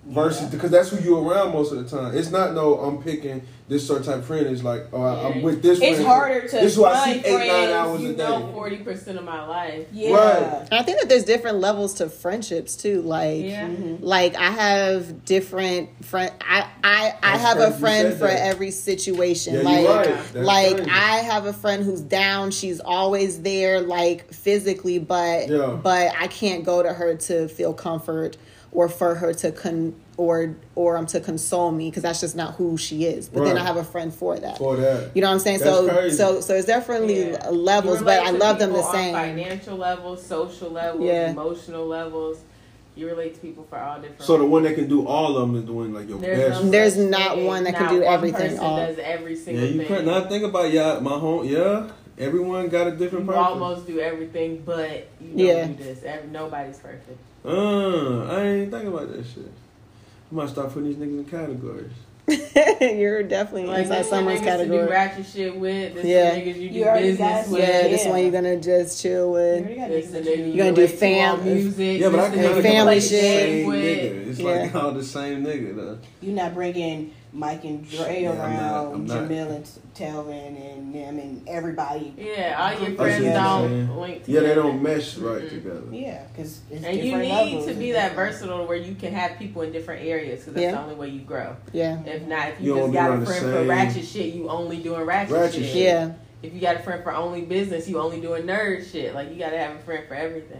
[SPEAKER 2] Versus because that's who you around most of the time. It's not no I'm picking this certain type of friend. It's like oh I, I'm with this.
[SPEAKER 5] It's
[SPEAKER 2] friend.
[SPEAKER 5] harder to
[SPEAKER 2] This is who I see
[SPEAKER 5] find
[SPEAKER 2] eight nine
[SPEAKER 5] friends
[SPEAKER 2] hours
[SPEAKER 1] you
[SPEAKER 2] a day.
[SPEAKER 1] know, forty percent of my life.
[SPEAKER 5] Yeah.
[SPEAKER 2] Right.
[SPEAKER 4] And I think that there's different levels to friendships too. Like,
[SPEAKER 1] Yeah.
[SPEAKER 4] like I have different friend. I I, I
[SPEAKER 2] That's
[SPEAKER 4] have
[SPEAKER 2] crazy
[SPEAKER 4] a
[SPEAKER 2] you
[SPEAKER 4] friend
[SPEAKER 2] said
[SPEAKER 4] for
[SPEAKER 2] that.
[SPEAKER 4] every situation.
[SPEAKER 2] Yeah, you're
[SPEAKER 4] like,
[SPEAKER 2] right. That's
[SPEAKER 4] like
[SPEAKER 2] crazy.
[SPEAKER 4] I have a friend who's down. She's always there, like physically, but
[SPEAKER 2] Yeah.
[SPEAKER 4] but I can't go to her to feel comfort or for her to con or or um to console me because that's just not who she is. But then
[SPEAKER 2] Right.
[SPEAKER 4] I have a friend for that.
[SPEAKER 2] for that.
[SPEAKER 4] you know what I'm saying?
[SPEAKER 2] That's
[SPEAKER 4] so
[SPEAKER 2] crazy.
[SPEAKER 4] so so it's definitely
[SPEAKER 1] Yeah.
[SPEAKER 4] levels,
[SPEAKER 1] You
[SPEAKER 4] but
[SPEAKER 1] relate
[SPEAKER 4] I
[SPEAKER 1] to
[SPEAKER 4] love them the
[SPEAKER 1] people on
[SPEAKER 4] same.
[SPEAKER 1] Financial levels, social levels,
[SPEAKER 4] Yeah.
[SPEAKER 1] emotional levels. You relate to people for all different.
[SPEAKER 2] So the one that can do all of them is doing like your
[SPEAKER 1] There's,
[SPEAKER 2] best.
[SPEAKER 1] no
[SPEAKER 4] There's
[SPEAKER 1] such
[SPEAKER 4] not
[SPEAKER 1] thing.
[SPEAKER 4] one that can
[SPEAKER 1] Not
[SPEAKER 4] do
[SPEAKER 1] one
[SPEAKER 4] everything
[SPEAKER 1] person
[SPEAKER 4] all.
[SPEAKER 1] Does every
[SPEAKER 2] yeah,
[SPEAKER 1] single
[SPEAKER 2] you
[SPEAKER 1] thing.
[SPEAKER 2] could not think about yeah, my home. Yeah, Everyone got a different
[SPEAKER 1] You
[SPEAKER 2] purpose.
[SPEAKER 1] almost do everything, but you don't
[SPEAKER 4] Yeah.
[SPEAKER 1] do this. Every, nobody's perfect.
[SPEAKER 2] Uh, I ain't think about that shit. I might start putting these niggas in categories.
[SPEAKER 4] You're definitely
[SPEAKER 1] Like
[SPEAKER 4] inside
[SPEAKER 1] this one
[SPEAKER 4] someone's
[SPEAKER 1] niggas you do
[SPEAKER 4] category.
[SPEAKER 1] ratchet shit with. This
[SPEAKER 4] Yeah.
[SPEAKER 1] yeah. niggas you do
[SPEAKER 5] You already
[SPEAKER 1] business
[SPEAKER 5] got-
[SPEAKER 1] with.
[SPEAKER 4] Yeah, this
[SPEAKER 5] Yeah.
[SPEAKER 4] one you're gonna just chill
[SPEAKER 5] You
[SPEAKER 4] with.
[SPEAKER 5] already got
[SPEAKER 1] This the
[SPEAKER 5] niggas
[SPEAKER 1] nigga
[SPEAKER 5] that
[SPEAKER 1] you
[SPEAKER 5] you-
[SPEAKER 4] gonna do
[SPEAKER 1] relate to
[SPEAKER 4] fam-
[SPEAKER 1] on music.
[SPEAKER 2] Yeah, but I
[SPEAKER 1] this the
[SPEAKER 2] can't
[SPEAKER 1] nigga
[SPEAKER 4] like family
[SPEAKER 1] you
[SPEAKER 4] shit.
[SPEAKER 1] relate
[SPEAKER 2] Same
[SPEAKER 1] with.
[SPEAKER 2] nigga. It's like
[SPEAKER 4] Yeah.
[SPEAKER 2] all the same nigga. Though.
[SPEAKER 5] You're not bringing Mike and Dre
[SPEAKER 2] Yeah, I'm not- I'm
[SPEAKER 5] around,
[SPEAKER 2] not.
[SPEAKER 5] Jamil and Telvin, and them, and everybody.
[SPEAKER 1] Yeah, all your
[SPEAKER 5] That's
[SPEAKER 1] friends
[SPEAKER 5] what I'm
[SPEAKER 1] don't
[SPEAKER 2] saying.
[SPEAKER 1] link
[SPEAKER 2] Yeah,
[SPEAKER 1] together.
[SPEAKER 2] they don't mesh right together.
[SPEAKER 5] Yeah, because it's
[SPEAKER 1] And you
[SPEAKER 5] different
[SPEAKER 1] need
[SPEAKER 5] levels
[SPEAKER 1] to
[SPEAKER 5] and
[SPEAKER 1] be that
[SPEAKER 5] different-
[SPEAKER 1] versatile where you can have people in different areas because that's
[SPEAKER 4] Yeah.
[SPEAKER 1] the only way you grow.
[SPEAKER 4] Yeah.
[SPEAKER 1] If not, if
[SPEAKER 2] You
[SPEAKER 1] you,
[SPEAKER 2] don't
[SPEAKER 1] just
[SPEAKER 2] be
[SPEAKER 1] got
[SPEAKER 2] around
[SPEAKER 1] a
[SPEAKER 2] the
[SPEAKER 1] friend for
[SPEAKER 2] same-
[SPEAKER 1] ratchet shit, you only doing ratchet,
[SPEAKER 2] Ratchet
[SPEAKER 1] shit.
[SPEAKER 2] shit.
[SPEAKER 4] Yeah.
[SPEAKER 1] If you got a friend for only business, you only doing nerd shit. Like you gotta have a friend for everything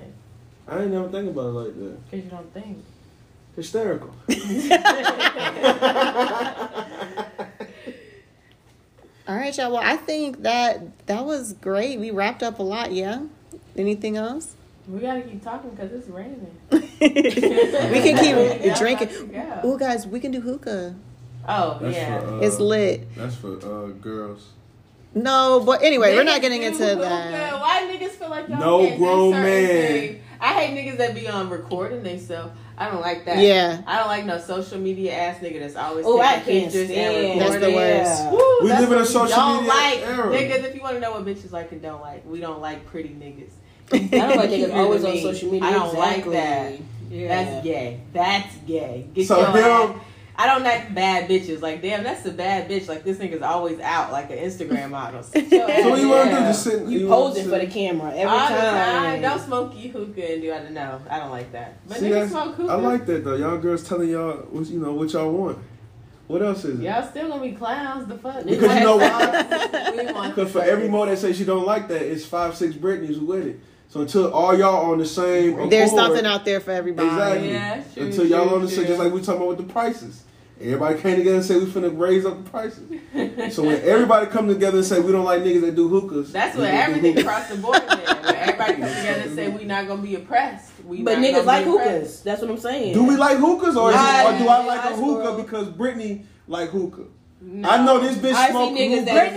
[SPEAKER 2] I ain't never think about it like that.
[SPEAKER 1] because you don't think.
[SPEAKER 2] Hysterical.
[SPEAKER 4] All right, y'all. Well, I think that that was great. We wrapped up a lot. Yeah. Anything else?
[SPEAKER 1] we gotta keep talking because it's raining.
[SPEAKER 4] we can keep
[SPEAKER 1] Yeah,
[SPEAKER 4] drinking.
[SPEAKER 1] yeah.
[SPEAKER 4] Oh, guys, we can do hookah.
[SPEAKER 1] Oh
[SPEAKER 2] That's
[SPEAKER 1] yeah.
[SPEAKER 2] for, uh,
[SPEAKER 4] It's lit.
[SPEAKER 2] That's for uh, girls.
[SPEAKER 4] No, but anyway, we're not
[SPEAKER 1] Niggas
[SPEAKER 4] getting
[SPEAKER 1] do
[SPEAKER 4] into
[SPEAKER 1] hookah.
[SPEAKER 4] that.
[SPEAKER 1] Why niggas feel like y'all
[SPEAKER 2] No
[SPEAKER 1] can't do
[SPEAKER 2] grown
[SPEAKER 1] certain
[SPEAKER 2] man.
[SPEAKER 1] things? I hate niggas that be on recording themselves. I don't like that.
[SPEAKER 4] Yeah.
[SPEAKER 1] I don't like no social media ass nigga that's always
[SPEAKER 5] Oh, I
[SPEAKER 1] taking
[SPEAKER 5] can't
[SPEAKER 1] pictures and
[SPEAKER 5] stand.
[SPEAKER 4] That's the
[SPEAKER 1] recording.
[SPEAKER 4] worst.
[SPEAKER 1] Woo,
[SPEAKER 2] We
[SPEAKER 1] that's
[SPEAKER 2] live in a
[SPEAKER 1] what
[SPEAKER 2] social
[SPEAKER 1] don't
[SPEAKER 2] media
[SPEAKER 1] like.
[SPEAKER 2] era.
[SPEAKER 1] Niggas, if you want to know what bitches like and don't like, we don't like pretty niggas.
[SPEAKER 5] I don't like
[SPEAKER 1] Keep it
[SPEAKER 5] niggas always
[SPEAKER 1] to
[SPEAKER 5] on
[SPEAKER 1] me.
[SPEAKER 5] social media.
[SPEAKER 1] I don't
[SPEAKER 5] exactly.
[SPEAKER 1] like that.
[SPEAKER 5] Yeah.
[SPEAKER 1] That's gay. That's gay. Get
[SPEAKER 2] So
[SPEAKER 1] your
[SPEAKER 2] him-
[SPEAKER 1] ass- I don't like bad bitches. Like, damn, that's a bad bitch. Like, this nigga's always out, like an Instagram model. Sit your
[SPEAKER 5] So
[SPEAKER 2] So what you want to do?
[SPEAKER 5] Yeah.
[SPEAKER 2] Just sit.
[SPEAKER 5] You,
[SPEAKER 2] wanna
[SPEAKER 5] posing
[SPEAKER 2] sit-
[SPEAKER 5] for the camera every
[SPEAKER 1] all
[SPEAKER 5] time.
[SPEAKER 1] the time. Don't smoke you hookah and do I don't know. I don't like that. But
[SPEAKER 2] See,
[SPEAKER 1] niggas
[SPEAKER 2] that's-
[SPEAKER 1] smoke hookah.
[SPEAKER 2] I like that though. Y'all girls telling y'all what you know what y'all want. What else is it?
[SPEAKER 1] Y'all still gonna be clowns. The fuck.
[SPEAKER 2] Because you know why?
[SPEAKER 1] we want
[SPEAKER 2] Because for every mo that say she don't like that, it's five six Britneys with it. So until all y'all on the same, accord,
[SPEAKER 4] There's something out there for everybody.
[SPEAKER 2] Exactly.
[SPEAKER 1] Yeah, that's true,
[SPEAKER 2] until y'all
[SPEAKER 1] true,
[SPEAKER 2] on the same,
[SPEAKER 1] true.
[SPEAKER 2] just like we talking about with the prices. Everybody came together and said we finna raise up the prices. So when everybody come together and say we don't like niggas that do hookahs,
[SPEAKER 1] That's
[SPEAKER 2] we
[SPEAKER 1] what
[SPEAKER 2] can do
[SPEAKER 1] everything
[SPEAKER 2] hookahs.
[SPEAKER 1] across the board. Then. When everybody come together and say we not gonna be oppressed. We
[SPEAKER 5] But
[SPEAKER 1] not
[SPEAKER 5] niggas
[SPEAKER 1] gonna
[SPEAKER 5] like
[SPEAKER 1] be oppressed.
[SPEAKER 5] hookahs. That's what I'm saying.
[SPEAKER 2] Do we like hookahs or, is it-
[SPEAKER 5] Nah,
[SPEAKER 2] or do I like
[SPEAKER 5] I
[SPEAKER 2] a hookah
[SPEAKER 5] squirrel.
[SPEAKER 2] because Britney like hookah?
[SPEAKER 1] No.
[SPEAKER 2] I know this bitch
[SPEAKER 5] I see
[SPEAKER 2] smoking
[SPEAKER 5] niggas
[SPEAKER 2] hookah.
[SPEAKER 5] that-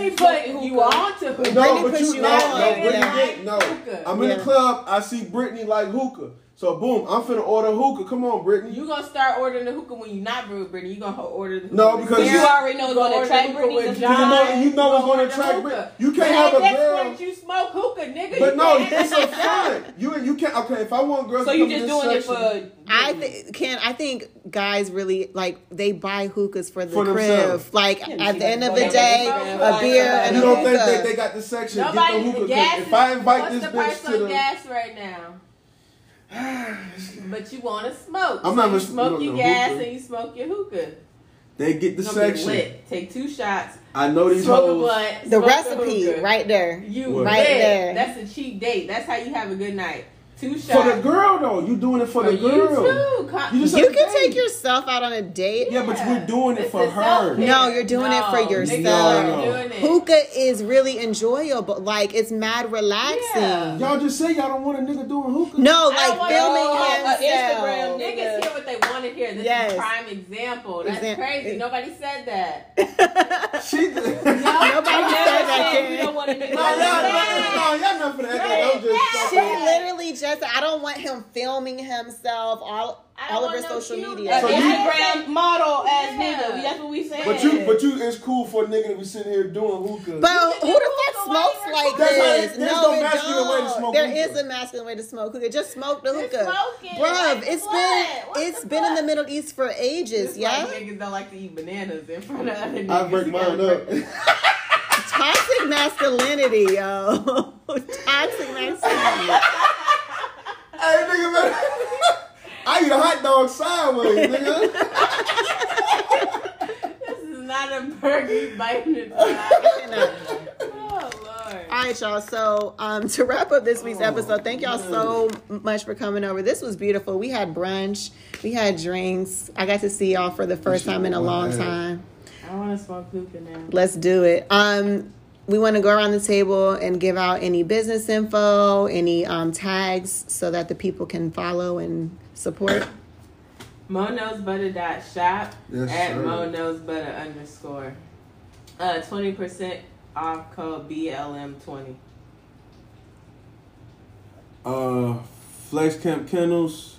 [SPEAKER 1] Britney put you on to hookah.
[SPEAKER 2] No, but
[SPEAKER 4] puts
[SPEAKER 2] you
[SPEAKER 4] you
[SPEAKER 2] no,
[SPEAKER 4] on.
[SPEAKER 2] no,
[SPEAKER 4] Yeah.
[SPEAKER 2] Britney did no.
[SPEAKER 1] Hookah.
[SPEAKER 2] I'm in
[SPEAKER 4] Yeah.
[SPEAKER 2] the club. I see Britney like hookah. So boom, I'm finna order hookah. Come on, Britney.
[SPEAKER 1] You gonna start ordering the hookah when you not brew Britney. You gonna ho- order the hookah.
[SPEAKER 2] No,
[SPEAKER 1] with
[SPEAKER 2] because
[SPEAKER 1] Sarah.
[SPEAKER 5] You already know it's
[SPEAKER 1] Go
[SPEAKER 5] gonna attract
[SPEAKER 1] order hookah
[SPEAKER 5] Britney's
[SPEAKER 1] with
[SPEAKER 2] You
[SPEAKER 5] attention.
[SPEAKER 1] John.
[SPEAKER 2] know, you know what's
[SPEAKER 1] Go
[SPEAKER 2] gonna
[SPEAKER 1] order
[SPEAKER 2] attract
[SPEAKER 1] hookah.
[SPEAKER 2] Britney. You can't
[SPEAKER 1] Hey,
[SPEAKER 2] have a
[SPEAKER 1] that's
[SPEAKER 2] girl.
[SPEAKER 1] what you smoke hookah, nigga.
[SPEAKER 2] But
[SPEAKER 1] You
[SPEAKER 2] no,
[SPEAKER 1] can't-
[SPEAKER 2] it's a fun. You you can't. Okay, if I want girls,
[SPEAKER 5] So
[SPEAKER 2] to
[SPEAKER 5] you
[SPEAKER 2] come in
[SPEAKER 5] just
[SPEAKER 2] this
[SPEAKER 5] doing it
[SPEAKER 2] section-
[SPEAKER 5] for
[SPEAKER 4] I th- can. I think guys really like they buy hookahs for the
[SPEAKER 2] For
[SPEAKER 4] crib.
[SPEAKER 2] themselves.
[SPEAKER 4] Like
[SPEAKER 5] Yeah,
[SPEAKER 4] at
[SPEAKER 5] she
[SPEAKER 4] the end
[SPEAKER 5] got
[SPEAKER 4] of the
[SPEAKER 5] the
[SPEAKER 4] day,
[SPEAKER 1] money.
[SPEAKER 4] a beer
[SPEAKER 5] Like,
[SPEAKER 4] and
[SPEAKER 2] You
[SPEAKER 4] a
[SPEAKER 2] don't think
[SPEAKER 4] hookah.
[SPEAKER 2] that they got the section?
[SPEAKER 1] Nobody
[SPEAKER 2] get the hookah.
[SPEAKER 1] the gas.
[SPEAKER 2] 'cause If I invite
[SPEAKER 1] what's
[SPEAKER 2] this
[SPEAKER 1] the
[SPEAKER 2] bitch
[SPEAKER 1] price
[SPEAKER 2] to
[SPEAKER 1] on
[SPEAKER 2] the,
[SPEAKER 1] gas right now? But you want to smoke.
[SPEAKER 2] I'm
[SPEAKER 1] so
[SPEAKER 2] not
[SPEAKER 1] you
[SPEAKER 2] gonna
[SPEAKER 1] smoke
[SPEAKER 2] smoke
[SPEAKER 1] your
[SPEAKER 2] no
[SPEAKER 1] gas
[SPEAKER 2] hookah.
[SPEAKER 1] and you smoke your hookah.
[SPEAKER 2] they get the
[SPEAKER 1] It's gonna be
[SPEAKER 2] section.
[SPEAKER 1] lit. Take two shots.
[SPEAKER 2] I know these
[SPEAKER 1] Smoke a
[SPEAKER 2] hoes.
[SPEAKER 1] blunt.
[SPEAKER 4] The
[SPEAKER 1] smoke
[SPEAKER 4] recipe
[SPEAKER 1] hookah.
[SPEAKER 4] right there.
[SPEAKER 1] You
[SPEAKER 2] What?
[SPEAKER 4] Right
[SPEAKER 1] right there.
[SPEAKER 4] there.
[SPEAKER 1] That's a cheap date. That's how you have a good night. Two
[SPEAKER 2] For
[SPEAKER 1] shots.
[SPEAKER 2] the girl though, you doing it for the
[SPEAKER 1] you
[SPEAKER 2] girl.
[SPEAKER 1] too. Con-
[SPEAKER 2] You just
[SPEAKER 4] You
[SPEAKER 2] a
[SPEAKER 4] can
[SPEAKER 2] date.
[SPEAKER 4] take yourself out on a date.
[SPEAKER 2] Yeah, but we're doing it
[SPEAKER 1] This
[SPEAKER 2] for
[SPEAKER 1] is selfish.
[SPEAKER 2] her.
[SPEAKER 4] No, you're doing it for
[SPEAKER 1] niggas
[SPEAKER 4] yourself.
[SPEAKER 1] are
[SPEAKER 2] No, no.
[SPEAKER 1] doing it.
[SPEAKER 4] Hookah is really enjoyable. Like it's mad relaxing.
[SPEAKER 1] Yeah.
[SPEAKER 2] Y'all just say y'all don't want a nigga doing hookah.
[SPEAKER 4] No,
[SPEAKER 1] I
[SPEAKER 4] like
[SPEAKER 1] don't wanna
[SPEAKER 4] filming
[SPEAKER 1] go
[SPEAKER 4] himself.
[SPEAKER 5] on Instagram.
[SPEAKER 1] Niggas hear what they want to hear. This
[SPEAKER 4] Yes.
[SPEAKER 1] is prime example. That's
[SPEAKER 4] Exam-
[SPEAKER 1] crazy. Nobody said that. uh,
[SPEAKER 2] She. No,
[SPEAKER 4] Nobody said that.
[SPEAKER 5] said we
[SPEAKER 4] Karen.
[SPEAKER 5] don't want to
[SPEAKER 2] y'all, no, y'all not for that. I'm just.
[SPEAKER 4] She literally just. I don't want him filming himself. All
[SPEAKER 1] I don't
[SPEAKER 4] all of her
[SPEAKER 1] want no
[SPEAKER 4] social
[SPEAKER 1] cute-
[SPEAKER 4] media.
[SPEAKER 2] So you-
[SPEAKER 5] Instagram model as
[SPEAKER 1] Yeah.
[SPEAKER 5] nigga. That's what we saying.
[SPEAKER 2] But you, but you, it's cool for a nigga to be sitting here doing hookah.
[SPEAKER 4] But
[SPEAKER 1] can
[SPEAKER 4] who
[SPEAKER 1] do
[SPEAKER 4] the fuck
[SPEAKER 1] hookah
[SPEAKER 4] smokes
[SPEAKER 1] while you're
[SPEAKER 4] like
[SPEAKER 2] That's how- there's
[SPEAKER 4] this?
[SPEAKER 2] no
[SPEAKER 4] it
[SPEAKER 2] masculine way
[SPEAKER 4] don't.
[SPEAKER 2] to smoke
[SPEAKER 4] There
[SPEAKER 2] hookah.
[SPEAKER 4] is a masculine way to smoke hookah. Just smoke the
[SPEAKER 1] Just
[SPEAKER 4] hookah,
[SPEAKER 1] smoke it.
[SPEAKER 4] bruv.
[SPEAKER 1] Like,
[SPEAKER 4] It's
[SPEAKER 1] what? What
[SPEAKER 4] been it's
[SPEAKER 1] the
[SPEAKER 4] been in the
[SPEAKER 1] fuck?
[SPEAKER 4] Middle East for ages.
[SPEAKER 1] Just
[SPEAKER 4] yeah,
[SPEAKER 1] like niggas don't like to eat bananas in front of other niggas.
[SPEAKER 2] I break mine up.
[SPEAKER 4] toxic masculinity, yo. toxic masculinity.
[SPEAKER 2] Hey, nigga, man. I eat a hot dog sideways, nigga.
[SPEAKER 1] This is not a burger you biting into. oh, Lord.
[SPEAKER 4] All right, y'all. So, um, to wrap up this week's episode, thank y'all so much for coming over. This was beautiful. We had brunch, we had drinks. I got to see y'all for the first
[SPEAKER 2] should
[SPEAKER 4] time in a
[SPEAKER 2] go
[SPEAKER 4] long
[SPEAKER 2] ahead.
[SPEAKER 4] time.
[SPEAKER 1] I want to smoke hookah now.
[SPEAKER 4] Let's do it. Um, we want to go around the table and give out any business info, any um, tags, so that the people can follow and support.
[SPEAKER 1] Mono's Butter dot shop
[SPEAKER 2] Yes,
[SPEAKER 1] at
[SPEAKER 2] sir.
[SPEAKER 1] Mono's Butter underscore. Uh, twenty percent off code BLM twenty.
[SPEAKER 2] Uh, Flex Camp Kennels.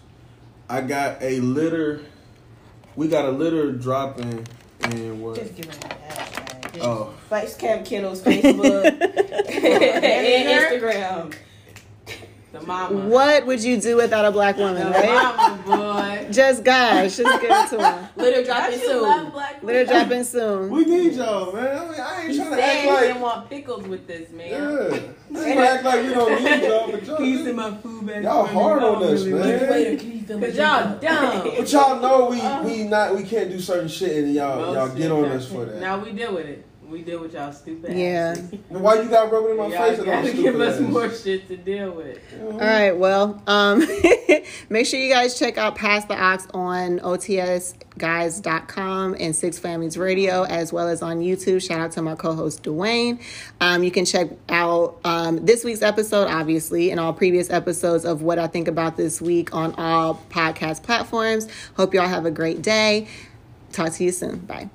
[SPEAKER 2] I got a litter. We got a litter dropping in what?
[SPEAKER 5] Just give it a hashtag.
[SPEAKER 2] Oh,
[SPEAKER 5] Vice Camp Kennels, Facebook, and Instagram.
[SPEAKER 1] The mama.
[SPEAKER 4] What would you do without a black woman, right?
[SPEAKER 1] The mama, boy.
[SPEAKER 4] Just gosh, just give it to them.
[SPEAKER 1] Litter dropping soon.
[SPEAKER 3] black
[SPEAKER 4] They're dropping soon.
[SPEAKER 2] we need y'all, man. I, mean, I ain't trying to
[SPEAKER 1] Dang,
[SPEAKER 2] act
[SPEAKER 1] you
[SPEAKER 2] like.
[SPEAKER 1] didn't want pickles with this, man.
[SPEAKER 2] Yeah. This is act like we don't need y'all, but y'all,
[SPEAKER 1] Piece of
[SPEAKER 2] do.
[SPEAKER 1] my food back.
[SPEAKER 2] y'all hard on us, man.
[SPEAKER 1] Cause y'all dumb.
[SPEAKER 2] But y'all know we we not we can't do certain shit and y'all y'all
[SPEAKER 1] Most
[SPEAKER 2] get
[SPEAKER 1] of
[SPEAKER 2] on
[SPEAKER 1] y'all
[SPEAKER 2] us for
[SPEAKER 1] can't.
[SPEAKER 2] that.
[SPEAKER 1] Now we deal with it. We deal with y'all stupid.
[SPEAKER 4] Yeah.
[SPEAKER 1] asses.
[SPEAKER 2] Why you got rubbing in my
[SPEAKER 1] Y'all
[SPEAKER 2] face? and I'm
[SPEAKER 1] gotta
[SPEAKER 2] stupid
[SPEAKER 1] give us
[SPEAKER 2] ass? Mm-hmm.
[SPEAKER 1] more shit to deal with.
[SPEAKER 4] All right, well, um, make sure you guys check out Past the Ox on OTSguys.com and Six Families Radio, as well as on YouTube. Shout out to my co host, Dwayne. Um, you can check out um, this week's episode, obviously, and all previous episodes of What I Think About This Week on all podcast platforms. Hope y'all have a great day. Talk to you soon. Bye.